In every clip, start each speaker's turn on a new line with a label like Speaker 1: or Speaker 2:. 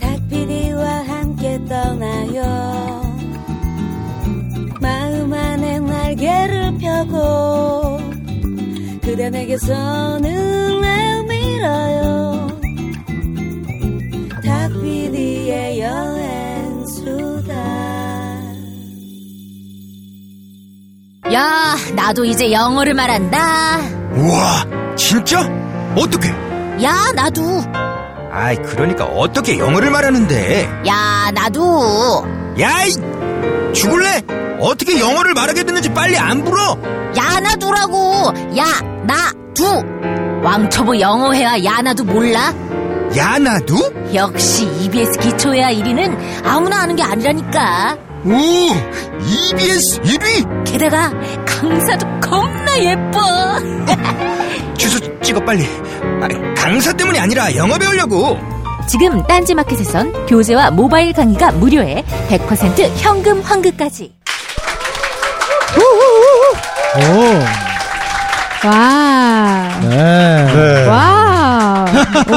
Speaker 1: 닭피디와 함께 떠나요 마음 안에 날개를 펴고 그대 내게 손을 내밀어요 닭피디의 여행수다
Speaker 2: 야, 나도 이제 영어를 말한다.
Speaker 3: 우와, 진짜? 어떻게?
Speaker 2: 야, 나도.
Speaker 3: 아이, 그러니까 어떻게 영어를 말하는데?
Speaker 2: 야, 나도.
Speaker 3: 야이, 죽을래? 어떻게 영어를 말하게 됐는지 빨리 안 불어?
Speaker 2: 야나두라고. 야, 나, 두. 왕초보 영어회화 야나두 몰라?
Speaker 3: 야나두?
Speaker 2: 역시 EBS 기초회화 1위는 아무나 아는 게 아니라니까.
Speaker 3: 오, E EBS 1위?
Speaker 2: 게다가 강사도 겁나 예뻐.
Speaker 3: 주소 찍어 빨리. 아, 강사 때문이 아니라 영어 배우려고.
Speaker 2: 지금 딴지마켓에선 교재와 모바일 강의가 무료해 100% 현금 환급까지.
Speaker 4: 오,
Speaker 5: 와.
Speaker 4: 네.
Speaker 6: 네.
Speaker 5: 와.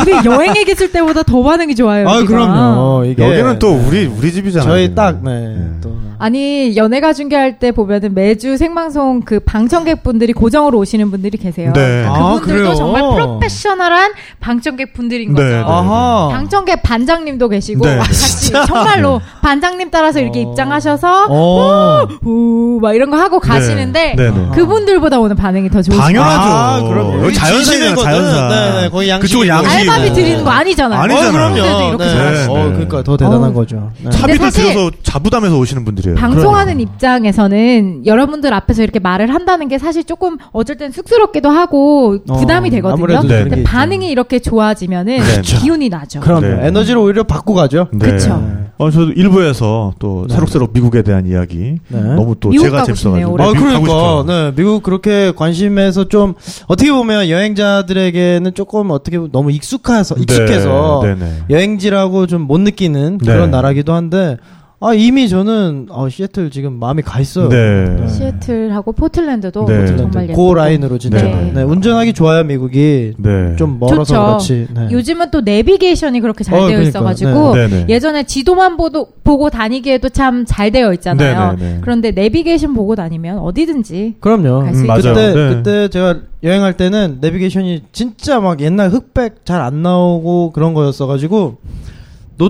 Speaker 5: 우리 여행에 계실 때보다 더 반응이 좋아요.
Speaker 4: 아,
Speaker 5: 여기가.
Speaker 4: 그럼요. 이게 네.
Speaker 6: 여기는 또 우리 우리 집이잖아요.
Speaker 4: 저희 딱, 네.
Speaker 6: 네.
Speaker 4: 또.
Speaker 5: 아니 연예가 중계할 때 보면은 매주 생방송 그 방청객 분들이 고정으로 오시는 분들이 계세요.
Speaker 6: 네.
Speaker 4: 아,
Speaker 5: 그분들도
Speaker 4: 그래요?
Speaker 5: 정말 프로페셔널한 방청객 분들인 거죠.
Speaker 6: 네, 네.
Speaker 4: 아하.
Speaker 5: 방청객 반장님도 계시고
Speaker 6: 네.
Speaker 5: 같이 정말로 반장님 따라서 이렇게
Speaker 4: 어.
Speaker 5: 입장하셔서
Speaker 4: 어.
Speaker 5: 우막 이런 거 하고 가시는데
Speaker 6: 네, 네.
Speaker 5: 그분들보다 오는 반응이 더 좋으시죠.
Speaker 6: 당연하죠.
Speaker 4: 아, 그럼요.
Speaker 6: 여기 자연산이잖아,
Speaker 4: 진심이거든.
Speaker 6: 자연산.
Speaker 4: 네, 네, 거의 양식이고.
Speaker 6: 그쪽은 양식.
Speaker 5: 알바비 드리는 거 아니잖아요.
Speaker 6: 네. 아니잖아요.
Speaker 4: 어, 그럼요.
Speaker 5: 그런데도 이렇게
Speaker 4: 네.
Speaker 6: 잘하시네.
Speaker 4: 어, 그러니까 더 대단한
Speaker 5: 어.
Speaker 4: 거죠. 네.
Speaker 6: 차비를
Speaker 5: 사실-
Speaker 6: 들어서 자부담에서 오시는 분들이에요.
Speaker 5: 방송하는 입장에서는 여러분들 앞에서 이렇게 말을 한다는 게 사실 조금 어쩔 땐 쑥스럽기도 하고
Speaker 4: 어,
Speaker 5: 부담이 되거든요.
Speaker 4: 아무래도 그런
Speaker 6: 네.
Speaker 4: 게
Speaker 5: 근데
Speaker 4: 있죠. 그렇죠.
Speaker 5: 반응이 이렇게 좋아지면은
Speaker 6: 네.
Speaker 5: 기운이 나죠.
Speaker 4: 그럼요.
Speaker 6: 네.
Speaker 4: 에너지를 오히려 받고 가죠.
Speaker 6: 네.
Speaker 5: 그쵸.
Speaker 6: 어, 저도 일부에서 또
Speaker 4: 네.
Speaker 6: 새록새록 미국에 대한 이야기
Speaker 4: 네.
Speaker 6: 너무 또
Speaker 5: 미국
Speaker 6: 제가
Speaker 5: 가고
Speaker 6: 재밌어가지고
Speaker 5: 싶네요,
Speaker 6: 네,
Speaker 4: 아,
Speaker 6: 미국 가고
Speaker 4: 그러니까.
Speaker 6: 싶어요.
Speaker 4: 네, 미국 그렇게 관심에서 좀, 어떻게 보면 여행자들에게는 조금 어떻게 보면 너무 네, 익숙해서, 익숙해서,
Speaker 6: 네, 네, 네.
Speaker 4: 여행지라고 좀 못 느끼는
Speaker 6: 네.
Speaker 4: 그런 나라기도 한데, 아, 이미 저는, 어, 시애틀 지금 마음이 가 있어요.
Speaker 6: 네.
Speaker 5: 시애틀하고 포틀랜드도
Speaker 6: 네.
Speaker 5: 정말 예쁘고.
Speaker 4: 고 라인으로 진짜.
Speaker 5: 네.
Speaker 4: 네, 운전하기 좋아요, 미국이.
Speaker 6: 네.
Speaker 4: 좀 멀어서
Speaker 5: 좋죠.
Speaker 4: 그렇지. 네.
Speaker 5: 요즘은 또 내비게이션이 그렇게 잘
Speaker 4: 어,
Speaker 5: 되어
Speaker 4: 그러니까.
Speaker 5: 있어가지고
Speaker 6: 네. 네, 네.
Speaker 5: 예전에 지도만 보도, 보고 다니기에도 참 잘 되어 있잖아요.
Speaker 6: 네, 네, 네.
Speaker 5: 그런데 내비게이션 보고 다니면 어디든지
Speaker 4: 그럼요.
Speaker 5: 갈수
Speaker 6: 음, 있죠. 맞아요.
Speaker 4: 그때
Speaker 6: 네.
Speaker 4: 그때 제가 여행할 때는 내비게이션이 진짜 막 옛날 흑백 잘 안 나오고 그런 거였어 가지고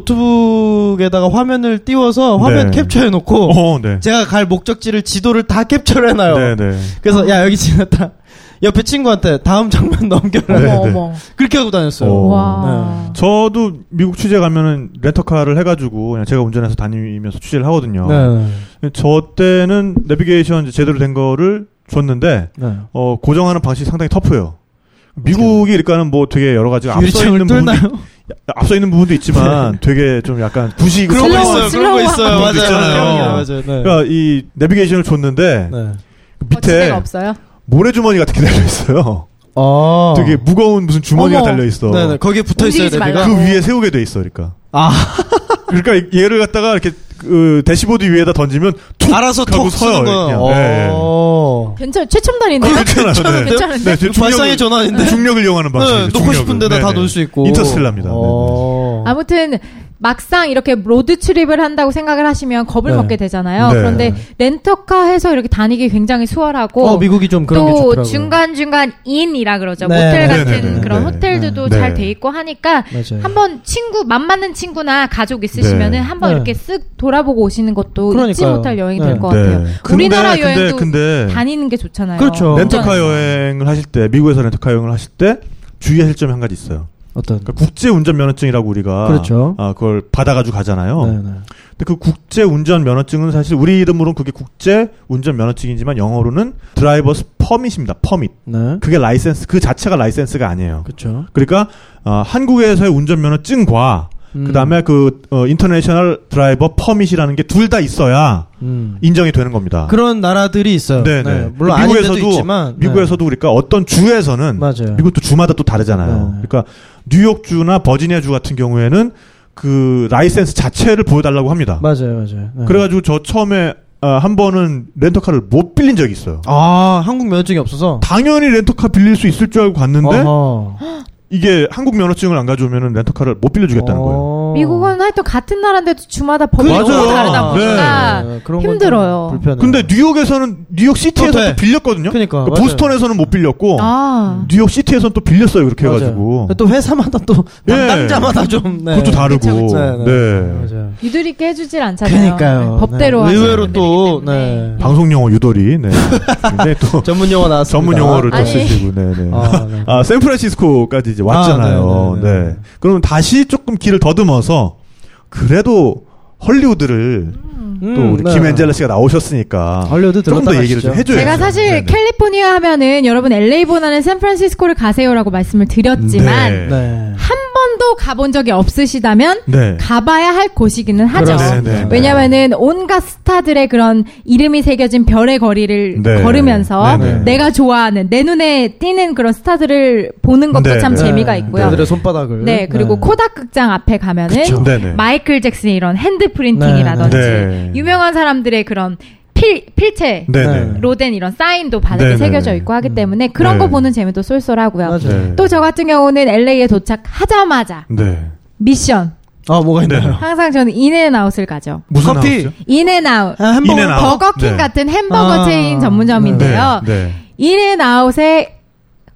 Speaker 4: 노트북에다가 화면을 띄워서 화면
Speaker 6: 네.
Speaker 4: 캡처해 놓고
Speaker 6: 어, 네.
Speaker 4: 제가 갈 목적지를 지도를 다 캡처를 해 놔요.
Speaker 6: 네, 네.
Speaker 4: 그래서 야 여기 지났다. 옆에 친구한테 다음 장면 넘겨라.
Speaker 6: 네,
Speaker 5: 어머
Speaker 6: 네.
Speaker 5: 어머
Speaker 4: 그렇게 하고 다녔어요. 네.
Speaker 6: 어.
Speaker 5: 와
Speaker 6: 저도 미국 취재 가면은 렌터카를 해가지고 그냥 제가 운전해서 다니면서 취재를 하거든요.
Speaker 4: 네.
Speaker 6: 저 때는 내비게이션 이제 제대로 된 거를 줬는데
Speaker 4: 네.
Speaker 6: 어, 고정하는 방식이 상당히 터프해요. 미국이 그러니까는 뭐 되게 여러 가지가 앞서
Speaker 4: 유리창을
Speaker 6: 있는 부분도
Speaker 4: 뚫나요? 네.
Speaker 6: 앞서 있는 부분도 있지만 되게 좀 약간 부식이
Speaker 4: 그런 거
Speaker 5: 슬로우,
Speaker 4: 있어요. 그런 거
Speaker 5: 슬로우한
Speaker 4: 있어요.
Speaker 6: 것도
Speaker 4: 맞아요. 맞아요.
Speaker 6: 있잖아요.
Speaker 4: 맞아요.
Speaker 6: 그러니까 이 내비게이션을 줬는데
Speaker 4: 네. 네.
Speaker 6: 그
Speaker 5: 어찌대가
Speaker 6: 밑에
Speaker 5: 없어요?
Speaker 6: 모래주머니 같은 게 달려 있어요.
Speaker 4: 어.
Speaker 6: 되게 무거운 무슨 주머니가
Speaker 5: 어머.
Speaker 6: 달려 있어.
Speaker 4: 네네 거기에 붙어 있어야
Speaker 5: 움직이지
Speaker 4: 돼.
Speaker 5: 말라고.
Speaker 4: 내가
Speaker 6: 그 위에 세우게 돼 있어, 그러니까.
Speaker 4: 아
Speaker 6: 그러니까 얘를 갖다가 이렇게 그 대시보드 위에다 던지면 툭
Speaker 4: 알아서
Speaker 6: 하고
Speaker 4: 톡
Speaker 6: 그 서요.
Speaker 4: 쓰는 거야.
Speaker 6: 그냥. 네, 네.
Speaker 4: 어.
Speaker 5: 괜찮 최첨단인데
Speaker 6: 그렇잖아요. 네.
Speaker 5: 괜찮은데
Speaker 6: 네,
Speaker 4: 그 발상의 전환인데.
Speaker 6: 중력을 이용하는 방식.
Speaker 4: 네, 놓고 싶은 데다 다 놓을 수 있고.
Speaker 6: 인터스텔라입니다. 네,
Speaker 4: 어.
Speaker 5: 아무튼 막상 이렇게 로드 트립을 한다고 생각을 하시면 겁을
Speaker 4: 네.
Speaker 5: 먹게 되잖아요.
Speaker 6: 네.
Speaker 5: 그런데 렌터카해서 이렇게 다니기 굉장히 수월하고
Speaker 4: 어, 미국이 좀 그런 게
Speaker 5: 뭐 또
Speaker 4: 좋더라고요.
Speaker 5: 중간 중간 인이라 그러죠.
Speaker 4: 네. 네,
Speaker 5: 모텔 같은
Speaker 6: 네, 네, 네.
Speaker 5: 그런
Speaker 4: 네.
Speaker 5: 호텔들도
Speaker 6: 네.
Speaker 5: 잘 돼 있고 하니까
Speaker 4: 맞아요.
Speaker 5: 한번 친구 맘 맞는 친구나 가족 있으시면은
Speaker 6: 네.
Speaker 5: 한번
Speaker 4: 네.
Speaker 5: 이렇게 쓱 돌아보고 오시는 것도 잊지
Speaker 4: 그러니까요.
Speaker 5: 못할 여행이
Speaker 4: 네.
Speaker 5: 될 것
Speaker 6: 네.
Speaker 5: 같아요.
Speaker 6: 근데,
Speaker 5: 우리나라
Speaker 6: 근데,
Speaker 5: 여행도
Speaker 6: 근데
Speaker 5: 다니는 게 좋잖아요. 그러니까
Speaker 4: 그렇죠.
Speaker 6: 렌터카 여행을 하실 때 미국에서 렌터카 여행을 하실 때 주의하실 점이 한 가지 있어요.
Speaker 4: 어떤
Speaker 6: 그러니까 국제 운전 면허증이라고 우리가
Speaker 4: 음. 그렇죠.
Speaker 6: 아, 그걸 받아가지고 가잖아요.
Speaker 4: 네, 네.
Speaker 6: 근데 그 국제 운전 면허증은 사실 우리 이름으로는 그게 국제 운전 면허증이지만 영어로는 드라이버스 퍼밋입니다. 퍼밋.
Speaker 4: 네.
Speaker 6: 그게 라이센스 그 자체가 라이센스가 아니에요.
Speaker 4: 그렇죠.
Speaker 6: 그러니까 어, 한국에서의 운전 면허증과 그다음에 그 어, 인터내셔널 드라이버 퍼밋이라는 게 둘 다 있어야 인정이 되는 겁니다.
Speaker 4: 음. 그런 나라들이 있어요.
Speaker 6: 네네.
Speaker 4: 그렇죠. 네. 물론 아닌
Speaker 6: 미국에서도
Speaker 4: 데도 있지만 네.
Speaker 6: 미국에서도 그러니까 어떤 주에서는
Speaker 4: 맞아요.
Speaker 6: 미국도 주마다 또 다르잖아요.
Speaker 4: 네.
Speaker 6: 그러니까 뉴욕주나 버지니아주 같은 경우에는 그 라이센스 자체를 보여달라고 합니다.
Speaker 4: 맞아요, 맞아요. 네.
Speaker 6: 그래가지고 저 처음에 아, 한 번은 렌터카를 못 빌린 적이 있어요.
Speaker 4: 아 한국 면허증이 없어서
Speaker 6: 당연히 렌터카 빌릴 수 있을 줄 알고 갔는데
Speaker 4: 어허.
Speaker 6: 이게 한국 면허증을 안 가져오면 렌터카를 못 빌려주겠다는 거예요.
Speaker 4: 어.
Speaker 5: 미국은 하여튼 같은 나라인데도 주마다 법이
Speaker 6: 그죠.
Speaker 5: 너무 다르다
Speaker 6: 맞아요.
Speaker 5: 보니까
Speaker 4: 네, 그런 건좀
Speaker 5: 힘들어요.
Speaker 4: 불편해요.
Speaker 6: 근데 뉴욕에서는 뉴욕 시티에서
Speaker 4: 그렇대.
Speaker 6: 또 빌렸거든요.
Speaker 4: 그러니까,
Speaker 6: 그
Speaker 4: 맞아요.
Speaker 6: 보스턴에서는 못 빌렸고
Speaker 5: 아
Speaker 6: 뉴욕 시티에서는 또 빌렸어요. 그렇게
Speaker 4: 맞아요.
Speaker 6: 해가지고
Speaker 4: 또 회사마다 또
Speaker 6: 예.
Speaker 4: 담당자마다 좀 네.
Speaker 6: 그것도 다르고.
Speaker 4: 그쵸, 그쵸.
Speaker 6: 네.
Speaker 4: 맞아요.
Speaker 5: 유들 있게 해주질 않잖아요.
Speaker 4: 그러니까요.
Speaker 5: 네, 법대로
Speaker 4: 네.
Speaker 5: 하는
Speaker 4: 의외로
Speaker 5: 분들이기
Speaker 4: 또
Speaker 5: 때문에.
Speaker 4: 네.
Speaker 6: 방송 용어 유돌이. 네. 근데 또
Speaker 4: 전문 용어 나왔습니다.
Speaker 6: 전문 용어를 또
Speaker 5: 아니.
Speaker 6: 쓰시고. 네, 네.
Speaker 4: 그러니까. 아, 네.
Speaker 6: 아, 샌프란시스코까지 이제 왔잖아요.
Speaker 4: 아, 네,
Speaker 6: 네,
Speaker 4: 네, 네.
Speaker 6: 그럼 다시 조금 길을 더듬어서 그래도 헐리우드를 또 우리
Speaker 4: 네.
Speaker 6: 김엔젤라 씨가 나오셨으니까
Speaker 4: 헐리우드
Speaker 6: 조금 더
Speaker 4: 들렀다
Speaker 6: 얘기를 좀
Speaker 4: 가시죠.
Speaker 6: 해줘야죠.
Speaker 5: 제가 사실 캘리포니아 하면은 여러분 LA보다는 샌프란시스코를 가세요라고 말씀을 드렸지만
Speaker 6: 네.
Speaker 4: 네.
Speaker 5: 한 번도 가본 적이 없으시다면
Speaker 6: 네.
Speaker 5: 가봐야 할 곳이기는 하죠.
Speaker 4: 그렇습니다.
Speaker 6: 네, 네, 네.
Speaker 5: 왜냐면은 온갖 스타들의 그런 이름이 새겨진 별의 거리를
Speaker 6: 네.
Speaker 5: 걸으면서
Speaker 6: 네, 네.
Speaker 5: 내가 좋아하는 내 눈에 띄는 그런 스타들을 보는 것도
Speaker 6: 네.
Speaker 5: 참
Speaker 6: 네.
Speaker 5: 재미가 있고요.
Speaker 4: 그들의 손바닥을.
Speaker 5: 네, 그리고 코닥 극장 앞에 가면은
Speaker 6: 그쵸. 네네.
Speaker 5: 마이클 잭슨의 이런 핸드 프린팅이라든지
Speaker 6: 네, 네. 네.
Speaker 5: 유명한 사람들의 그런 필 필체
Speaker 6: 네네.
Speaker 5: 로된 이런 사인도 바닥에
Speaker 6: 네네네.
Speaker 5: 새겨져 있고 하기 때문에 그런
Speaker 6: 네.
Speaker 5: 거 보는 재미도 쏠쏠하고요.
Speaker 4: 음. 맞아요.
Speaker 6: 네.
Speaker 5: 또 저 같은 경우는 LA에 도착하자마자
Speaker 6: 네.
Speaker 5: 미션
Speaker 4: 아 뭐가
Speaker 6: 네.
Speaker 4: 있나요?
Speaker 5: 항상 저는 인앤아웃을 가죠.
Speaker 6: 무슨
Speaker 4: 커피.
Speaker 6: 나왔죠?
Speaker 5: 인앤아웃
Speaker 4: 아, 햄버거.
Speaker 6: 인앤아웃.
Speaker 5: 버거킹
Speaker 6: 네.
Speaker 5: 같은 햄버거
Speaker 4: 아,
Speaker 5: 체인
Speaker 6: 네.
Speaker 5: 전문점인데요.
Speaker 6: 네.
Speaker 5: 인앤아웃의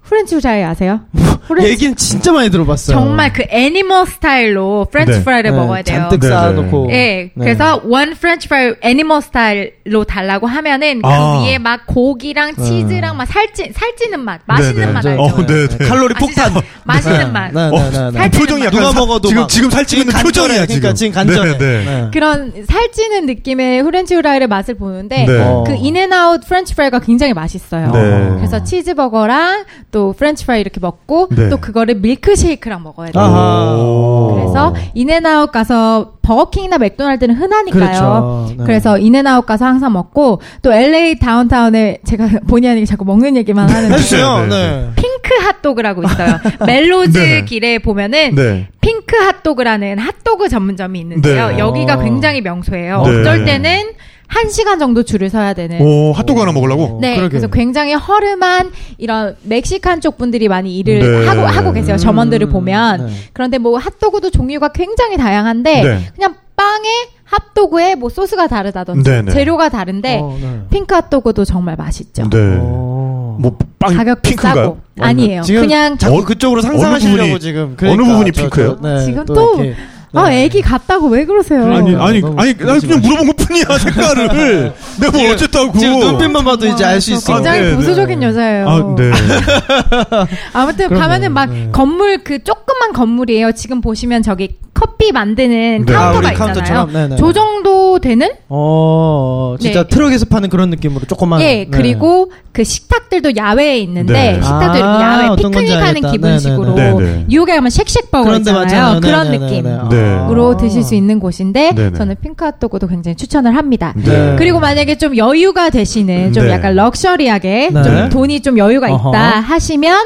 Speaker 5: 프렌치 후라이 아세요? 프렌치
Speaker 4: 얘기는 진짜 많이 들어봤어요.
Speaker 5: 정말 그 애니멀 스타일로 프렌치
Speaker 6: 네.
Speaker 5: 프라이를
Speaker 4: 네,
Speaker 5: 먹어야 돼요.
Speaker 4: 잔뜩
Speaker 6: 네, 네.
Speaker 4: 쌓아놓고.
Speaker 5: 예,
Speaker 4: 네.
Speaker 5: 그래서 원 프렌치 프라이 애니멀 스타일로 달라고 하면은 그
Speaker 6: 아.
Speaker 5: 위에 막 고기랑 치즈랑 막 살찌 살찌는 맛, 맛있는
Speaker 6: 네,
Speaker 5: 맛
Speaker 4: 네.
Speaker 5: 알죠?
Speaker 6: 어, 네, 네.
Speaker 4: 칼로리
Speaker 5: 아시죠?
Speaker 4: 폭탄.
Speaker 5: 맛있는 어, 맛.
Speaker 4: 네, 네, 네, 네.
Speaker 5: 살 찌는
Speaker 6: 표정이
Speaker 5: 맛.
Speaker 6: 약간
Speaker 4: 누가
Speaker 6: 사-
Speaker 4: 먹어도
Speaker 6: 지금
Speaker 4: 막-
Speaker 6: 지금 살찌는
Speaker 4: 지금
Speaker 6: 표정이야
Speaker 4: 간절해.
Speaker 6: 지금.
Speaker 4: 그러니까 지금 간절해.
Speaker 6: 네, 네.
Speaker 4: 네.
Speaker 5: 그런 살찌는 느낌의 프렌치 후라이를 맛을 보는데
Speaker 6: 네.
Speaker 4: 어.
Speaker 5: 그 인앤아웃 프렌치 프라이가 굉장히 맛있어요.
Speaker 6: 네.
Speaker 5: 그래서 치즈버거랑 또 프렌치 프라이 이렇게 먹고
Speaker 6: 네.
Speaker 5: 또 그거를 밀크쉐이크랑 먹어야 돼요.
Speaker 4: 아하.
Speaker 6: 오.
Speaker 5: 그래서 인앤아웃 가서 버거킹이나 맥도날드는 흔하니까요.
Speaker 4: 그렇죠. 네.
Speaker 5: 래서 인앤아웃 가서 항상 먹고 또 LA 다운타운에 제가 본의 아니게 자꾸 먹는 얘기만 하는데
Speaker 4: 해주세요.
Speaker 6: 네, 네.
Speaker 4: 네.
Speaker 5: 핑크 핫도그라고 있어요. 멜로즈
Speaker 6: 네, 네.
Speaker 5: 길에 보면은
Speaker 6: 네.
Speaker 5: 핑크 핫도그라는 핫도그 전문점이 있는데요.
Speaker 6: 네.
Speaker 5: 여기가
Speaker 4: 아.
Speaker 5: 굉장히 명소예요.
Speaker 6: 네.
Speaker 5: 어쩔 때는 한시간 정도 줄을 서야 되는
Speaker 6: 오, 어, 핫도그 하나 먹으려고?
Speaker 5: 네,
Speaker 4: 그러게.
Speaker 5: 그래서 굉장히 허름한 이런 멕시칸 쪽 분들이 많이 일을
Speaker 6: 네.
Speaker 5: 하고 하고 계세요. 점원들을
Speaker 4: 음,
Speaker 5: 보면
Speaker 4: 네.
Speaker 5: 그런데 뭐 핫도그도 종류가 굉장히 다양한데
Speaker 6: 네.
Speaker 5: 그냥 빵에 핫도그에 뭐 소스가 다르다든지
Speaker 6: 네, 네.
Speaker 5: 재료가 다른데
Speaker 4: 어, 네.
Speaker 5: 핑크 핫도그도 정말 맛있죠.
Speaker 6: 네.
Speaker 4: 어.
Speaker 6: 뭐빵
Speaker 5: 가격도 싸고 아니에요.
Speaker 4: 지금
Speaker 5: 그냥
Speaker 4: 자꾸
Speaker 6: 어,
Speaker 4: 그쪽으로
Speaker 6: 어느
Speaker 4: 상상하시려고
Speaker 6: 부분이-
Speaker 4: 지금. 그러니까
Speaker 6: 어느 부분이
Speaker 4: 저- 저-
Speaker 6: 핑크예요?
Speaker 4: 네,
Speaker 5: 지금 또-
Speaker 4: 이렇게, 네.
Speaker 5: 아 애기 같다고 왜 그러세요?
Speaker 6: 아니
Speaker 4: 어,
Speaker 6: 아니
Speaker 4: 너무
Speaker 6: 아니 나
Speaker 4: 그러지 마시고.
Speaker 6: 그냥 물어본 것뿐이야
Speaker 5: 네.
Speaker 6: 색깔을 내가 뭐
Speaker 4: 지금-
Speaker 6: 어쨌다고
Speaker 4: 지금 눈빛만 봐도 이제 알 수
Speaker 5: 저
Speaker 4: 있어.
Speaker 5: 굉장히
Speaker 6: 네, 네.
Speaker 5: 보수적인 여자예요.
Speaker 6: 아, 네.
Speaker 5: 아무튼
Speaker 4: 그럼요.
Speaker 5: 가면은 막
Speaker 4: 네.
Speaker 5: 건물 그 조그만 건물이에요. 지금 보시면 저기 커피 만드는
Speaker 6: 네.
Speaker 5: 카운터가
Speaker 6: 아, 우리
Speaker 5: 있잖아요.
Speaker 4: 카운터처럼? 네네.
Speaker 5: 저 정도 되는
Speaker 4: 어, 진짜
Speaker 5: 네.
Speaker 4: 트럭에서 파는 그런 느낌으로 조금만. 네.
Speaker 5: 예 그리고 그 식탁들도 야외에 있는데
Speaker 6: 네.
Speaker 5: 식탁도
Speaker 4: 아,
Speaker 5: 이렇게 야외
Speaker 4: 어떤 건지
Speaker 5: 피크닉하는
Speaker 4: 알겠다.
Speaker 5: 기분식으로
Speaker 6: 네네네. 네네.
Speaker 5: 뉴욕에 가면 쉑쉑버거
Speaker 4: 그런데
Speaker 5: 있잖아요.
Speaker 4: 맞잖아요.
Speaker 5: 그런
Speaker 4: 네, 네, 네, 네.
Speaker 5: 느낌으로
Speaker 6: 네.
Speaker 4: 아.
Speaker 5: 드실 수 있는 곳인데
Speaker 6: 네네.
Speaker 5: 저는 핑크핫도그도 굉장히 추천을 합니다.
Speaker 6: 네.
Speaker 5: 그리고 만약에 좀 여유가 되시는 좀
Speaker 6: 네.
Speaker 5: 약간 럭셔리하게
Speaker 4: 네.
Speaker 5: 좀 돈이 좀 여유가 있다
Speaker 4: 어허.
Speaker 5: 하시면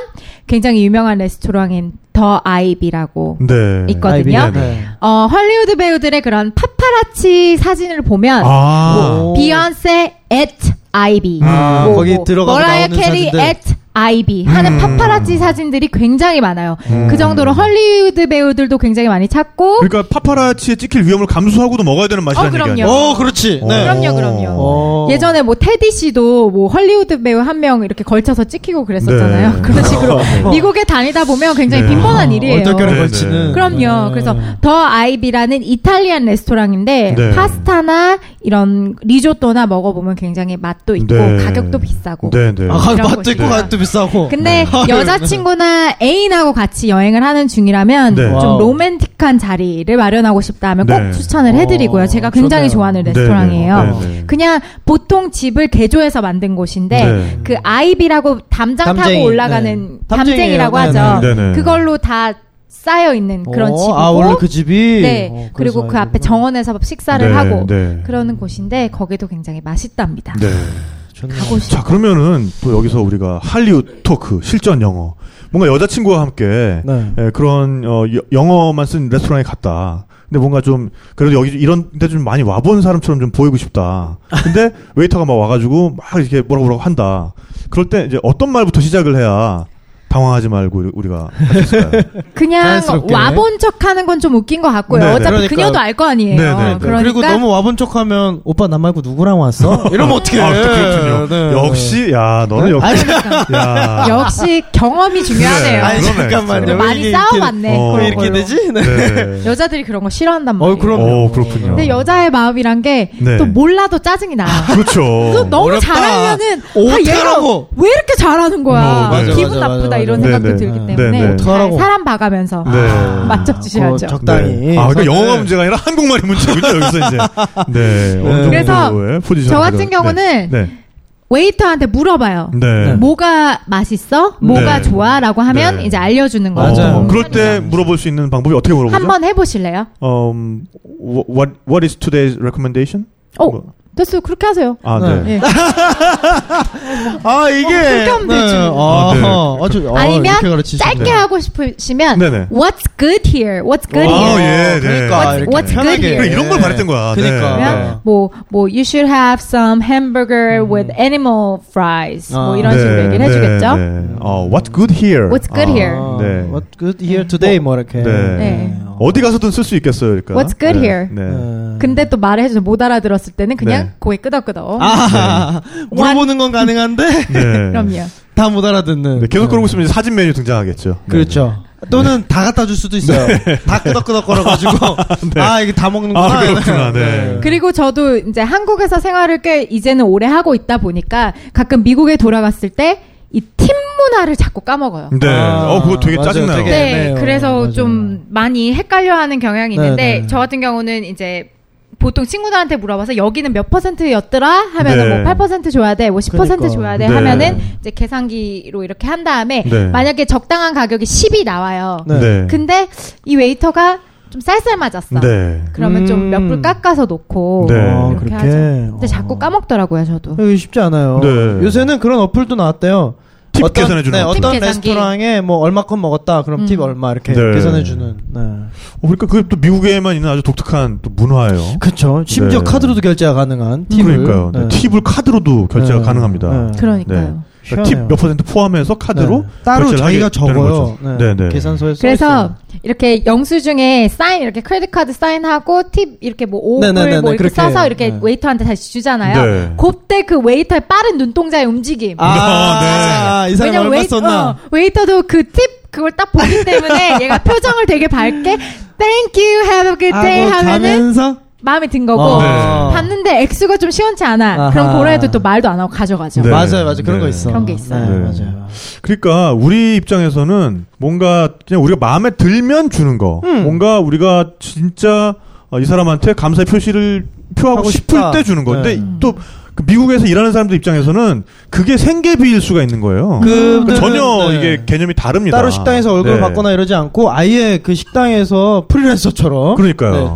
Speaker 5: 굉장히 유명한 레스토랑인 더
Speaker 4: 음.
Speaker 5: 아이비라고
Speaker 6: 네.
Speaker 5: 있거든요.
Speaker 4: 아이비가, 네.
Speaker 5: 어, 헐리우드 배우들의 그런 파파라치 사진을 보면
Speaker 6: 아.
Speaker 4: 오.
Speaker 5: 비욘세 at 아이비
Speaker 4: 아,
Speaker 5: 뭐,
Speaker 4: 거기
Speaker 5: 뭐,
Speaker 4: 들어가서
Speaker 5: 머라이어
Speaker 4: 나오는
Speaker 5: 캐리
Speaker 4: 사진들. 음.
Speaker 5: at 아이비 하는 파파라치 사진들이 굉장히 많아요. 그 정도로 헐리우드 배우들도 굉장히 많이 찾고
Speaker 6: 그러니까 파파라치에 찍힐 위험을 감수하고도 먹어야 되는 맛이라는
Speaker 5: 어, 그럼요.
Speaker 6: 얘기 아니에요?
Speaker 4: 어, 그렇지. 네.
Speaker 5: 그럼요, 그럼요.
Speaker 4: 어.
Speaker 5: 예전에 뭐 테디 씨도 뭐 헐리우드 배우 한 명 이렇게 걸쳐서 찍히고 그랬었잖아요.
Speaker 6: 네.
Speaker 5: 그런 식으로 미국에 다니다 보면 굉장히
Speaker 6: 네.
Speaker 4: 어,
Speaker 5: 빈번한 일이에요.
Speaker 4: 아, 얼떨결에
Speaker 6: 네,
Speaker 4: 걸치는.
Speaker 6: 네.
Speaker 5: 그럼요.
Speaker 4: 네.
Speaker 5: 그래서 더 아이비라는 이탈리안 레스토랑인데
Speaker 6: 네.
Speaker 5: 파스타나 이런 리조또나 먹어보면 굉장히 맛도 있고
Speaker 6: 네.
Speaker 5: 가격도 비싸고.
Speaker 6: 네, 네.
Speaker 4: 아,
Speaker 5: 이런
Speaker 4: 맛도 있고
Speaker 5: 곳이다.
Speaker 4: 맛도 비싸고.
Speaker 5: 근데 여자친구나 애인하고 같이 여행을 하는 중이라면
Speaker 6: 네.
Speaker 5: 좀
Speaker 4: 와우.
Speaker 5: 로맨틱한 자리를 마련하고 싶다면
Speaker 6: 네.
Speaker 5: 꼭 추천을 해드리고요. 제가
Speaker 4: 어,
Speaker 5: 굉장히
Speaker 4: 좋네요.
Speaker 5: 좋아하는
Speaker 6: 네,
Speaker 5: 레스토랑이에요.
Speaker 6: 네, 네, 네.
Speaker 5: 그냥 보통 집을 개조해서 만든 곳인데
Speaker 6: 네.
Speaker 5: 그 아이비라고 담장
Speaker 4: 담쟁이,
Speaker 5: 타고 올라가는
Speaker 4: 네. 담쟁이에요.
Speaker 5: 담쟁이라고
Speaker 4: 네,
Speaker 5: 하죠.
Speaker 6: 네, 네, 네.
Speaker 5: 그걸로 다 쌓여 있는 그런
Speaker 4: 어,
Speaker 5: 집이고
Speaker 4: 아, 원래 그 집이.
Speaker 5: 네.
Speaker 4: 어,
Speaker 5: 그리고
Speaker 4: 그래서
Speaker 5: 그 앞에
Speaker 4: 아이비구나.
Speaker 5: 정원에서 식사를
Speaker 6: 네,
Speaker 5: 하고
Speaker 6: 네.
Speaker 5: 그러는 곳인데 거기도 굉장히 맛있답니다.
Speaker 6: 네.
Speaker 4: 좋네요.
Speaker 5: 가고 싶.
Speaker 6: 자, 그러면은 또 여기서 우리가 할리우드 토크, 실전 영어. 뭔가 여자친구와 함께
Speaker 4: 네.
Speaker 6: 예, 그런 어, 여- 영어만 쓴 레스토랑에 갔다. 근데 뭔가 좀 그래도 여기 이런 데 좀 많이 와본 사람처럼 좀 보이고 싶다. 근데 웨이터가 막 와가지고 막 이렇게 뭐라 뭐라고 한다. 그럴 때 이제 어떤 말부터 시작을 해야 당황하지 말고 우리- 우리가 했을까요?
Speaker 5: 그냥
Speaker 4: 자연스럽게.
Speaker 5: 와본 척 하는 건 좀 웃긴 것 같고요.
Speaker 6: 네네.
Speaker 5: 어차피
Speaker 4: 그러니까-
Speaker 5: 그녀도 알 거 아니에요.
Speaker 6: 네네.
Speaker 5: 그러니까
Speaker 4: 리고 너무 와본 척하면 오빠 나 말고 누구랑 왔어? 이러면 네. 어떻게?
Speaker 6: 아, 또 그렇군요. 역시 야 너는 역시
Speaker 5: 네, 아니, 그러니까.
Speaker 6: 야.
Speaker 5: 역시 경험이 중요하네요.
Speaker 4: 아니
Speaker 6: 그러네,
Speaker 4: 잠깐만요.
Speaker 6: 진짜.
Speaker 4: 왜
Speaker 5: 많이
Speaker 4: 이게
Speaker 5: 싸워봤네.
Speaker 6: 어.
Speaker 4: 이렇게,
Speaker 5: 그런
Speaker 4: 왜 이렇게
Speaker 5: 걸로.
Speaker 4: 되지? 네.
Speaker 6: 네.
Speaker 5: 여자들이 그런 거 싫어한단 말이에요.
Speaker 4: 어 그럼요.
Speaker 6: 어, 그렇군요.
Speaker 5: 근데 여자의 마음이란 게 또
Speaker 6: 네.
Speaker 5: 몰라도 짜증이 나요.
Speaker 6: 그렇죠.
Speaker 5: 또 너무
Speaker 4: 어렵다.
Speaker 5: 잘하면은 아 얘가
Speaker 4: 어떡하라고? 음,
Speaker 5: 왜 이렇게 잘하는 거야
Speaker 6: 어, 맞아,
Speaker 5: 기분
Speaker 4: 맞아,
Speaker 5: 나쁘다
Speaker 4: 맞아,
Speaker 5: 이런
Speaker 6: 맞아.
Speaker 5: 생각도
Speaker 6: 네네.
Speaker 5: 들기
Speaker 4: 네.
Speaker 5: 때문에 잘
Speaker 6: 네네.
Speaker 4: 어떡하라고?
Speaker 5: 살아봐가면서
Speaker 6: 네.
Speaker 4: 그거
Speaker 5: 맞춰주셔야죠.
Speaker 4: 어, 적당히.
Speaker 6: 네. 아, 그러니까
Speaker 4: 저는-
Speaker 6: 영어가 문제가 아니라 한국말이 문제군요, 여기서 이제. 네. 어느
Speaker 5: 그래서
Speaker 6: 정도의 포지션.
Speaker 5: 저 같은 경우는
Speaker 6: 네.
Speaker 5: 웨이터한테 물어봐요.
Speaker 4: 음.
Speaker 6: 네. 네.
Speaker 5: 뭐가 맛있어? 뭐가
Speaker 6: 네.
Speaker 5: 좋아?라고 하면
Speaker 6: 네.
Speaker 5: 이제 알려주는
Speaker 6: 어,
Speaker 5: 거죠. 음.
Speaker 4: 맞아요. 그렇죠.
Speaker 6: 그럴 때 물어볼 수 있는 방법이 어떻게 물어보죠?
Speaker 5: 한번 해보실래요?
Speaker 6: Um, wh- what what is today's recommendation?
Speaker 5: 오,
Speaker 6: 뭐-
Speaker 5: 됐어요. 그렇게 하세요.
Speaker 6: 아, 네.
Speaker 5: 네.
Speaker 4: 아 이게
Speaker 5: 어, 그렇게 하면 되지.
Speaker 4: 아,
Speaker 6: 아, 네.
Speaker 4: 저, 아,
Speaker 5: 아니면
Speaker 4: 이렇게 가르치시네.
Speaker 5: 짧게
Speaker 6: 네.
Speaker 5: 하고 싶으시면
Speaker 6: 네네.
Speaker 5: What's good here? What's good
Speaker 4: 아,
Speaker 6: 와,
Speaker 5: here?
Speaker 6: 예, 네.
Speaker 4: 그러니까
Speaker 6: What's-
Speaker 4: 이렇게
Speaker 5: what's good
Speaker 4: 편하게.
Speaker 5: here? 그래,
Speaker 6: 이런 걸 바랬던 거야. 네.
Speaker 4: 그러니까.
Speaker 5: 그냥 뭐, 뭐, you should have some hamburger with animal fries. 뭐
Speaker 4: 음. 아.
Speaker 5: 이런 식으로
Speaker 6: 네,
Speaker 5: 얘기를
Speaker 6: 네,
Speaker 5: 해주겠죠?
Speaker 6: 네. 어, what's good here?
Speaker 5: What's good
Speaker 6: 아,
Speaker 5: here?
Speaker 6: 네.
Speaker 4: What good here today 뭐 이렇게.
Speaker 6: 네.
Speaker 5: 어. 네.
Speaker 6: 어디 가서든 쓸 수 있겠어요, 그러니까.
Speaker 5: What's good
Speaker 6: 네.
Speaker 5: here?
Speaker 6: 네.
Speaker 4: 어.
Speaker 5: 근데 또 말을 해줘서 못 알아들었을 때는 그냥
Speaker 6: 네.
Speaker 5: 고개 끄덕끄덕.
Speaker 4: 아 물어보는 건 가능한데
Speaker 6: 네.
Speaker 5: 그럼요.
Speaker 4: 다 못 알아듣는.
Speaker 6: 네, 계속 그러고 있으면 이제 사진 메뉴 등장하겠죠. 네.
Speaker 4: 그렇죠. 또는 다 갖다 줄 수도 있어요. 다 끄덕끄덕 거려가지고 아 이게 다 먹는구나.
Speaker 6: 네. 아, 그렇구나, 네.
Speaker 5: 그리고 저도 이제 한국에서 생활을 꽤 이제는 오래 하고 있다 보니까 가끔 미국에 돌아갔을 때 이 팀 문화를 자꾸 까먹어요.
Speaker 6: 네.
Speaker 4: 아,
Speaker 6: 어, 그거 되게
Speaker 4: 맞아요.
Speaker 6: 짜증나요.
Speaker 4: 되게-
Speaker 5: 네,
Speaker 4: 네,
Speaker 5: 그래서
Speaker 4: 맞아요.
Speaker 5: 좀 많이 헷갈려하는 경향이
Speaker 4: 네,
Speaker 5: 있는데
Speaker 4: 네.
Speaker 5: 저 같은 경우는 이제 보통 친구들한테 물어봐서 여기는 몇 퍼센트였더라 하면은
Speaker 6: 네.
Speaker 5: 뭐 8% 줘야 돼, 뭐 10%
Speaker 4: 그러니까.
Speaker 5: 줘야 돼
Speaker 6: 네.
Speaker 5: 하면은 이제 계산기로 이렇게 한 다음에
Speaker 6: 네.
Speaker 5: 만약에 적당한 가격이 10이 나와요.
Speaker 4: 네.
Speaker 6: 네.
Speaker 5: 근데 이 웨이터가 좀 쌀쌀 맞았어.
Speaker 6: 네.
Speaker 5: 그러면
Speaker 4: 음.
Speaker 5: 좀 몇 불 깎아서 놓고
Speaker 6: 네.
Speaker 4: 어,
Speaker 5: 이렇게
Speaker 4: 그렇게.
Speaker 5: 하죠. 근데 자꾸
Speaker 4: 어.
Speaker 5: 까먹더라고요, 저도.
Speaker 4: 이거 쉽지 않아요.
Speaker 6: 네.
Speaker 4: 요새는 그런 어플도 나왔대요.
Speaker 6: 팁
Speaker 4: 어떤,
Speaker 6: 계산해주는
Speaker 4: 네,
Speaker 6: 어플.
Speaker 4: 어떤
Speaker 5: 팁 계산기. 음.
Speaker 4: 레스토랑에 뭐 얼마큼 먹었다. 그럼 팁 얼마 이렇게
Speaker 6: 네.
Speaker 4: 계산해주는. 네.
Speaker 6: 어, 그러니까 그게 또 미국에만 있는 아주 독특한 또 문화예요.
Speaker 4: 그렇죠. 심지어
Speaker 6: 네.
Speaker 4: 카드로도 결제가 가능한 팁을.
Speaker 6: 그러니까요. 네, 팁을 카드로도 결제가
Speaker 4: 네.
Speaker 6: 가능합니다.
Speaker 4: 네.
Speaker 5: 그러니까요.
Speaker 6: 네. 팁 몇 퍼센트 포함해서 카드로
Speaker 4: 네. 따로
Speaker 6: 결제를
Speaker 4: 저희가
Speaker 6: 하게 되는
Speaker 4: 적어요.
Speaker 6: 거죠.
Speaker 4: 네.
Speaker 6: 네, 네.
Speaker 4: 계산서에 써
Speaker 5: 그래서
Speaker 4: 있어요.
Speaker 5: 이렇게 영수증에 사인 이렇게 크레딧 카드 사인하고 팁 이렇게 뭐 오불 뭐
Speaker 4: 네네네네,
Speaker 5: 이렇게
Speaker 4: 그렇게 해요.
Speaker 5: 써서 이렇게
Speaker 4: 네.
Speaker 5: 웨이터한테 다시 주잖아요.
Speaker 6: 네.
Speaker 5: 그때 그 웨이터의 빠른 눈동자의 움직임.
Speaker 4: 아, 네. 이 사람
Speaker 5: 왜냐면 어.
Speaker 4: 얼마
Speaker 5: 웨이,
Speaker 4: 썼나?
Speaker 5: 터도 그 팁 그걸 딱 보기 때문에 얘가 표정을 되게 밝게 Thank you, have a good day
Speaker 4: 하고 아,
Speaker 5: 하면은
Speaker 4: 뭐
Speaker 5: 뭐
Speaker 4: 가면서
Speaker 5: 마음에 든 거고
Speaker 4: 어.
Speaker 6: 네.
Speaker 5: 봤는데 액수가 좀 시원치 않아.
Speaker 4: 아하.
Speaker 5: 그럼 고라 해도 또 말도 안 하고 가져가죠.
Speaker 6: 네.
Speaker 4: 맞아요, 맞아요. 그런
Speaker 6: 네.
Speaker 4: 거 있어.
Speaker 5: 그런 게 있어요.
Speaker 4: 네,
Speaker 6: 네.
Speaker 4: 맞아요.
Speaker 6: 그러니까 우리 입장에서는 뭔가 그냥 우리가 마음에 들면 주는 거.
Speaker 4: 음.
Speaker 6: 뭔가 우리가 진짜 어, 이 사람한테 감사의 표시를
Speaker 4: 하고
Speaker 6: 표하고 싶을
Speaker 4: 싶다.
Speaker 6: 때 주는 거.
Speaker 4: 네.
Speaker 6: 근데 또그 미국에서 일하는 사람들 입장에서는 그게 생계비일 수가 있는 거예요.
Speaker 4: 그
Speaker 6: 그러니까 전혀 이게 개념이 다릅니다.
Speaker 4: 따로 식당에서 월급을
Speaker 6: 네.
Speaker 4: 받거나 이러지 않고 아예 그 식당에서 프리랜서처럼
Speaker 6: 그러니까요.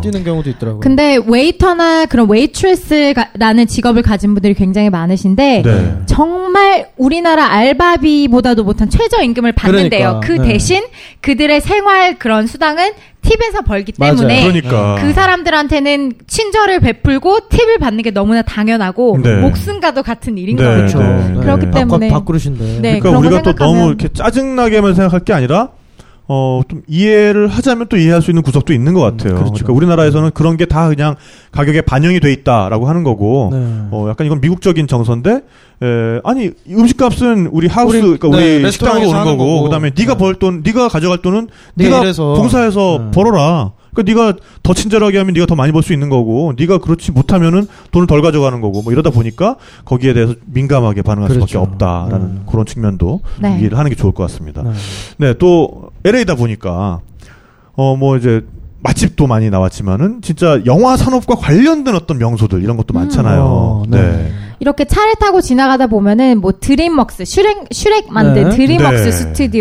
Speaker 4: 네, 뛰는 경우도 있더라고요.
Speaker 5: 근데 웨이터나 그런 웨이트레스라는 직업을 가진 분들이 굉장히 많으신데
Speaker 6: 네.
Speaker 5: 정말 우리나라 알바비보다도 못한 최저임금을 받는데요. 그
Speaker 4: 그러니까, 네.
Speaker 5: 대신 그들의 생활 그런 수당은 팁에서 벌기
Speaker 4: 맞아요.
Speaker 5: 때문에
Speaker 6: 그러니까.
Speaker 5: 그 사람들한테는 친절을 베풀고 팁을 받는 게 너무나 당연하고
Speaker 6: 네.
Speaker 5: 목숨과도 같은 일인
Speaker 6: 네,
Speaker 4: 그렇죠.
Speaker 5: 거죠.
Speaker 6: 네, 네.
Speaker 5: 그렇기
Speaker 6: 네.
Speaker 5: 때문에
Speaker 4: 밥, 밥그릇인데.
Speaker 5: 네,
Speaker 6: 그러니까
Speaker 5: 그런 거
Speaker 6: 우리가 또 너무
Speaker 5: 생각하면-
Speaker 6: 이렇게 짜증나게만 생각할 게 아니라 어 좀 이해를 하자면 또 이해할 수 있는 구석도 있는 것
Speaker 5: 음,
Speaker 6: 같아요.
Speaker 4: 그렇죠.
Speaker 6: 그러니까 우리나라에서는 그런 게 다 그냥 가격에 반영이 돼 있다라고 하는 거고
Speaker 4: 네.
Speaker 6: 어 약간 이건 미국적인 정서인데 에, 아니 음식값은 우리 하우스
Speaker 4: 우리-
Speaker 6: 그러니까
Speaker 4: 네,
Speaker 6: 우리
Speaker 4: 레스토랑에서
Speaker 6: 식당에 오는
Speaker 4: 하는
Speaker 6: 거고,
Speaker 4: 거고.
Speaker 6: 그다음에 네가
Speaker 4: 네.
Speaker 6: 벌 돈, 네가 가져갈 돈은
Speaker 4: 네가
Speaker 6: 네가
Speaker 4: 일해서.
Speaker 6: 봉사해서
Speaker 4: 네.
Speaker 6: 벌어라. 그러니까 네가 더 친절하게 하면 네가 더 많이 벌 수 있는 거고 네가 그렇지 못하면은 돈을 덜 가져가는 거고 뭐 이러다 보니까 거기에 대해서 민감하게 반응할 수밖에
Speaker 4: 그렇죠.
Speaker 6: 없다라는
Speaker 4: 네.
Speaker 6: 그런 측면도
Speaker 5: 네.
Speaker 6: 이해를 하는 게 좋을 것 같습니다.
Speaker 4: 네.
Speaker 6: 네, 또 LA다 보니까 어 뭐 이제 맛집도 많이 나왔지만은 진짜 영화 산업과 관련된 어떤 명소들 이런 것도 많잖아요.
Speaker 4: 어,
Speaker 6: 네.
Speaker 4: 네.
Speaker 5: 이렇게 차를 타고 지나가다 보면은 뭐 드림웍스 슈렉 슈렉 만든
Speaker 4: 네.
Speaker 5: 드림웍스
Speaker 6: 네.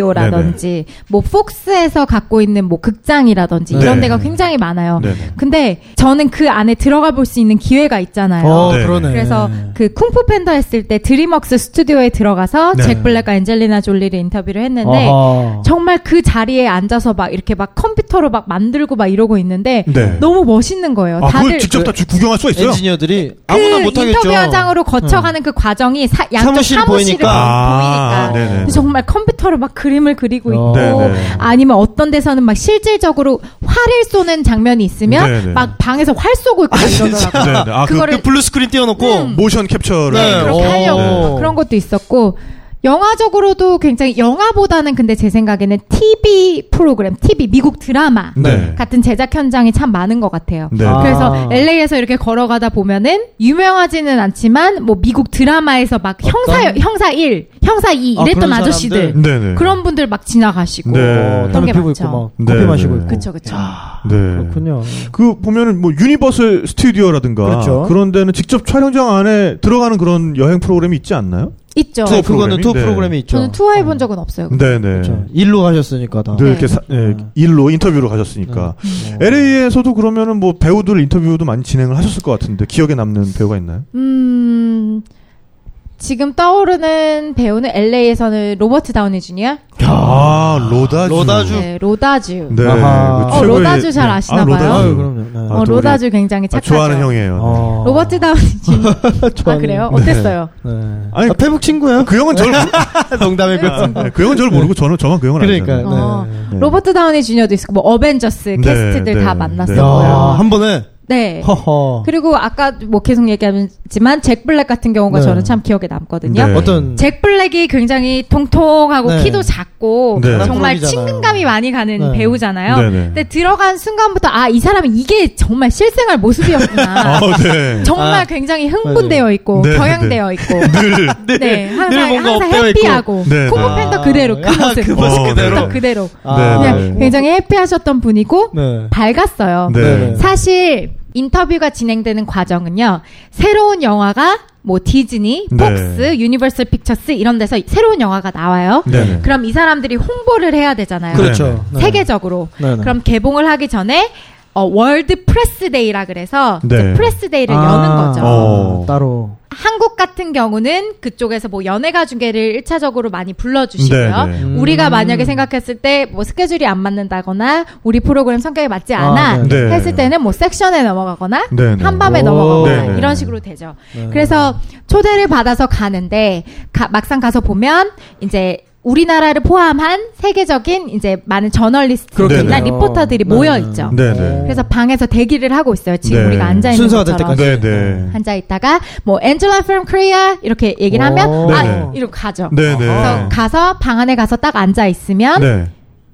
Speaker 5: 스튜디오라든지 뭐 폭스에서 갖고 있는 뭐 극장이라든지
Speaker 6: 네.
Speaker 5: 이런 데가 굉장히 많아요.
Speaker 6: 네. 네.
Speaker 5: 근데 저는 그 안에 들어가 볼 수 있는 기회가 있잖아요.
Speaker 4: 어,
Speaker 6: 네.
Speaker 4: 그러네.
Speaker 5: 그래서 그 쿵푸 팬더 했을 때 드림웍스 스튜디오에 들어가서
Speaker 6: 네.
Speaker 5: 잭 블랙과 앤젤리나 졸리를 인터뷰를 했는데
Speaker 4: 아하.
Speaker 5: 정말 그 자리에 앉아서 막 이렇게 막 컴퓨터로 막 만들고 막 이러고 있는데
Speaker 6: 네.
Speaker 5: 너무 멋있는 거예요.
Speaker 6: 아, 그걸
Speaker 5: 다들
Speaker 6: 직접 다 주- 구경할 수가 있어요?
Speaker 4: 엔지니어들이 아무나
Speaker 5: 그
Speaker 4: 못하겠죠. 음.
Speaker 5: 인터뷰 현장으로 거쳐가는 그 과정이 사, 양쪽
Speaker 4: 사무실이
Speaker 5: 사무실을
Speaker 4: 보이니까.
Speaker 5: 보이니까,
Speaker 6: 아, 네네.
Speaker 5: 근데 정말 컴퓨터로 막 그림을
Speaker 4: 어.
Speaker 5: 그리고 있고
Speaker 6: 네네.
Speaker 5: 아니면 어떤 데서는 막 실질적으로 활을 쏘는 장면이 있으면
Speaker 6: 네네.
Speaker 5: 막 방에서 활 쏘고 있고 이러더라고요.
Speaker 6: 네, 네. 아, 그
Speaker 5: 그거를 음.
Speaker 4: 블루 스크린 띄워놓고
Speaker 6: 모션 캡처를
Speaker 4: 음. 네,
Speaker 6: 하는
Speaker 5: 그렇게
Speaker 4: 어.
Speaker 5: 하려고 막 그런 것도 있었고 영화적으로도 굉장히 영화보다는 근데 제 생각에는 TV 프로그램, TV 미국 드라마
Speaker 6: 네.
Speaker 5: 같은 제작 현장이 참 많은 것 같아요.
Speaker 6: 네.
Speaker 4: 아.
Speaker 5: 그래서 LA에서 이렇게 걸어가다 보면은 유명하지는 않지만 뭐 미국 드라마에서 막 형사
Speaker 4: 어떤?
Speaker 5: 형사 1, 형사 2
Speaker 4: 아,
Speaker 5: 이랬던
Speaker 4: 그런
Speaker 5: 아, 저씨들
Speaker 4: 사람들?
Speaker 6: 네, 네.
Speaker 5: 그런 분들 막 지나가시고
Speaker 6: 네.
Speaker 4: 어, 담배
Speaker 5: 그런 게
Speaker 4: 피고
Speaker 5: 많죠.
Speaker 4: 있고 막
Speaker 6: 네,
Speaker 4: 커피
Speaker 6: 네.
Speaker 4: 마시고 있고
Speaker 5: 그쵸 그쵸.
Speaker 6: 네.
Speaker 4: 그렇군요.
Speaker 6: 그 보면은 뭐 유니버설 스튜디오라든가
Speaker 4: 그렇죠.
Speaker 6: 런 데는 직접 촬영장 안에 들어가는 그런 여행 프로그램이 있지 않나요?
Speaker 5: 있죠.
Speaker 4: 투어
Speaker 6: 투어
Speaker 4: 그거는
Speaker 6: 프로그램이?
Speaker 4: 투어
Speaker 6: 네.
Speaker 4: 프로그램이 있죠.
Speaker 5: 저는 투어 해본 적은 없어요.
Speaker 6: 네, 네.
Speaker 4: 그렇죠. 일로 가셨으니까 다. 네.
Speaker 6: 늘
Speaker 5: 네.
Speaker 6: 이렇게 사- 예,
Speaker 4: 어.
Speaker 6: 일로 인터뷰로 가셨으니까 그러니까. 음.
Speaker 4: 음.
Speaker 6: LA에서도 그러면은 뭐 배우들 인터뷰도 많이 진행을 하셨을 것 같은데 기억에 남는 배우가 있나요?
Speaker 5: 음 지금 떠오르는 배우는 LA에서는 로버트 다우니 주니어,
Speaker 6: 아 로다주.
Speaker 4: 로다주.
Speaker 5: 네, 로다주.
Speaker 6: 네.
Speaker 4: 아하.
Speaker 6: 그
Speaker 4: 어,
Speaker 6: 최고의-
Speaker 5: 로다주 잘
Speaker 6: 네.
Speaker 5: 아시나
Speaker 6: 아,
Speaker 5: 봐요.
Speaker 6: 로다주.
Speaker 4: 아유, 그럼요. 네.
Speaker 5: 어,
Speaker 6: 아, 또 우리-
Speaker 5: 로다주 굉장히
Speaker 6: 아,
Speaker 5: 착하죠.
Speaker 6: 좋아하는 형이에요. 네.
Speaker 4: 어.
Speaker 5: 로버트 다우니 주니어. 아 그래요? 어땠어요?
Speaker 4: 네.
Speaker 6: 아니,
Speaker 4: 아, 페북 친구야?
Speaker 6: 그 형은 저를 모르-
Speaker 4: 농담이고요.
Speaker 6: 네, 그 형은 저를 모르고 저는 저만 그 형을
Speaker 4: 그러니까.
Speaker 6: 알잖아요.
Speaker 5: 어,
Speaker 4: 네.
Speaker 6: 네.
Speaker 5: 로버트 다우니 주니어도 있었고 뭐 어벤져스
Speaker 6: 네,
Speaker 5: 캐스트들
Speaker 6: 네,
Speaker 5: 다
Speaker 6: 네.
Speaker 4: 야,
Speaker 5: 만났었고요.
Speaker 4: 한 번에
Speaker 5: 네.
Speaker 6: 어.
Speaker 4: 허허.
Speaker 5: 그리고 아까 뭐 계속 얘기하지만 잭 블랙 같은 경우가
Speaker 4: 네.
Speaker 5: 저는 참 기억에 남거든요.
Speaker 6: 네.
Speaker 4: 어떤
Speaker 5: 잭 블랙이 굉장히 통통하고
Speaker 4: 네.
Speaker 5: 키도 작고
Speaker 6: 네.
Speaker 5: 정말
Speaker 4: 사람들이잖아요.
Speaker 5: 친근감이 많이 가는
Speaker 4: 네.
Speaker 5: 배우잖아요.
Speaker 6: 네, 네.
Speaker 5: 근데 들어간 순간부터 아 이 사람이 이게 정말 실생활 모습이었구나.
Speaker 6: 아, 네.
Speaker 5: 정말
Speaker 4: 아.
Speaker 5: 굉장히 흥분되어 있고
Speaker 6: 네,
Speaker 5: 경향되어 있고
Speaker 6: 늘.
Speaker 5: 네, 항상,
Speaker 4: 뭔가
Speaker 5: 항상
Speaker 4: 업되어 있고.
Speaker 5: 해피하고
Speaker 6: 네, 네.
Speaker 5: 코브팬더
Speaker 4: 아,
Speaker 5: 그대로 그
Speaker 4: 아,
Speaker 5: 모습
Speaker 4: 그 모습
Speaker 6: 어,
Speaker 4: 그대로.
Speaker 5: 딱 그대로
Speaker 4: 아,
Speaker 6: 네,
Speaker 5: 그냥
Speaker 6: 네.
Speaker 5: 굉장히 해피하셨던 분이고
Speaker 4: 네.
Speaker 5: 밝았어요.
Speaker 6: 네.
Speaker 4: 네.
Speaker 5: 사실 인터뷰가 진행되는 과정은요. 새로운 영화가 뭐 디즈니,
Speaker 6: 네.
Speaker 5: 폭스, 유니버설 픽처스 이런 데서 새로운 영화가 나와요.
Speaker 6: 네.
Speaker 5: 그럼 이 사람들이 홍보를 해야 되잖아요.
Speaker 4: 그렇죠.
Speaker 5: 네. 세계적으로.
Speaker 4: 네, 네.
Speaker 5: 그럼 개봉을 하기 전에 어, 월드 프레스데이라 그래서
Speaker 6: 네.
Speaker 5: 이제 프레스데이를 여는 거죠.
Speaker 6: 어.
Speaker 4: 아, 따로.
Speaker 5: 한국 같은 경우는 그쪽에서 뭐 연예가 중계를 일차적으로 많이 불러주시고요.
Speaker 6: 네, 네.
Speaker 4: 음.
Speaker 5: 우리가 만약에 생각했을 때 뭐 스케줄이 안 맞는다거나 우리 프로그램 성격이 맞지
Speaker 4: 아,
Speaker 5: 않아
Speaker 4: 네,
Speaker 6: 네.
Speaker 5: 했을 때는 뭐 섹션에 넘어가거나
Speaker 6: 네, 네.
Speaker 5: 한밤에
Speaker 4: 오.
Speaker 5: 넘어가거나
Speaker 6: 네, 네.
Speaker 5: 이런 식으로 되죠. 그래서 초대를 받아서 가는데 가- 막상 가서 보면 이제 우리나라를 포함한 세계적인 이제 많은 저널리스트들이나
Speaker 6: 그렇겠네요.
Speaker 5: 리포터들이
Speaker 4: 네,
Speaker 5: 모여
Speaker 4: 네.
Speaker 5: 있죠.
Speaker 6: 네, 네.
Speaker 5: 그래서 방에서 대기를 하고 있어요. 지금
Speaker 6: 네.
Speaker 5: 우리가 앉아 있는
Speaker 4: 순서가 될
Speaker 5: 것처럼.
Speaker 4: 때까지.
Speaker 6: 네, 네.
Speaker 5: 앉아 있다가 뭐 엔젤라 from Korea 이렇게 얘기를 하면
Speaker 4: 오.
Speaker 5: 아
Speaker 6: 네네.
Speaker 5: 이러고 가죠.
Speaker 6: 네,
Speaker 4: 어.
Speaker 5: 그래서
Speaker 6: 네.
Speaker 5: 가서 방 안에 가서 딱 앉아 있으면
Speaker 6: 네.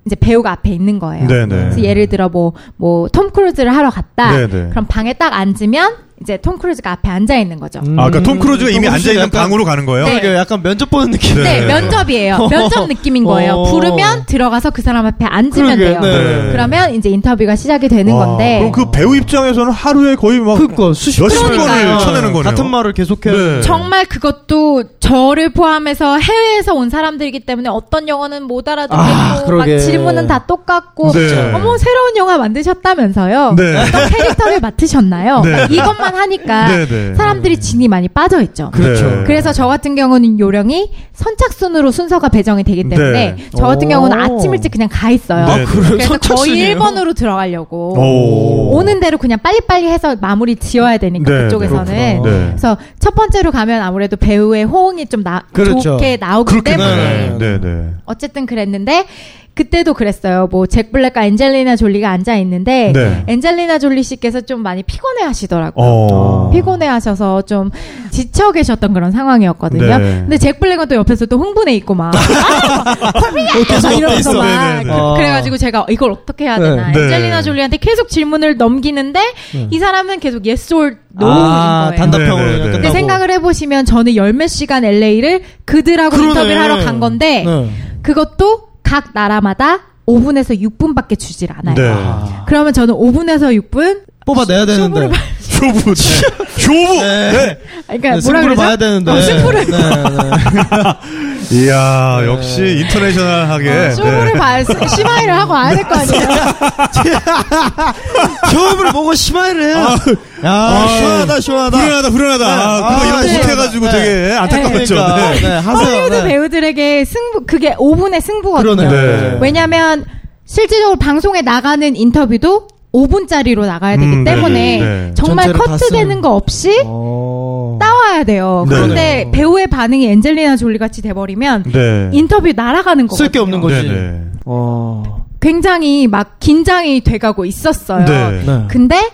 Speaker 5: 이제 배우가 앞에 있는 거예요.
Speaker 6: 네, 네.
Speaker 5: 그래서 예를 들어 뭐 뭐 톰 크루즈를 하러 갔다.
Speaker 6: 네네.
Speaker 5: 그럼 방에 딱 앉으면 이제 톰 크루즈가 앞에 앉아 있는 거죠.
Speaker 4: 음.
Speaker 6: 아, 그러니까 톰 크루즈가 이미
Speaker 4: 톰
Speaker 6: 앉아 있는
Speaker 4: 약간-
Speaker 6: 방으로 가는 거예요?
Speaker 5: 네.
Speaker 4: 그러니까 약간 면접 보는 느낌.
Speaker 6: 네.
Speaker 5: 네, 면접이에요. 면접 느낌인 거예요.
Speaker 4: 어.
Speaker 5: 부르면 들어가서 그 사람 앞에 앉으면
Speaker 4: 그러게,
Speaker 5: 돼요.
Speaker 4: 네.
Speaker 5: 그러면 이제 인터뷰가 시작이 되는
Speaker 6: 와,
Speaker 5: 건데.
Speaker 6: 그럼 그 배우 입장에서는 하루에 거의 막
Speaker 4: 어, 그니까 수십
Speaker 6: 몇십
Speaker 4: 그러니까 번을
Speaker 5: 번을
Speaker 6: 쳐내는 거네요.
Speaker 4: 같은 말을 계속해.
Speaker 6: 네.
Speaker 5: 그 정말 그것도 저를 포함해서 해외에서 온 사람들이기 때문에 어떤 영어는 못 알아듣겠고
Speaker 4: 아,
Speaker 5: 막
Speaker 4: 그러게.
Speaker 5: 질문은 다 똑같고
Speaker 6: 네.
Speaker 5: 그렇죠. 어머 새로운 영화 만드셨다면서요
Speaker 6: 네.
Speaker 5: 어떤 캐릭터를 맡으셨나요
Speaker 6: 네.
Speaker 5: 이것만 하니까
Speaker 6: 네, 네.
Speaker 5: 사람들이 진이 많이 빠져 있죠.
Speaker 4: 그렇죠.
Speaker 6: 네.
Speaker 5: 그래서 저 같은 경우는 요령이 선착순으로 순서가 배정이 되기 때문에
Speaker 6: 네.
Speaker 5: 저 같은 경우는
Speaker 4: 오.
Speaker 5: 아침 일찍 그냥 가 있어요.
Speaker 6: 네, 네.
Speaker 5: 그래서 거의
Speaker 4: 선착순이에요?
Speaker 5: 1번으로 들어가려고
Speaker 6: 오.
Speaker 5: 오는 대로 그냥 빨리빨리 해서 마무리 지어야 되니까
Speaker 6: 네,
Speaker 5: 그쪽에서는
Speaker 4: 그렇구나.
Speaker 6: 네.
Speaker 5: 그래서 첫 번째로 가면 아무래도 배우의 호응이 좀 나,
Speaker 4: 그렇죠.
Speaker 5: 좋게 나오기 때문에
Speaker 4: 네.
Speaker 6: 네, 네.
Speaker 5: 어쨌든 그랬는데 그때도 그랬어요. 뭐 잭 블랙과 엔젤리나 졸리가 앉아 있는데
Speaker 6: 네.
Speaker 5: 엔젤리나 졸리 씨께서 좀 많이 피곤해 하시더라고요.
Speaker 6: 어.
Speaker 5: 피곤해 하셔서 좀 지쳐 계셨던 그런 상황이었거든요.
Speaker 6: 네.
Speaker 5: 근데 잭 블랙은 또 옆에서 또 흥분해 있고 막 어,
Speaker 4: 계속
Speaker 5: 막
Speaker 4: 업돼
Speaker 5: 이러면서
Speaker 4: 있어.
Speaker 5: 막
Speaker 6: 네네네.
Speaker 4: 아.
Speaker 5: 그래가지고 제가 이걸 어떻게 해야 되나
Speaker 6: 네.
Speaker 5: 엔젤리나 졸리한테 계속 질문을 넘기는데 이 사람은 계속 yes or no인
Speaker 4: 아,
Speaker 5: 거예요.
Speaker 4: 단답형으로
Speaker 6: 네,
Speaker 4: 그냥
Speaker 6: 네, 네.
Speaker 5: 근데
Speaker 4: 끝나고.
Speaker 5: 생각을 해보시면 저는 열 몇 시간 LA를 그들하고
Speaker 4: 뭐, 그러네.
Speaker 5: 인터뷰를 하러 간 건데
Speaker 4: 네.
Speaker 5: 그것도 각 나라마다 5분에서 6분밖에 주질 않아요.
Speaker 6: 네.
Speaker 4: 아.
Speaker 5: 그러면 저는 5분에서 6분
Speaker 4: 뽑아내야 되는데.
Speaker 6: 쇼부. 네. 쇼부.
Speaker 4: 네.
Speaker 5: 그러니까
Speaker 4: 네,
Speaker 5: 뭐라
Speaker 4: 승부를
Speaker 5: 그러죠?
Speaker 4: 봐야 되는데.
Speaker 5: 어, 승부를
Speaker 4: 네, 네.
Speaker 6: 이야, 역시 인터내셔널하게.
Speaker 5: 아,
Speaker 4: 네.
Speaker 6: 네.
Speaker 5: 쇼부를 봐야 돼. 심화이를 하고 와야 될 거 아니에요.
Speaker 4: 처음으로 네. 보고 심화를 해요. 야,
Speaker 6: 아,
Speaker 4: 아, 시원하다, 시원하다.
Speaker 6: 후련하다, 후련하다. 아, 그거
Speaker 4: 아,
Speaker 6: 이런 거
Speaker 5: 네.
Speaker 6: 못해가지고
Speaker 4: 네.
Speaker 6: 되게 안타깝죠.
Speaker 4: 그러니까.
Speaker 6: 네.
Speaker 4: 네, 하세요.
Speaker 5: 헐리우드
Speaker 4: 네.
Speaker 5: 아, 배우들에게 승부 그게 5분의 승부거든요.
Speaker 4: 그러네.
Speaker 6: 네.
Speaker 5: 왜냐면 실질적으로 방송에 나가는 인터뷰도 5분짜리로 나가야 되기
Speaker 6: 음, 네,
Speaker 5: 때문에
Speaker 6: 네, 네.
Speaker 5: 정말
Speaker 4: 전체를 다
Speaker 5: 커트되는
Speaker 4: 쓰는.
Speaker 5: 거 없이
Speaker 4: 어.
Speaker 5: 따와야 돼요.
Speaker 6: 네.
Speaker 5: 그런데
Speaker 4: 그러네요.
Speaker 5: 배우의 반응이 엔젤리나 졸리 같이 돼버리면
Speaker 6: 네.
Speaker 5: 인터뷰 날아가는 거거든요.
Speaker 4: 쓸게 없는 거. 거지.
Speaker 6: 네네.
Speaker 4: 어.
Speaker 5: 굉장히 막 긴장이 돼가고 있었어요.
Speaker 6: 네.
Speaker 4: 네.
Speaker 5: 근데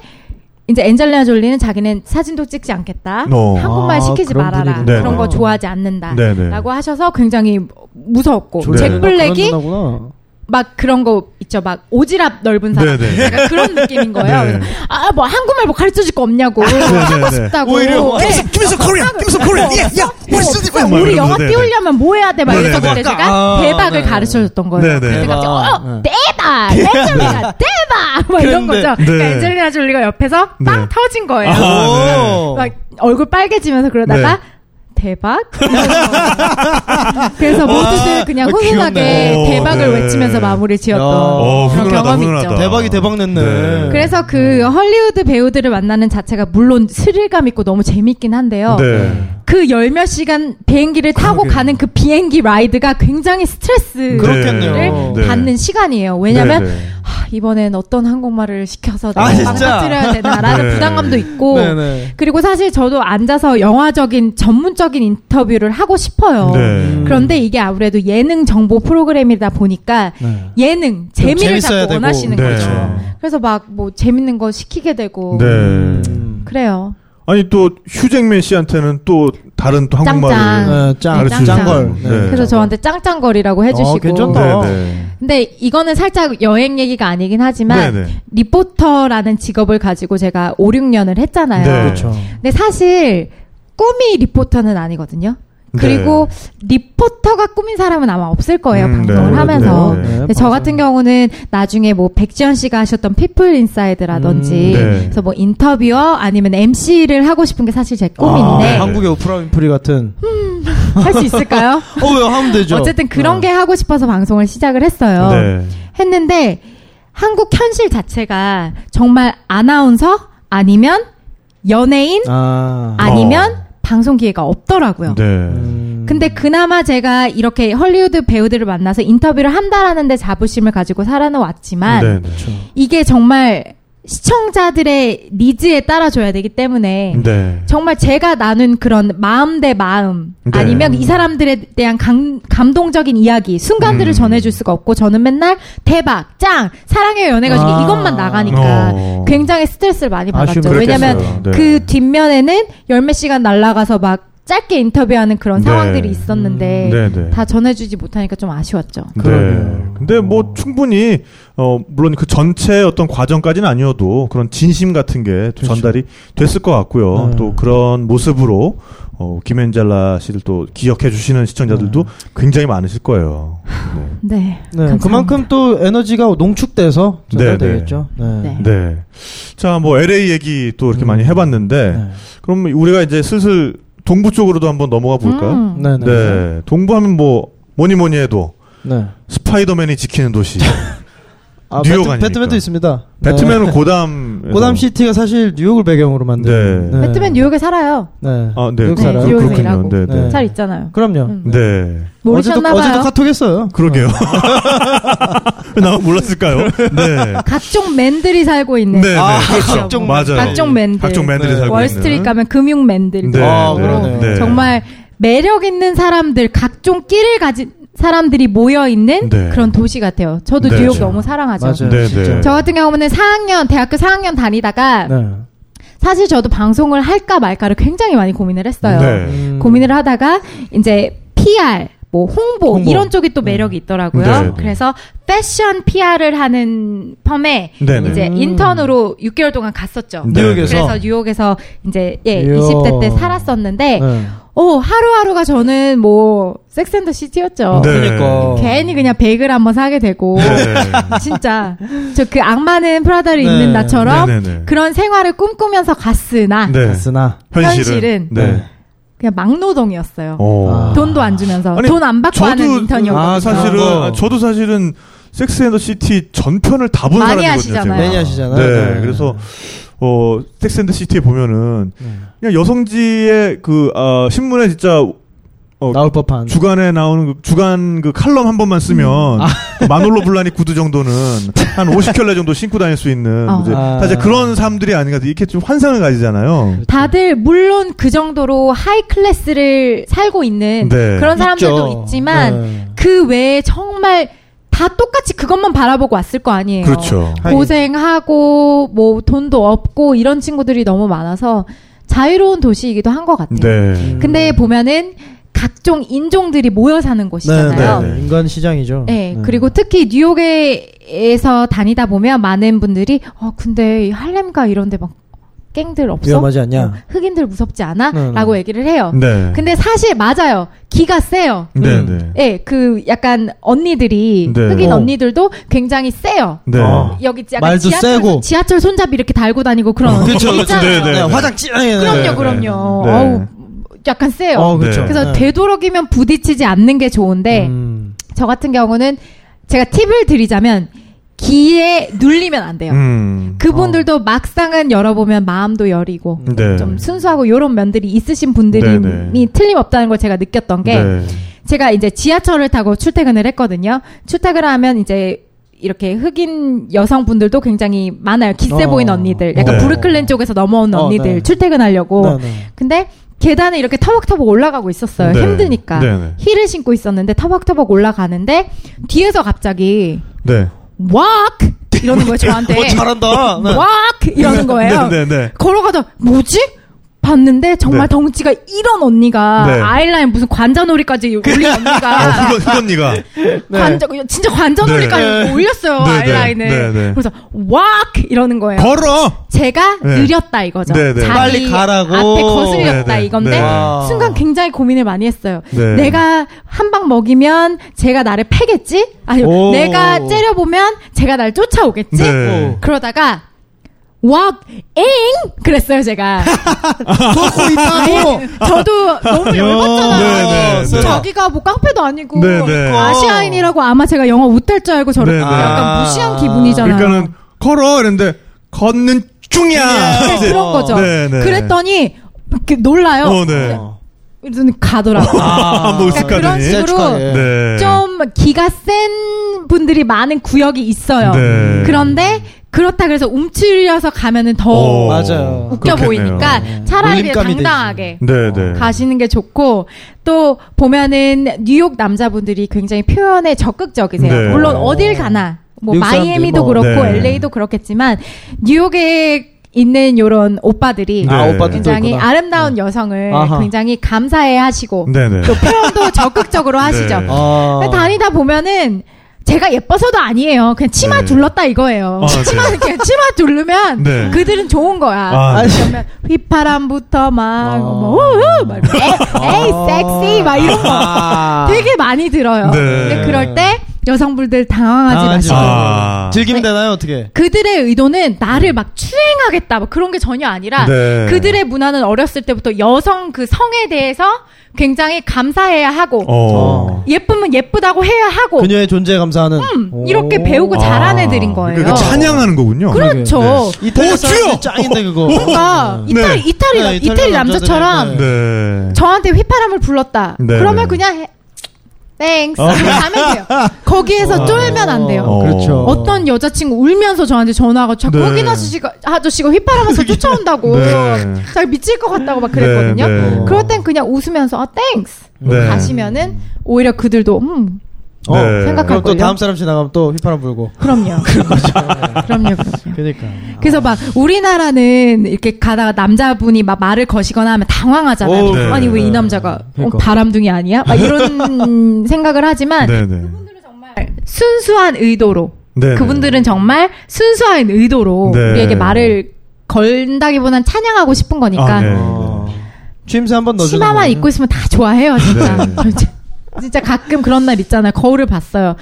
Speaker 5: 이제 엔젤리나 졸리는 자기는 사진도 찍지 않겠다.
Speaker 6: 어.
Speaker 5: 한국말
Speaker 4: 아,
Speaker 5: 시키지
Speaker 4: 그런
Speaker 5: 말아라.
Speaker 4: 분이구나.
Speaker 5: 그런 거
Speaker 4: 네네.
Speaker 5: 좋아하지 않는다.
Speaker 6: 네네.
Speaker 5: 라고 하셔서 굉장히 무서웠고
Speaker 6: 졸리
Speaker 5: 잭
Speaker 6: 누나
Speaker 5: 블랙이
Speaker 4: 네. 그런 누나구나.
Speaker 5: 막 그런 거 있죠. 막 오지랖 넓은 사람.
Speaker 6: 네네.
Speaker 5: 약간 그런 느낌인 거예요.
Speaker 6: 네.
Speaker 5: 그래서 아, 뭐 한국말 뭐 가르쳐 줄 거 없냐고. 하고 싶다고.
Speaker 6: 오히려 뭐
Speaker 5: 네.
Speaker 3: 김민석 코리아, 김민석 코리아, 야, 야,
Speaker 5: 뭐
Speaker 3: 우리 쓰지 마.
Speaker 5: 없어. 우리 영어
Speaker 6: 네, 네.
Speaker 5: 띄우려면 뭐 해야 돼? 막
Speaker 6: 네,
Speaker 5: 이래서
Speaker 6: 네,
Speaker 5: 그때
Speaker 4: 네.
Speaker 5: 제가
Speaker 4: 아,
Speaker 5: 대박을
Speaker 4: 네.
Speaker 5: 가르쳐 줬던
Speaker 6: 네,
Speaker 5: 거예요.
Speaker 6: 네.
Speaker 5: 그때 갑자기 어,
Speaker 4: 네.
Speaker 5: 대박! 엔젤리나 대박! 막
Speaker 4: 그런데-
Speaker 5: 이런 거죠.
Speaker 6: 네.
Speaker 5: 그러니까 엔젤리나 졸리가 옆에서 빵
Speaker 6: 네.
Speaker 5: 터진 거예요.
Speaker 6: 아,
Speaker 4: 오.
Speaker 5: 막 얼굴 빨개지면서 그러다가
Speaker 6: 네.
Speaker 5: 대박. 이러면서. 그래서 모두들 그냥
Speaker 4: 아,
Speaker 5: 훈훈하게
Speaker 6: 귀엽네.
Speaker 5: 대박을
Speaker 6: 오, 네.
Speaker 5: 외치면서 마무리 지었던
Speaker 4: 어,
Speaker 5: 그런
Speaker 6: 훈훈하다,
Speaker 5: 경험이
Speaker 6: 훈훈하다.
Speaker 5: 있죠.
Speaker 4: 대박이 대박 냈네.
Speaker 6: 네.
Speaker 5: 그래서 그 헐리우드 배우들을 만나는 자체가 물론 스릴감 있고 너무 재밌긴 한데요.
Speaker 6: 네.
Speaker 5: 그 열 몇 시간 비행기를 타고
Speaker 4: 그러게요.
Speaker 5: 가는 그 비행기 라이드가 굉장히 스트레스를
Speaker 4: 그렇겠네요.
Speaker 6: 네.
Speaker 5: 받는 시간이에요. 왜냐면
Speaker 6: 네, 네.
Speaker 5: 하, 이번엔 어떤 한국말을 시켜서
Speaker 4: 아,
Speaker 5: 내가
Speaker 4: 진짜?
Speaker 5: 망가뜨려야 되나라는
Speaker 6: 네.
Speaker 5: 부담감도 있고
Speaker 4: 네네.
Speaker 5: 그리고 사실 저도 앉아서 영화적인 전문적인 인터뷰를 하고 싶어요.
Speaker 6: 네.
Speaker 5: 그런데 이게 아무래도 예능 정보 프로그램이다 보니까
Speaker 4: 네.
Speaker 5: 예능 재미를
Speaker 4: 재밌어야
Speaker 5: 자꾸
Speaker 4: 되고.
Speaker 5: 원하시는
Speaker 6: 네.
Speaker 5: 거죠. 그래서 막 뭐 재밌는 거 시키게 되고
Speaker 6: 네.
Speaker 4: 음.
Speaker 5: 그래요.
Speaker 6: 아니 또 휴잭맨 씨한테는 또 다른 또
Speaker 5: 짱짱.
Speaker 6: 한국말을
Speaker 4: 네, 짱.
Speaker 5: 가르쳐 주시고.
Speaker 4: 짱걸.
Speaker 6: 네.
Speaker 5: 그래서 저한테 짱짱거리라고 해주시고.
Speaker 4: 어, 괜찮다.
Speaker 6: 네,
Speaker 4: 어.
Speaker 6: 네.
Speaker 5: 근데 이거는 살짝 여행 얘기가 아니긴
Speaker 6: 네,
Speaker 5: 하지만
Speaker 6: 네.
Speaker 5: 리포터라는 직업을 가지고 제가 5, 6년을 했잖아요.
Speaker 6: 네.
Speaker 4: 그렇죠.
Speaker 5: 근데 사실 꿈이 리포터는 아니거든요.
Speaker 6: 네.
Speaker 5: 그리고 리포터가 꾸민 사람은 아마 없을 거예요.
Speaker 6: 음,
Speaker 5: 방송을
Speaker 6: 네,
Speaker 5: 하면서.
Speaker 6: 네, 네.
Speaker 5: 근데 저 같은 경우는 나중에 뭐 백지연 씨가 하셨던 피플 인사이드라든지
Speaker 6: 음, 네.
Speaker 5: 그래서 뭐 인터뷰어 아니면 MC를 하고 싶은 게 사실
Speaker 6: 아.
Speaker 5: 제
Speaker 4: 네.
Speaker 5: 꿈인데
Speaker 4: 한국의 오프라 윈프리 같은.
Speaker 6: 네.
Speaker 5: 할 수 있을까요?
Speaker 4: 어, 왜 하면 되죠? 아.
Speaker 5: 어쨌든 그런 게 하고 싶어서 방송을 시작을 했어요.
Speaker 6: 네.
Speaker 5: 했는데 한국 현실 자체가 정말 아나운서 아니면 연예인
Speaker 4: 아.
Speaker 5: 아니면 방송 기회가 없더라고요.
Speaker 6: 어. 네.
Speaker 4: 음.
Speaker 5: 근데 그나마 제가 이렇게 헐리우드 배우들을 만나서 인터뷰를 한다라는 데 자부심을 가지고 살아왔지만
Speaker 6: 네.
Speaker 4: 그렇죠.
Speaker 6: 네.
Speaker 5: 이게 정말 시청자들의 니즈에 따라줘야 되기 때문에
Speaker 6: 네.
Speaker 5: 정말 제가 나눈 그런 마음 대 마음
Speaker 6: 네.
Speaker 5: 아니면 이 사람들에 대한 감, 감동적인 이야기 순간들을
Speaker 6: 음.
Speaker 5: 전해줄 수가 없고 저는 맨날 대박 짱 사랑해요 연애가 중에
Speaker 4: 아.
Speaker 5: 이것만 나가니까
Speaker 6: 어.
Speaker 5: 굉장히 스트레스를 많이 받았죠
Speaker 4: 아쉬움
Speaker 5: 왜냐면
Speaker 6: 그랬겠어요. 네.
Speaker 5: 그 뒷면에는 열몇 시간 날아가서 막 짧게 인터뷰하는 그런
Speaker 6: 네.
Speaker 5: 상황들이 있었는데
Speaker 6: 네, 네.
Speaker 5: 다 전해주지 못하니까 좀 아쉬웠죠
Speaker 6: 네.
Speaker 4: 그러네요.
Speaker 6: 근데 뭐 충분히 어 물론 그 전체 어떤 과정까지는 아니어도 그런 진심 같은 게 전달이 됐을 것 같고요.
Speaker 4: 그렇죠. 네.
Speaker 6: 또 그런 모습으로 어 김엔젤라 씨를 또 기억해 주시는 시청자들도 굉장히 많으실 거예요.
Speaker 5: 네,
Speaker 4: 네,
Speaker 5: 감사합니다.
Speaker 4: 그만큼 또 에너지가 농축돼서
Speaker 6: 네, 네.
Speaker 4: 전달되겠죠. 네.
Speaker 5: 네.
Speaker 6: 네. 자, 뭐 LA 얘기 또 이렇게
Speaker 4: 음.
Speaker 6: 많이 해 봤는데
Speaker 4: 네.
Speaker 6: 그럼 우리가 이제 슬슬 동부 쪽으로도 한번 넘어가 볼까요?
Speaker 5: 음.
Speaker 4: 네.
Speaker 6: 네.
Speaker 4: 네.
Speaker 6: 동부 하면 뭐 뭐니 뭐니 해도
Speaker 4: 네.
Speaker 6: 스파이더맨이 지키는 도시.
Speaker 4: 아,
Speaker 6: 뉴욕
Speaker 4: 배트,
Speaker 6: 아닙니까?
Speaker 4: 배트맨도 있습니다. 네.
Speaker 6: 배트맨은 고담
Speaker 4: 고담 시티가 사실 뉴욕을 배경으로 만든.
Speaker 6: 네.
Speaker 5: 배트맨 뉴욕에 살아요
Speaker 4: 네.
Speaker 6: 아, 네.
Speaker 4: 뉴욕
Speaker 5: 네,
Speaker 4: 살아요.
Speaker 5: 뉴욕에
Speaker 6: 그렇군요.
Speaker 5: 일하고.
Speaker 6: 네, 네.
Speaker 4: 네.
Speaker 5: 잘 있잖아요
Speaker 4: 그럼요.
Speaker 5: 음.
Speaker 6: 네.
Speaker 4: 어제도
Speaker 5: 모르셨나 봐요
Speaker 4: 어제도 카톡했어요.
Speaker 6: 그러게요.
Speaker 4: 어.
Speaker 6: 왜 나만 몰랐을까요? 네.
Speaker 5: 각종 맨들이 살고 있는
Speaker 6: 네, 네.
Speaker 4: 아,
Speaker 6: 그렇죠.
Speaker 4: 각종
Speaker 6: 맞아요.
Speaker 5: 각종 맨들.
Speaker 6: 각종 맨들이
Speaker 4: 네.
Speaker 6: 살고
Speaker 5: 월스트리트
Speaker 6: 있는.
Speaker 5: 가면 금융맨들.
Speaker 6: 네,
Speaker 4: 아,
Speaker 6: 네,
Speaker 4: 그러네요.
Speaker 6: 네.
Speaker 5: 정말 매력 있는 사람들, 각종 끼를 가진 사람들이 모여 있는
Speaker 6: 네.
Speaker 5: 그런 도시 같아요. 저도
Speaker 6: 네,
Speaker 5: 뉴욕
Speaker 6: 그렇죠.
Speaker 5: 너무 사랑하죠.
Speaker 4: 맞아요.
Speaker 6: 네,
Speaker 4: 진짜.
Speaker 6: 네.
Speaker 5: 저 같은 경우는 4학년, 대학교 4학년 다니다가
Speaker 4: 네.
Speaker 5: 사실 저도 방송을 할까 말까를 굉장히 많이 고민을 했어요.
Speaker 6: 네.
Speaker 4: 음.
Speaker 5: 고민을 하다가 이제 PR 뭐 홍보,
Speaker 4: 홍보.
Speaker 5: 이런 쪽이 또 매력이 있더라고요.
Speaker 6: 네, 네.
Speaker 5: 그래서 패션 PR을 하는 펌에
Speaker 6: 네, 네.
Speaker 5: 이제
Speaker 4: 음.
Speaker 5: 인턴으로 6개월 동안 갔었죠.
Speaker 6: 네.
Speaker 4: 뉴욕에서.
Speaker 5: 그래서 뉴욕에서 이제 예
Speaker 4: 이야.
Speaker 5: 20대 때 살았었는데
Speaker 4: 네.
Speaker 5: 오 하루하루가 저는 뭐 섹스앤더 시티였죠.
Speaker 6: 네.
Speaker 4: 그러니까.
Speaker 5: 괜히 그냥 백을 한번 사게 되고
Speaker 6: 네.
Speaker 5: 진짜 저 그 악마는 프라다를
Speaker 4: 네.
Speaker 5: 입는 나처럼
Speaker 6: 네, 네, 네.
Speaker 5: 그런 생활을 꿈꾸면서 갔으나
Speaker 6: 네.
Speaker 4: 갔으나.
Speaker 6: 현실은.
Speaker 5: 현실은.
Speaker 6: 네.
Speaker 5: 그냥 막노동이었어요.
Speaker 6: 오.
Speaker 4: 아.
Speaker 5: 돈도 안 주면서
Speaker 6: 아니,
Speaker 5: 돈 안 받고 하는 인턴이었거든요.
Speaker 4: 아,
Speaker 6: 사실은
Speaker 4: 어.
Speaker 6: 아, 저도 사실은 섹스 앤더 시티 전편을 다 본
Speaker 5: 많이
Speaker 6: 사람이거든요.
Speaker 5: 하시잖아요.
Speaker 6: 제가.
Speaker 4: 많이 하시잖아요.
Speaker 6: 네.
Speaker 4: 네.
Speaker 6: 그래서 어 섹스 앤더 시티에 보면은
Speaker 4: 네.
Speaker 6: 그냥 여성지의 그 아, 신문에 진짜 어,
Speaker 4: 나올 법한.
Speaker 6: 주간에 나오는 그 주간 그 칼럼 한 번만 쓰면
Speaker 4: 음.
Speaker 6: 마놀로 블라니 구두 정도는 한 50켤레 정도 신고 다닐 수 있는
Speaker 5: 어.
Speaker 6: 이제
Speaker 4: 아.
Speaker 6: 사실 그런 사람들이 아닌가 이렇게 좀 환상을 가지잖아요.
Speaker 5: 다들 물론 그 정도로 하이 클래스를 살고 있는
Speaker 6: 네.
Speaker 5: 그런 사람들도
Speaker 4: 있죠.
Speaker 5: 있지만
Speaker 4: 네.
Speaker 5: 그 외에 정말 다 똑같이 그것만 바라보고 왔을 거 아니에요.
Speaker 6: 그렇죠.
Speaker 4: 하긴.
Speaker 5: 고생하고 뭐 돈도 없고 이런 친구들이 너무 많아서 자유로운 도시이기도 한 것 같아요.
Speaker 6: 네.
Speaker 5: 근데 보면은 각종 인종들이 모여 사는 곳이잖아요.
Speaker 4: 네, 네, 네. 인간 시장이죠.
Speaker 5: 네, 그리고 특히 뉴욕에서 다니다 보면 많은 분들이 어 근데 이 할렘가 이런데 막 갱들 없어?
Speaker 4: 위험하지 않냐?
Speaker 5: 어, 흑인들 무섭지
Speaker 4: 네, 네.
Speaker 5: 않아?라고 얘기를 해요.
Speaker 6: 네.
Speaker 5: 근데 사실 맞아요. 기가 세요.
Speaker 6: 네,
Speaker 4: 음.
Speaker 6: 네.
Speaker 5: 예, 그 약간 언니들이
Speaker 6: 네.
Speaker 5: 흑인
Speaker 4: 어.
Speaker 5: 언니들도 굉장히 세요.
Speaker 6: 네.
Speaker 4: 어.
Speaker 5: 여기 약간
Speaker 4: 말도
Speaker 5: 지하철,
Speaker 4: 세고.
Speaker 5: 지하철 손잡이 이렇게 달고 다니고 그런 언니
Speaker 4: 그렇죠, 그렇죠.
Speaker 5: 있잖아요.
Speaker 6: 네, 네.
Speaker 4: 네, 화장 찌. 네, 네.
Speaker 5: 그럼요,
Speaker 6: 네.
Speaker 5: 그럼요.
Speaker 6: 네.
Speaker 5: 어우, 약간 세요.
Speaker 4: 어, 그렇죠.
Speaker 6: 네.
Speaker 5: 그래서
Speaker 4: 네.
Speaker 5: 되도록이면 부딪히지 않는 게 좋은데
Speaker 4: 음.
Speaker 5: 저 같은 경우는 제가 팁을 드리자면 기에 눌리면 안 돼요.
Speaker 6: 음.
Speaker 5: 그분들도 막상은 열어보면 마음도 여리고
Speaker 6: 네.
Speaker 5: 좀 순수하고 요런 면들이 있으신 분들이
Speaker 6: 네, 네.
Speaker 5: 이 틀림없다는 걸 제가 느꼈던 게
Speaker 6: 네.
Speaker 5: 제가 이제 지하철을 타고 출퇴근을 했거든요. 출퇴근을 하면 이제 이렇게 흑인 여성분들도 굉장히 많아요. 기세
Speaker 4: 어.
Speaker 5: 보이는 언니들. 약간
Speaker 6: 네.
Speaker 5: 브루클린 쪽에서 넘어온
Speaker 4: 어,
Speaker 5: 언니들
Speaker 4: 네.
Speaker 5: 출퇴근하려고.
Speaker 4: 네, 네.
Speaker 5: 근데 계단에 이렇게 터벅터벅 올라가고 있었어요.
Speaker 6: 네.
Speaker 5: 힘드니까.
Speaker 6: 네, 네.
Speaker 5: 힐을 신고 있었는데 터벅터벅 올라가는데 뒤에서 갑자기
Speaker 6: 네.
Speaker 5: 왁 이러는 거예요 저한테.
Speaker 4: 어, 잘한다. 네.
Speaker 5: 왁 이러는 거예요.
Speaker 6: 네, 네, 네.
Speaker 5: 걸어가다 뭐지? 봤는데 정말
Speaker 6: 네.
Speaker 5: 덩치가 이런 언니가
Speaker 6: 네.
Speaker 5: 아이라인 무슨 관자놀이까지 올린
Speaker 6: 아,
Speaker 5: 언니가
Speaker 6: 흑, 흑언니가.
Speaker 5: 관자 진짜 관자놀이까지
Speaker 6: 네.
Speaker 5: 올렸어요
Speaker 6: 네, 네.
Speaker 5: 아이라인을.
Speaker 6: 네, 네.
Speaker 5: 그래서 왁 이러는 거예요.
Speaker 6: 걸어!
Speaker 5: 제가
Speaker 6: 네.
Speaker 5: 느렸다 이거죠.
Speaker 6: 네, 네.
Speaker 5: 자기
Speaker 4: 빨리 가라고.
Speaker 5: 앞에 거슬렸다
Speaker 6: 네, 네.
Speaker 5: 이건데
Speaker 6: 네.
Speaker 4: 와.
Speaker 5: 순간 굉장히 고민을 많이 했어요.
Speaker 6: 네.
Speaker 5: 내가 한 방 먹이면 제가 나를 패겠지? 아니
Speaker 4: 오.
Speaker 5: 내가 째려보면 제가 날 쫓아오겠지? 어.
Speaker 6: 네.
Speaker 5: 그러다가 왁엥 그랬어요 제가. 네,
Speaker 4: 고 있다고.
Speaker 5: 저도 너무 열받잖아요.
Speaker 6: 네, 네, 네.
Speaker 5: 자기가 뭐 깡패도 아니고
Speaker 6: 네, 네.
Speaker 5: 아시아인이라고 아마 제가 영어 못할 줄 알고 저를
Speaker 6: 네, 네.
Speaker 5: 약간 무시한 기분이잖아요.
Speaker 6: 그러니까는, 걸어! 이랬는데, 걷는 중이야!
Speaker 5: 네,
Speaker 6: 이제.
Speaker 5: 그런 거죠.
Speaker 6: 네, 네.
Speaker 5: 그랬더니 이렇게 놀라요.
Speaker 6: 어, 네.
Speaker 5: 이러더니 가더라고. 요
Speaker 6: 아, 뭐
Speaker 5: 그러니까 그런
Speaker 6: 있을까니?
Speaker 5: 식으로
Speaker 6: 네.
Speaker 5: 좀 기가 센 분들이 많은 구역이 있어요.
Speaker 6: 네.
Speaker 5: 그런데 그렇다 그래서 움츠려서 가면은 더
Speaker 6: 오,
Speaker 4: 맞아요.
Speaker 5: 웃겨
Speaker 6: 그렇겠네요.
Speaker 5: 보이니까 차라리 그냥
Speaker 4: 몰입감이 되지.
Speaker 5: 당당하게
Speaker 6: 네, 네.
Speaker 5: 가시는 게 좋고 또 보면은 뉴욕 남자분들이 굉장히 표현에 적극적이세요.
Speaker 6: 네.
Speaker 5: 물론 어딜 가나 뭐
Speaker 4: 뉴욕 사람들
Speaker 5: 마이애미도
Speaker 4: 뭐.
Speaker 5: 그렇고
Speaker 6: 네.
Speaker 5: LA도 그렇겠지만 뉴욕에 있는 요런 오빠들이
Speaker 6: 네.
Speaker 4: 아, 오빠도
Speaker 5: 굉장히
Speaker 4: 있구나. 네.
Speaker 5: 아름다운 여성을
Speaker 4: 아하.
Speaker 5: 굉장히 감사해 하시고
Speaker 6: 네, 네.
Speaker 5: 표현도 적극적으로 하시죠.
Speaker 6: 네.
Speaker 4: 아.
Speaker 5: 근데 다니다 보면은 제가 예뻐서도 아니에요. 그냥 치마
Speaker 6: 네.
Speaker 5: 둘렀다 이거예요.
Speaker 6: 아, 네.
Speaker 5: 치마 이렇게 치마 둘르면
Speaker 6: 네.
Speaker 5: 그들은 좋은 거야.
Speaker 6: 아,
Speaker 4: 아니,
Speaker 5: 그러면 휘파람부터 막,
Speaker 4: 아.
Speaker 5: 뭐, 우우, 막, 이렇게 에이, 섹시, 막 이런 거
Speaker 4: 아.
Speaker 5: 되게 많이 들어요.
Speaker 6: 네.
Speaker 5: 근데 그럴 때 여성분들 당황하지
Speaker 4: 당황하지
Speaker 5: 마시고.
Speaker 4: 마.
Speaker 6: 아.
Speaker 4: 즐기면 되나요, 어떻게?
Speaker 5: 그들의 의도는 나를 막 추행하겠다, 막 그런 게 전혀 아니라
Speaker 6: 네.
Speaker 5: 그들의 문화는 어렸을 때부터 여성 그 성에 대해서 굉장히 감사해야 하고
Speaker 6: 어.
Speaker 5: 예쁘면 예쁘다고 해야 하고
Speaker 4: 그녀의 존재에 감사하는. 오.
Speaker 5: 음, 이렇게 배우고 자란
Speaker 6: 아.
Speaker 5: 애들인 거예요.
Speaker 6: 그러니까 그 찬양하는 거군요.
Speaker 5: 그렇죠.
Speaker 6: 네.
Speaker 4: 이탈리아
Speaker 6: 오,
Speaker 4: 사람들
Speaker 6: 튀어!
Speaker 4: 짱인데 그거.
Speaker 5: 그러니까
Speaker 6: 네.
Speaker 5: 이탈 이탈리
Speaker 4: 네, 이탈리아
Speaker 5: 이탈리
Speaker 4: 남자들이, 네.
Speaker 5: 남자처럼
Speaker 6: 네.
Speaker 5: 저한테 휘파람을 불렀다.
Speaker 6: 네, 어.
Speaker 5: 그러면
Speaker 6: 네.
Speaker 5: 그냥 해, 땡스 가면 돼요. 거기에서 쫄면 안 돼요.
Speaker 4: 어, 그렇죠.
Speaker 5: 어. 떤 여자친구 울면서 저한테 전화가 자꾸
Speaker 6: 네.
Speaker 5: 흑인 아저씨가 아저씨가 휘파람에서 쫓아온다고
Speaker 6: 네.
Speaker 5: 잘 미칠 것 같다고 막 그랬거든요.
Speaker 6: 네, 네.
Speaker 5: 그럴 땐 그냥 웃으면서 어 땡스
Speaker 6: 네.
Speaker 5: 가시면은 오히려 그들도 음
Speaker 4: 어,
Speaker 6: 네.
Speaker 5: 생각할
Speaker 4: 그럼 또
Speaker 5: 걸요.
Speaker 4: 다음 사람 지나가면 또 휘파람 불고. 그렇죠.
Speaker 5: 그럼요. 그럼요. 그럼요.
Speaker 4: 그러니까.
Speaker 5: 그래서 막 우리나라는 이렇게 가다가 남자분이 막 말을 거시거나 하면 당황하잖아요.
Speaker 4: 오,
Speaker 6: 네.
Speaker 5: 아니 왜 이 남자가
Speaker 4: 그러니까.
Speaker 5: 어, 바람둥이 아니야? 막 이런 생각을 하지만
Speaker 6: 네, 네.
Speaker 5: 순수한 의도로
Speaker 6: 네, 네.
Speaker 5: 그분들은 정말 순수한 의도로
Speaker 6: 네.
Speaker 5: 우리에게 말을 건다기보단 찬양하고 싶은 거니까
Speaker 6: 아, 네.
Speaker 4: 어. 취임새 한번 넣어주는
Speaker 5: 치마만
Speaker 4: 거예요.
Speaker 5: 입고 있으면 다 좋아해요 진짜.
Speaker 6: 네.
Speaker 5: 저 진짜- 진짜 가끔 그런 날 있잖아요. 거울을 봤어요.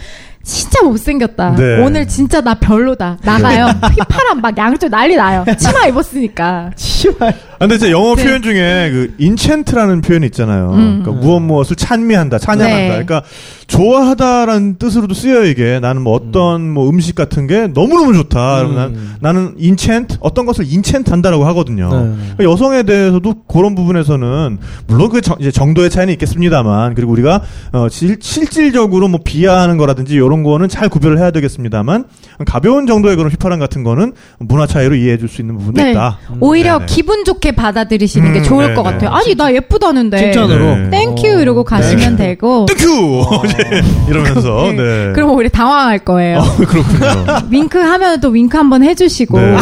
Speaker 5: 진짜 못생겼다.
Speaker 6: 네.
Speaker 5: 오늘 진짜 나 별로다. 나가요. 휘파람 막 양쪽 난리 나요. 치마 입었으니까.
Speaker 4: 치마.
Speaker 6: 아, 근데 진짜 영어
Speaker 5: 네.
Speaker 6: 표현 중에 그 인첸트라는 표현이 있잖아요.
Speaker 5: 음.
Speaker 6: 그러니까 무엇 무엇을 찬미한다, 찬양한다.
Speaker 5: 네.
Speaker 6: 그러니까 좋아하다라는 뜻으로도 쓰여요 이게 나는 뭐 어떤 뭐 음식 같은 게 너무너무 좋다 그러면
Speaker 4: 음.
Speaker 6: 난, 나는 인챈트 어떤 것을 인챈트한다라고 하거든요
Speaker 4: 네.
Speaker 6: 그러니까 여성에 대해서도 그런 부분에서는 물론 그 정, 이제 정도의 차이는 있겠습니다만 그리고 우리가 어, 실, 실질적으로 뭐 비하하는 거라든지 이런 거는 잘 구별을 해야 되겠습니다만 가벼운 정도의 그런 휘파람 같은 거는 문화 차이로 이해해 줄 수 있는 부분도
Speaker 5: 네.
Speaker 6: 있다
Speaker 5: 오히려
Speaker 6: 음, 네네.
Speaker 5: 기분 좋게 받아들이시는
Speaker 6: 음,
Speaker 5: 게 좋을
Speaker 6: 네네.
Speaker 5: 것 같아요. 아니 나 예쁘다는데.
Speaker 4: 칭찬으로. 어.
Speaker 6: 네.
Speaker 5: 땡큐 이러고 가시면 되고.
Speaker 6: 땡큐 이러면서
Speaker 5: 네.
Speaker 6: 네.
Speaker 5: 어. 그럼 오히려 당황할 거예요.
Speaker 6: 어, 그렇군요.
Speaker 5: 윙크 하면 또 윙크 한번 해주시고
Speaker 6: 네.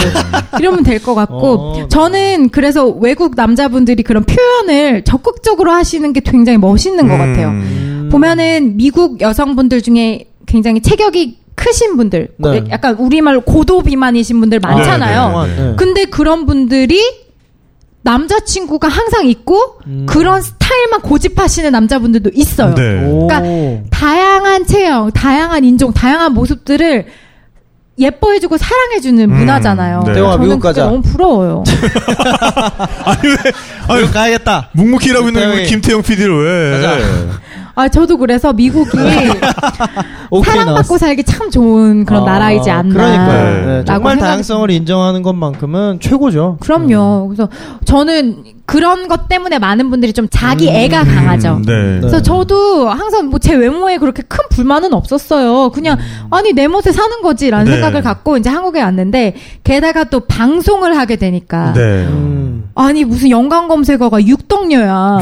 Speaker 5: 이러면 될 것 같고
Speaker 4: 어, 네.
Speaker 5: 저는 그래서 외국 남자분들이 그런 표현을 적극적으로 하시는 게 굉장히 멋있는
Speaker 6: 음.
Speaker 5: 것 같아요.
Speaker 4: 음.
Speaker 5: 보면은 미국 여성분들 중에 굉장히 체격이 크신 분들, 고-
Speaker 4: 네.
Speaker 5: 약간 우리말로 고도 비만이신 분들 많잖아요.
Speaker 6: 네, 네, 네.
Speaker 5: 근데 그런 분들이 남자친구가 항상 있고
Speaker 4: 음.
Speaker 5: 그런 스타일만 고집하시는 남자분들도 있어요.
Speaker 6: 네.
Speaker 5: 그러니까 다양한 체형, 다양한 인종, 다양한 모습들을 예뻐해주고 사랑해주는
Speaker 6: 음,
Speaker 5: 문화잖아요.
Speaker 6: 네.
Speaker 4: 대화
Speaker 5: 저는
Speaker 4: 미국
Speaker 5: 그게
Speaker 4: 가자.
Speaker 5: 너무 부러워요.
Speaker 6: 아니 왜? 아니
Speaker 4: 이거 가야겠다.
Speaker 6: 묵묵히 일하고 있는
Speaker 4: 태영이.
Speaker 6: 김태형 PD를 왜?
Speaker 4: 가자.
Speaker 5: 아 저도 그래서 미국이
Speaker 4: 오케이, 나왔어.
Speaker 5: 사랑받고 살기 참 좋은 그런
Speaker 4: 아,
Speaker 5: 나라이지 않나.
Speaker 4: 그러니까요.
Speaker 6: 네.
Speaker 4: 네,
Speaker 6: 라고
Speaker 4: 정말
Speaker 5: 생각이
Speaker 4: 다양성을 인정하는 것만큼은 최고죠. 음.
Speaker 5: 그럼요. 그래서 저는 그런 것 때문에 많은 분들이 좀 자기 애가 강하죠.
Speaker 6: 음, 네.
Speaker 5: 그래서
Speaker 4: 네.
Speaker 5: 저도 항상 뭐 제 외모에 그렇게 큰 불만은 없었어요. 그냥
Speaker 4: 음.
Speaker 5: 아니 내 멋에 사는 거지라는
Speaker 6: 네.
Speaker 5: 생각을 갖고 이제 한국에 왔는데 게다가 또 방송을 하게 되니까
Speaker 6: 네.
Speaker 4: 음.
Speaker 5: 아니 무슨 연관 검색어가 육덕녀야.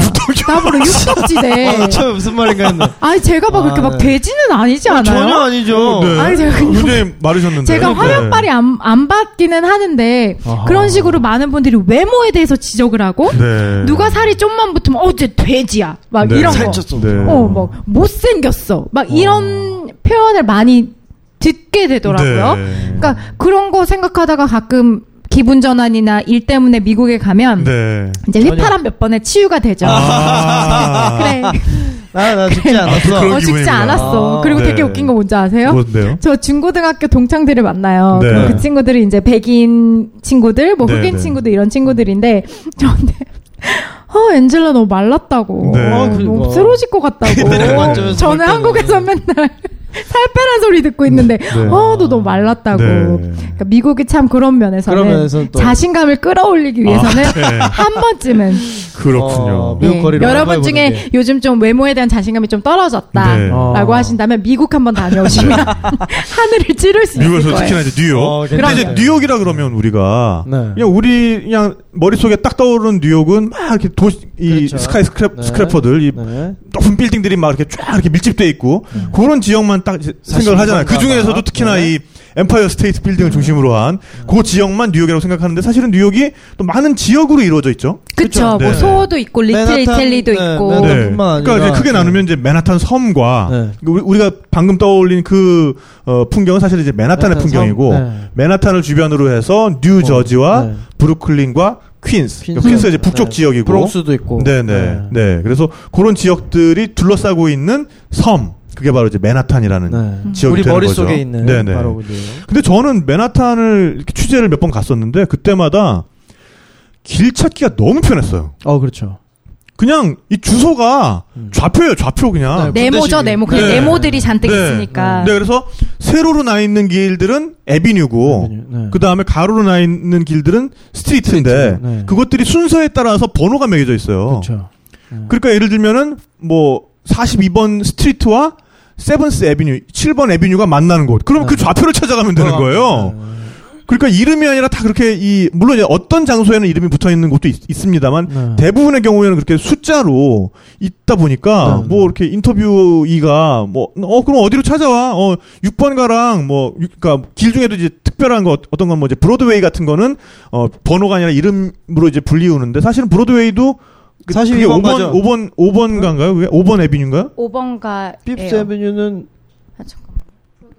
Speaker 5: 나보러
Speaker 6: 네.
Speaker 5: 육덕지대.
Speaker 4: 처음에 아, 무슨 말인가 했네.
Speaker 5: 아니 제가 막
Speaker 4: 아,
Speaker 5: 그렇게 막
Speaker 4: 네.
Speaker 5: 돼지는 아니지 않아요?
Speaker 4: 전혀 아니죠.
Speaker 6: 네.
Speaker 5: 아니, 제가 그냥-
Speaker 6: 굉장히 마르셨는데. 네.
Speaker 5: 제가 화면빨이 안, 안 받기는 하는데
Speaker 4: 아하.
Speaker 5: 그런 식으로 많은 분들이 외모에 대해서 지적을 하고
Speaker 6: 네.
Speaker 5: 누가 살이 좀만 붙으면 어쟤 돼지야 막
Speaker 6: 네.
Speaker 5: 이런 거
Speaker 4: 살쪘어.
Speaker 6: 네.
Speaker 5: 어, 막, 못생겼어. 막, 이런 표현을 많이 듣게 되더라고요.
Speaker 6: 네.
Speaker 5: 그러니까, 그런 거 생각하다가 가끔 기분 전환이나 일 때문에 미국에 가면,
Speaker 6: 네.
Speaker 5: 이제 휘파람 몇 번에 치유가 되죠.
Speaker 6: 아.
Speaker 5: 그래.
Speaker 4: 나, 나 죽지
Speaker 6: 네.
Speaker 4: 않았어.
Speaker 6: 그런
Speaker 5: 어, 죽지
Speaker 6: 기분이구나.
Speaker 5: 않았어.
Speaker 4: 아,
Speaker 5: 그리고
Speaker 6: 네.
Speaker 5: 되게 웃긴 거 뭔지 아세요?
Speaker 6: 뭔데요?
Speaker 5: 저 중고등학교 동창들을 만나요.
Speaker 6: 네.
Speaker 5: 그럼 그 친구들이 이제 백인 친구들, 뭐
Speaker 6: 네,
Speaker 5: 흑인
Speaker 6: 네.
Speaker 5: 친구들 이런 친구들인데 저한테 어 엔젤라 너 말랐다고.
Speaker 6: 네.
Speaker 5: 어,
Speaker 4: 그러니까.
Speaker 5: 너무 쓰러질 것 같다고.
Speaker 4: 그 관점에서 볼
Speaker 5: 저는
Speaker 4: 때는.
Speaker 5: 한국에서 맨날 살 빼란 소리 듣고 있는데 어 너 너무 말랐다고.
Speaker 6: 네.
Speaker 5: 그러니까 미국이 참 그런 면에서는
Speaker 4: 그런 면에서는 또.
Speaker 5: 자신감을 끌어올리기 위해서는
Speaker 6: 네.
Speaker 5: 한 번쯤은
Speaker 6: 그렇군요.
Speaker 4: 미국 거리로
Speaker 5: 예, 여러분
Speaker 4: 한번
Speaker 5: 중에
Speaker 4: 해보는
Speaker 5: 요즘 좀 외모에 대한 자신감이 좀 떨어졌다.
Speaker 6: 네.
Speaker 5: 라고 하신다면 미국 한번
Speaker 4: 네.
Speaker 5: 다녀오시면 하늘을 찌를 수 있을
Speaker 6: 뉴욕에서
Speaker 5: 거예요.
Speaker 6: 특히나 이제 뉴욕.
Speaker 4: 어,
Speaker 6: 근데 이제
Speaker 4: 그럼요.
Speaker 6: 뉴욕이라 그러면 우리가
Speaker 4: 네.
Speaker 6: 그냥 우리 그냥 머릿속에 딱 떠오르는 뉴욕은 막 이렇게 도시 이
Speaker 4: 그렇죠.
Speaker 6: 스카이 스크랩
Speaker 4: 네.
Speaker 6: 스크래퍼들 이
Speaker 4: 네. 음.
Speaker 6: 높은 빌딩들이 막 이렇게 쫙 이렇게 밀집돼 있고 그런 지역만 딱 이제 생각을 하잖아요. 그 중에서도 특히나
Speaker 4: 네. 음.
Speaker 6: 이 엠파이어 스테이트 빌딩을 중심으로 한 그 지역만 뉴욕이라고 생각하는데 사실은 뉴욕이 또 많은 지역으로 이루어져 있죠.
Speaker 5: 그쵸. 뭐
Speaker 6: 그쵸. 네.
Speaker 5: 소호도 있고 리틀
Speaker 4: 맨하탄,
Speaker 5: 이탈리도
Speaker 4: 네,
Speaker 5: 있고.
Speaker 4: 맨하탄.
Speaker 6: 네.
Speaker 4: 뿐만 아니라
Speaker 6: 그러니까 이제 크게 나누면 이제 맨하탄 섬과
Speaker 4: 네.
Speaker 6: 그 우리- 우리가 방금 떠올린 그 어, 풍경은 사실 이제 맨하탄의
Speaker 4: 맨하탄 섬,
Speaker 6: 풍경이고
Speaker 4: 네.
Speaker 6: 맨하탄을 주변으로 해서 뉴저지와
Speaker 4: 네.
Speaker 6: 브루클린과 퀸스, 그러니까
Speaker 4: 퀸스.
Speaker 6: 퀸스. 가 이제 북쪽
Speaker 4: 네.
Speaker 6: 지역이고
Speaker 4: 브롱스도 있고.
Speaker 6: 네네. 네. 그래서 그런 지역들이 둘러싸고 있는 섬. 그게 바로 이제 맨하탄이라는
Speaker 4: 네.
Speaker 6: 지역이
Speaker 4: 우리
Speaker 6: 되는
Speaker 4: 머릿속에
Speaker 6: 거죠.
Speaker 4: 있는
Speaker 6: 네네.
Speaker 4: 바로 그죠.
Speaker 6: 근데 저는 맨하탄을 이렇게 취재를 몇 번 갔었는데 그때마다 길 찾기가 너무 편했어요.
Speaker 4: 어, 그렇죠.
Speaker 6: 그냥 이 주소가
Speaker 4: 음.
Speaker 6: 좌표예요, 좌표 그냥.
Speaker 4: 네. 어,
Speaker 5: 네모죠,
Speaker 4: 군대식이.
Speaker 5: 네모. 그냥
Speaker 6: 네.
Speaker 5: 네모들이 잔뜩
Speaker 6: 네.
Speaker 5: 있으니까.
Speaker 6: 네, 그래서 세로로 나 있는 길들은 에비뉴고
Speaker 4: 에비뉴, 네.
Speaker 6: 그 다음에 가로로 나 있는 길들은 스트리트인데
Speaker 4: 스트리트, 네.
Speaker 6: 그것들이 순서에 따라서 번호가 매겨져 있어요.
Speaker 4: 그렇죠.
Speaker 6: 그러니까 예를 들면은 뭐 42번 스트리트와 세븐스 에비뉴, 7번 에비뉴가 만나는 곳. 그럼 그 좌표를 찾아가면 되는
Speaker 4: 어,
Speaker 6: 거예요.
Speaker 4: 네.
Speaker 6: 그러니까 이름이 아니라 다 그렇게 이 물론 이제 어떤 장소에는 이름이 붙어 있는 곳도 있, 습니다만
Speaker 4: 네.
Speaker 6: 대부분의 경우에는 그렇게 숫자로 있다 보니까
Speaker 4: 네.
Speaker 6: 뭐 이렇게 인터뷰이가 뭐 어 그럼 어디로 찾아와 어 6번 가랑 뭐 육- 그러니까 길 중에도 이제 특별한 거 어떤 건 뭐 이제 브로드웨이 같은 거는 어 번호가 아니라 이름으로 이제 불리우는데 사실은 브로드웨이도 그-
Speaker 4: 사실
Speaker 6: 그게
Speaker 4: 이건
Speaker 6: 5번
Speaker 4: 맞아.
Speaker 6: 5번 5번 가인가요? 그게 5번 에비뉴인가요?
Speaker 5: 5번가.
Speaker 4: 핍스 에비뉴는
Speaker 5: 아,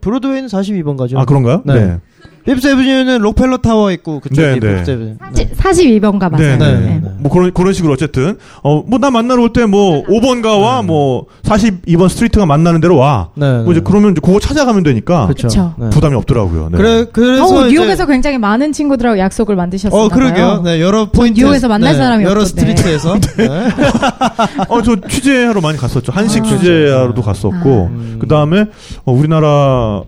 Speaker 4: 브로드웨이는 42번 가죠.
Speaker 6: 아 그런가요?
Speaker 4: 네. 핍스 에비뉴는 록펠러 타워 있고 그쪽이
Speaker 6: 네, 네.
Speaker 4: 핍스 에비뉴.
Speaker 5: 42번가 맞아요.
Speaker 6: 네, 네,
Speaker 5: 네.
Speaker 6: 네. 뭐 그런 그런 식으로 어쨌든 어 뭐 나 만나러 올 때
Speaker 5: 네.
Speaker 6: 뭐 5번 가와 뭐 42번 스트리트가 만나는 대로 와.
Speaker 4: 네, 네.
Speaker 6: 뭐 이제 그러면 이제 그거 찾아가면 되니까
Speaker 5: 그쵸.
Speaker 4: 네.
Speaker 6: 부담이 없더라고요. 네.
Speaker 4: 그래 그래서
Speaker 5: 어,
Speaker 4: 이제-
Speaker 5: 뉴욕에서 굉장히 많은 친구들하고 약속을 만드셨어요.
Speaker 4: 어 그러게요. 네 여러 포인트
Speaker 5: 뉴욕에서 만날 사람이
Speaker 4: 여러
Speaker 5: 없던데.
Speaker 4: 스트리트에서 네.
Speaker 6: 어, 저 취재하러 많이 갔었죠. 한식
Speaker 5: 아.
Speaker 4: 그렇죠. 네.
Speaker 6: 취재하러도 갔었고, 그 다음에 우리나라의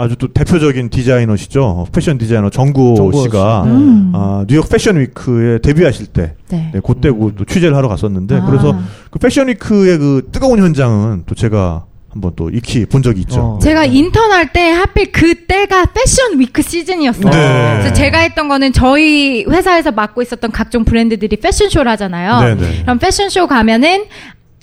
Speaker 6: 아주 또 대표적인 디자이너시죠. 어, 패션 디자이너 정구,
Speaker 4: 정구호
Speaker 6: 씨가
Speaker 4: 씨. 네.
Speaker 5: 음.
Speaker 6: 아, 뉴욕 패션 위크에 데뷔하실 때,
Speaker 5: 네.
Speaker 6: 네, 그때 그또 취재를 하러 갔었는데,
Speaker 5: 아.
Speaker 6: 그래서 그 패션 위크의 그 뜨거운 현장은 또 제가 한번 또 익히 본 적이 있죠.
Speaker 4: 어.
Speaker 5: 제가 인턴 할 때 하필 그때가 패션 위크 시즌이었어요.
Speaker 6: 네.
Speaker 5: 그래서 제가 했던 거는 저희 회사에서 맡고 있었던 각종 브랜드들이 패션쇼를 하잖아요.
Speaker 6: 네, 네.
Speaker 5: 그럼 패션쇼 가면은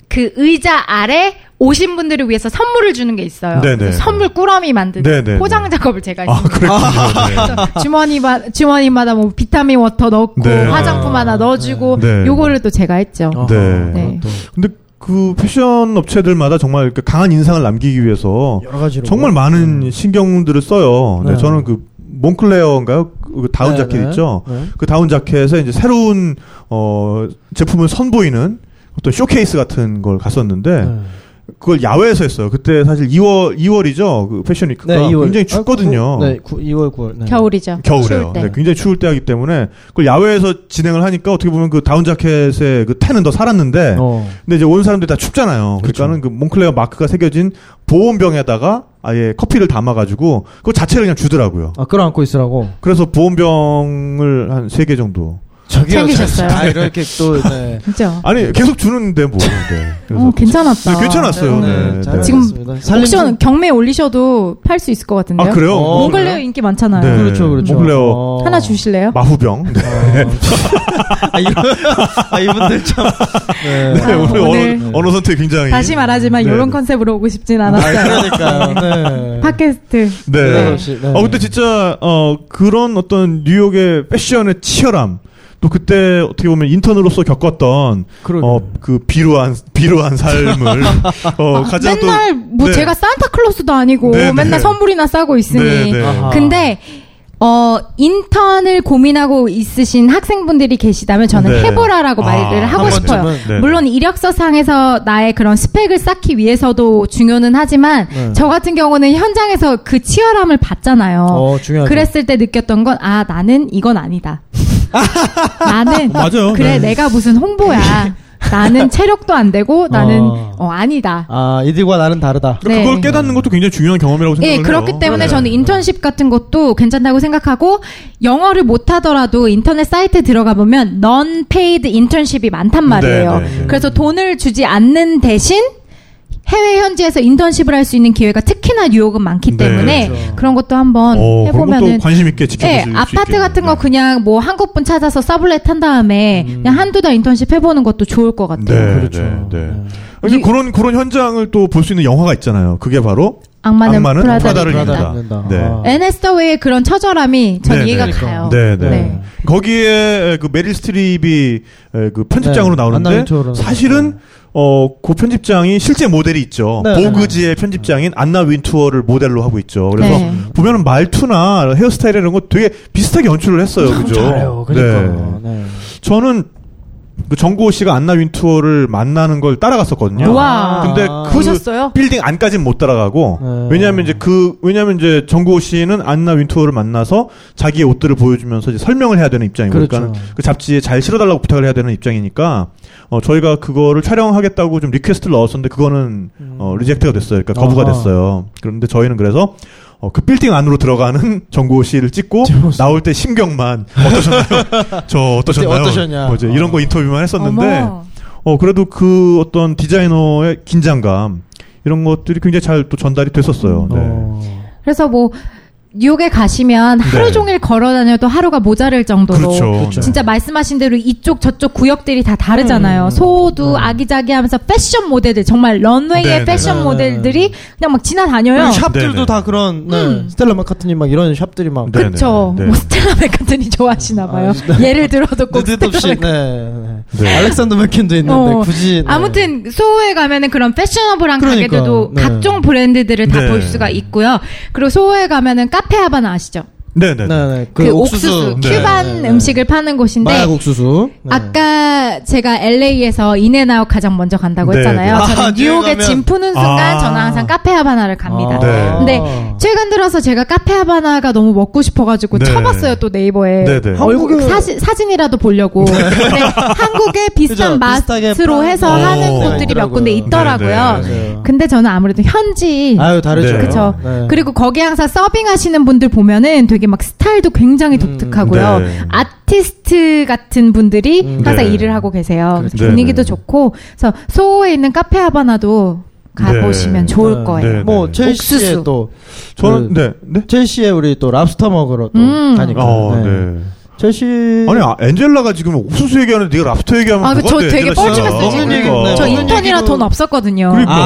Speaker 5: 그 의자 아래 오신 분들을 위해서 선물을 주는 게 있어요.
Speaker 6: 네, 네.
Speaker 5: 그래서 선물 꾸러미 만드는
Speaker 6: 네, 네, 네.
Speaker 5: 포장 작업을 제가
Speaker 6: 아,
Speaker 5: 했어요.
Speaker 6: 그랬군요. 네.
Speaker 5: 주머니마, 주머니마다 뭐 비타민 워터 넣고
Speaker 6: 네.
Speaker 5: 화장품 하나 넣어주고
Speaker 6: 네.
Speaker 5: 요거를 또 제가 했죠.
Speaker 4: 어,
Speaker 6: 네.
Speaker 4: 그것도
Speaker 6: 근데 그 패션 업체들마다 정말 그 강한 인상을 남기기 위해서
Speaker 4: 여러 가지로
Speaker 6: 정말 많은 신경들을 써요. 네,
Speaker 4: 네.
Speaker 6: 저는 그 몽클레어인가요? 그 다운
Speaker 4: 네,
Speaker 6: 자켓
Speaker 4: 네.
Speaker 6: 있죠.
Speaker 4: 네.
Speaker 6: 그 다운 자켓에 이제 새로운 어 제품을 선보이는 어떤 쇼케이스 같은 걸 갔었는데
Speaker 4: 네.
Speaker 6: 그걸 야외에서 했어요. 그때 사실 2월 2월이죠. 그 패션 위크가
Speaker 4: 네, 이월.
Speaker 6: 굉장히
Speaker 4: 아,
Speaker 6: 춥거든요.
Speaker 4: 구- 네, 9, 2월 9월. 네.
Speaker 5: 겨울이죠.
Speaker 6: 겨울에요.
Speaker 5: 추울 때.
Speaker 6: 네, 굉장히 추울 때 하기 때문에 그걸 야외에서 진행을 하니까 어떻게 보면 그 다운 자켓의 그 태는 더 살았는데
Speaker 4: 어.
Speaker 6: 근데 이제 온 사람들이 다 춥잖아요. 그러니까는 그 몽클레어 마크가 새겨진 보온병에다가 아예 커피를 담아가지고 그 자체를 그냥 주더라고요.
Speaker 4: 아 끌어안고 있으라고.
Speaker 6: 그래서 보온병을 한 세 개 정도.
Speaker 4: 저기요,
Speaker 5: 챙기셨어요?
Speaker 4: 저- 아 이렇게 또 네.
Speaker 5: 진짜.
Speaker 6: 아니 계속 주는데 뭐. 네. 그래서
Speaker 5: 어, 괜찮았다.
Speaker 6: 네, 괜찮았어요. 네, 네.
Speaker 4: 잘
Speaker 5: 지금
Speaker 4: 알겠습니다.
Speaker 5: 혹시
Speaker 4: 살림 좀-
Speaker 5: 경매에 올리셔도 팔 수 있을 것 같은데요.
Speaker 6: 아 그래요?
Speaker 4: 어,
Speaker 6: 뭐,
Speaker 5: 몽골레어
Speaker 4: 그래요?
Speaker 5: 인기 많잖아요.
Speaker 6: 네.
Speaker 4: 그렇죠, 그렇죠.
Speaker 6: 몽클레어.
Speaker 4: 어.
Speaker 5: 하나 주실래요?
Speaker 6: 마후병. 네.
Speaker 4: 아, 이분, 아 이분들 참. 네.
Speaker 6: 네,
Speaker 5: 아,
Speaker 6: 오늘
Speaker 5: 오늘
Speaker 6: 언어, 언어 선택 굉장히.
Speaker 5: 다시 말하지만
Speaker 6: 네.
Speaker 5: 이런 컨셉으로 오고 싶진
Speaker 4: 아,
Speaker 5: 않았어요.
Speaker 4: 그러니까요. 네.
Speaker 5: 팟캐스트.
Speaker 6: 네.
Speaker 4: 네, 역시, 네.
Speaker 6: 어 그때 진짜 어 그런 어떤 뉴욕의 패션의 치열함. 또 그때 어떻게 보면 인턴으로서 겪었던
Speaker 4: 그러게요.
Speaker 6: 어 그 비루한 비루한 삶을 어 가장 또
Speaker 5: 맨날 뭐
Speaker 6: 네.
Speaker 5: 제가 산타클로스도 아니고
Speaker 6: 네, 네.
Speaker 5: 맨날 선물이나 싸고 있으니.
Speaker 6: 네, 네.
Speaker 4: 아하.
Speaker 5: 근데 어 인턴을 고민하고 있으신 학생분들이 계시다면 저는
Speaker 6: 네.
Speaker 5: 해보라라고
Speaker 6: 아,
Speaker 5: 말을 하고
Speaker 6: 한
Speaker 5: 싶어요.
Speaker 4: 번쯤은?
Speaker 6: 네.
Speaker 5: 물론 이력서상에서 나의 그런 스펙을 쌓기 위해서도 중요는 하지만
Speaker 4: 네.
Speaker 5: 저 같은 경우는 현장에서 그 치열함을 봤잖아요.
Speaker 4: 어, 중요하죠.
Speaker 5: 그랬을 때 느꼈던 건, 아, 나는 이건 아니다. 나는,
Speaker 6: 맞아요. 네.
Speaker 5: 그래, 내가 무슨 홍보야. 나는 체력도 안 되고, 나는,
Speaker 4: 어.
Speaker 5: 어, 아니다.
Speaker 4: 아 이들과 나는 다르다.
Speaker 5: 네.
Speaker 6: 그걸 깨닫는 것도 굉장히 중요한 경험이라고 생각을
Speaker 5: 예,
Speaker 6: 해요.
Speaker 5: 그렇기 때문에
Speaker 6: 네.
Speaker 5: 저는 인턴십 같은 것도 괜찮다고 생각하고 영어를 못 하더라도 인터넷 사이트에 들어가 보면 넌 페이드 인턴십이 많단 말이에요.
Speaker 6: 네, 네, 네.
Speaker 5: 그래서 돈을 주지 않는 대신 해외 현지에서 인턴십을 할 수 있는 기회가 특히나 뉴욕은 많기
Speaker 6: 네,
Speaker 5: 때문에 그런 것도 한번
Speaker 6: 어, 그런
Speaker 5: 해보면은
Speaker 6: 것도 관심 있게 지켜보실
Speaker 5: 예,
Speaker 6: 수
Speaker 5: 아파트
Speaker 6: 있겠네요.
Speaker 5: 같은 거 그냥 뭐 한국분 찾아서 서블렛 한 다음에 그냥 한두 달 인턴십 해보는 것도 좋을 것
Speaker 6: 네,
Speaker 5: 같아요.
Speaker 6: 네,
Speaker 4: 그렇죠.
Speaker 6: 네, 네.
Speaker 4: 네.
Speaker 6: 그래서
Speaker 5: 이-
Speaker 6: 그런 그런 현장을 또 볼 수 있는 영화가 있잖아요. 그게 바로
Speaker 5: 악마는,
Speaker 6: 악마는
Speaker 5: 프라다를
Speaker 6: 프라다를
Speaker 5: 입는다.
Speaker 6: 입는다.
Speaker 4: 입는다.
Speaker 6: 네.
Speaker 4: 아.
Speaker 5: 에네스터웨이의 그런 처절함이 전
Speaker 6: 네,
Speaker 5: 이해가
Speaker 6: 네.
Speaker 5: 가요.
Speaker 6: 네, 네.
Speaker 5: 네.
Speaker 6: 거기에 그 메릴 스트립이 에, 그 편집장으로
Speaker 4: 네,
Speaker 6: 나오는데
Speaker 4: 안나윈초로
Speaker 6: 사실은 어, 그 편집장이 실제 모델이 있죠.
Speaker 4: 네,
Speaker 6: 보그지의 편집장인 안나 윈투어를 모델로 하고 있죠. 그래서
Speaker 5: 네.
Speaker 6: 보면은 말투나 헤어스타일 이런 거 되게 비슷하게 연출을 했어요. 그죠?
Speaker 4: 잘해요. 그러니까. 네.
Speaker 6: 저는 그 정구호 씨가 안나 윈투어를 만나는 걸
Speaker 4: 네.
Speaker 6: 따라갔었거든요.
Speaker 5: 우와.
Speaker 4: 아.
Speaker 6: 근데 그
Speaker 5: 보셨어요?
Speaker 6: 빌딩 안까지는 못 따라가고
Speaker 4: 네.
Speaker 6: 왜냐하면 이제 그 왜냐하면 이제 정구호 씨는 안나 윈투어를 만나서 자기의 옷들을 보여주면서 이제 설명을 해야 되는 입장이고 그러니까
Speaker 4: 그렇죠.
Speaker 6: 그 잡지에 잘 실어달라고 부탁을 해야 되는 입장이니까 어 저희가 그거를 촬영하겠다고 좀 리퀘스트를 넣었었는데 그거는 어 리젝트가 됐어요. 그러니까 거부가
Speaker 4: 음. 아하.
Speaker 6: 됐어요. 그런데 저희는 그래서 어, 그 빌딩 안으로 들어가는 정구호 씨를 찍고 나올 때 심경만 어떠셨나요? 저 어떠셨나요?
Speaker 4: 어떠셨냐?
Speaker 6: 뭐 이제 이런 거
Speaker 4: 어.
Speaker 6: 인터뷰만 했었는데
Speaker 5: 어머.
Speaker 6: 어, 그래도 그 어떤 디자이너의 긴장감, 이런 것들이 굉장히 잘 또 전달이 됐었어요. 네.
Speaker 4: 어.
Speaker 5: 그래서 뭐 뉴욕에 가시면 하루
Speaker 6: 네.
Speaker 5: 종일 걸어 다녀도 하루가 모자랄 정도로
Speaker 6: 그렇죠.
Speaker 5: 진짜 말씀하신 대로 이쪽 저쪽 구역들이 다 다르잖아요.
Speaker 6: 음.
Speaker 5: 소도 아기자기하면서 패션 모델들 정말 런웨이의
Speaker 6: 네, 그렇죠. 네.
Speaker 5: 패션
Speaker 4: 네, 네.
Speaker 5: 모델들이 그냥 막 지나다녀요.
Speaker 4: 그리고 샵들도
Speaker 6: 네네.
Speaker 4: 다 그런 네.
Speaker 5: 음.
Speaker 4: 스텔라 마카트니 막 이런 샵들이 막
Speaker 6: 네.
Speaker 5: 그쵸.
Speaker 6: 네, 네, 네.
Speaker 5: 뭐 스텔라 맥카트니 좋아하시나 봐요. 예를 들어도 꼭 스텔라
Speaker 4: 느닷없이
Speaker 5: 맥카트니.
Speaker 4: 네. 네.
Speaker 6: 네.
Speaker 4: 알렉산더 맥킨도 있는데
Speaker 5: 어,
Speaker 4: 굳이 네.
Speaker 5: 아무튼 소호에 가면은 그런 패셔너블한
Speaker 4: 그러니까,
Speaker 5: 가게들도
Speaker 4: 네.
Speaker 5: 각종 브랜드들을 다
Speaker 6: 네.
Speaker 5: 볼 수가 있고요. 그리고 소호에 가면은 카페 하바나 아시죠?
Speaker 4: 네,
Speaker 6: 네네.
Speaker 4: 네.
Speaker 5: 그, 옥수수,
Speaker 6: 네.
Speaker 5: 큐반
Speaker 4: 네.
Speaker 5: 음식을 파는 곳인데
Speaker 4: 마약 옥수수. 네.
Speaker 5: 아까 제가 LA에서 인앤아웃 가장 먼저 간다고
Speaker 6: 네,
Speaker 5: 했잖아요.
Speaker 4: 네. 아,
Speaker 5: 저는 뉴욕에
Speaker 4: 뉴욕
Speaker 5: 짐
Speaker 4: 하면-
Speaker 5: 푸는 순간
Speaker 6: 아.
Speaker 5: 저는 항상 카페 하바나를 갑니다.
Speaker 4: 아.
Speaker 6: 네.
Speaker 5: 근데 최근 들어서 제가 카페 하바나가 너무 먹고 싶어가지고
Speaker 6: 네.
Speaker 5: 쳐봤어요 또 네이버에
Speaker 6: 네, 네.
Speaker 5: 얼굴
Speaker 4: 한국에- 그
Speaker 5: 사진 사진이라도 보려고. 근데 한국에 비슷한
Speaker 4: 그죠? 비슷하게
Speaker 5: 맛으로
Speaker 4: 파는 네,
Speaker 5: 해서
Speaker 6: 어.
Speaker 5: 하는 곳들이 몇
Speaker 4: 있더라고요.
Speaker 5: 군데 있더라고요.
Speaker 6: 네,
Speaker 4: 맞아요.
Speaker 5: 근데 저는 아무래도 현지
Speaker 4: 아유 다르죠.
Speaker 6: 네.
Speaker 5: 그쵸.
Speaker 4: 네.
Speaker 5: 그리고 거기 항상 서빙하시는 분들 보면은 되게 막 스타일도
Speaker 4: 음,
Speaker 5: 굉장히 독특하고요.
Speaker 6: 네.
Speaker 5: 아티스트 같은 분들이
Speaker 4: 음.
Speaker 5: 항상
Speaker 6: 네.
Speaker 5: 일을 하고 계세요. 그래서
Speaker 6: 네,
Speaker 5: 분위기도
Speaker 6: 네.
Speaker 5: 좋고, 그래서 소호에 있는 카페 하바나도 가보시면
Speaker 6: 네.
Speaker 5: 좋을
Speaker 4: 네.
Speaker 5: 거예요.
Speaker 6: 네.
Speaker 4: 뭐 첼시에
Speaker 5: 옥수수.
Speaker 4: 또
Speaker 6: 저는
Speaker 4: 그
Speaker 6: 네. 네.
Speaker 4: 첼시에 우리 또 랍스터 먹으러 또
Speaker 5: 음.
Speaker 4: 가니까.
Speaker 6: 어,
Speaker 4: 네.
Speaker 6: 네.
Speaker 4: 첼시
Speaker 6: 아니 아, 엔젤라가 지금 옥수수 얘기하는데 네가 랍스터 음, 얘기하면
Speaker 4: 그
Speaker 5: 아,
Speaker 6: 뭐가
Speaker 5: 저
Speaker 6: 돼,
Speaker 5: 되게
Speaker 6: 엔젤라 씨가.
Speaker 5: 뻘쭘했어요, 지금.
Speaker 6: 그러니까.
Speaker 5: 저
Speaker 4: 어.
Speaker 5: 인턴이라 돈 없었거든요.
Speaker 6: 그러니까.
Speaker 4: 아,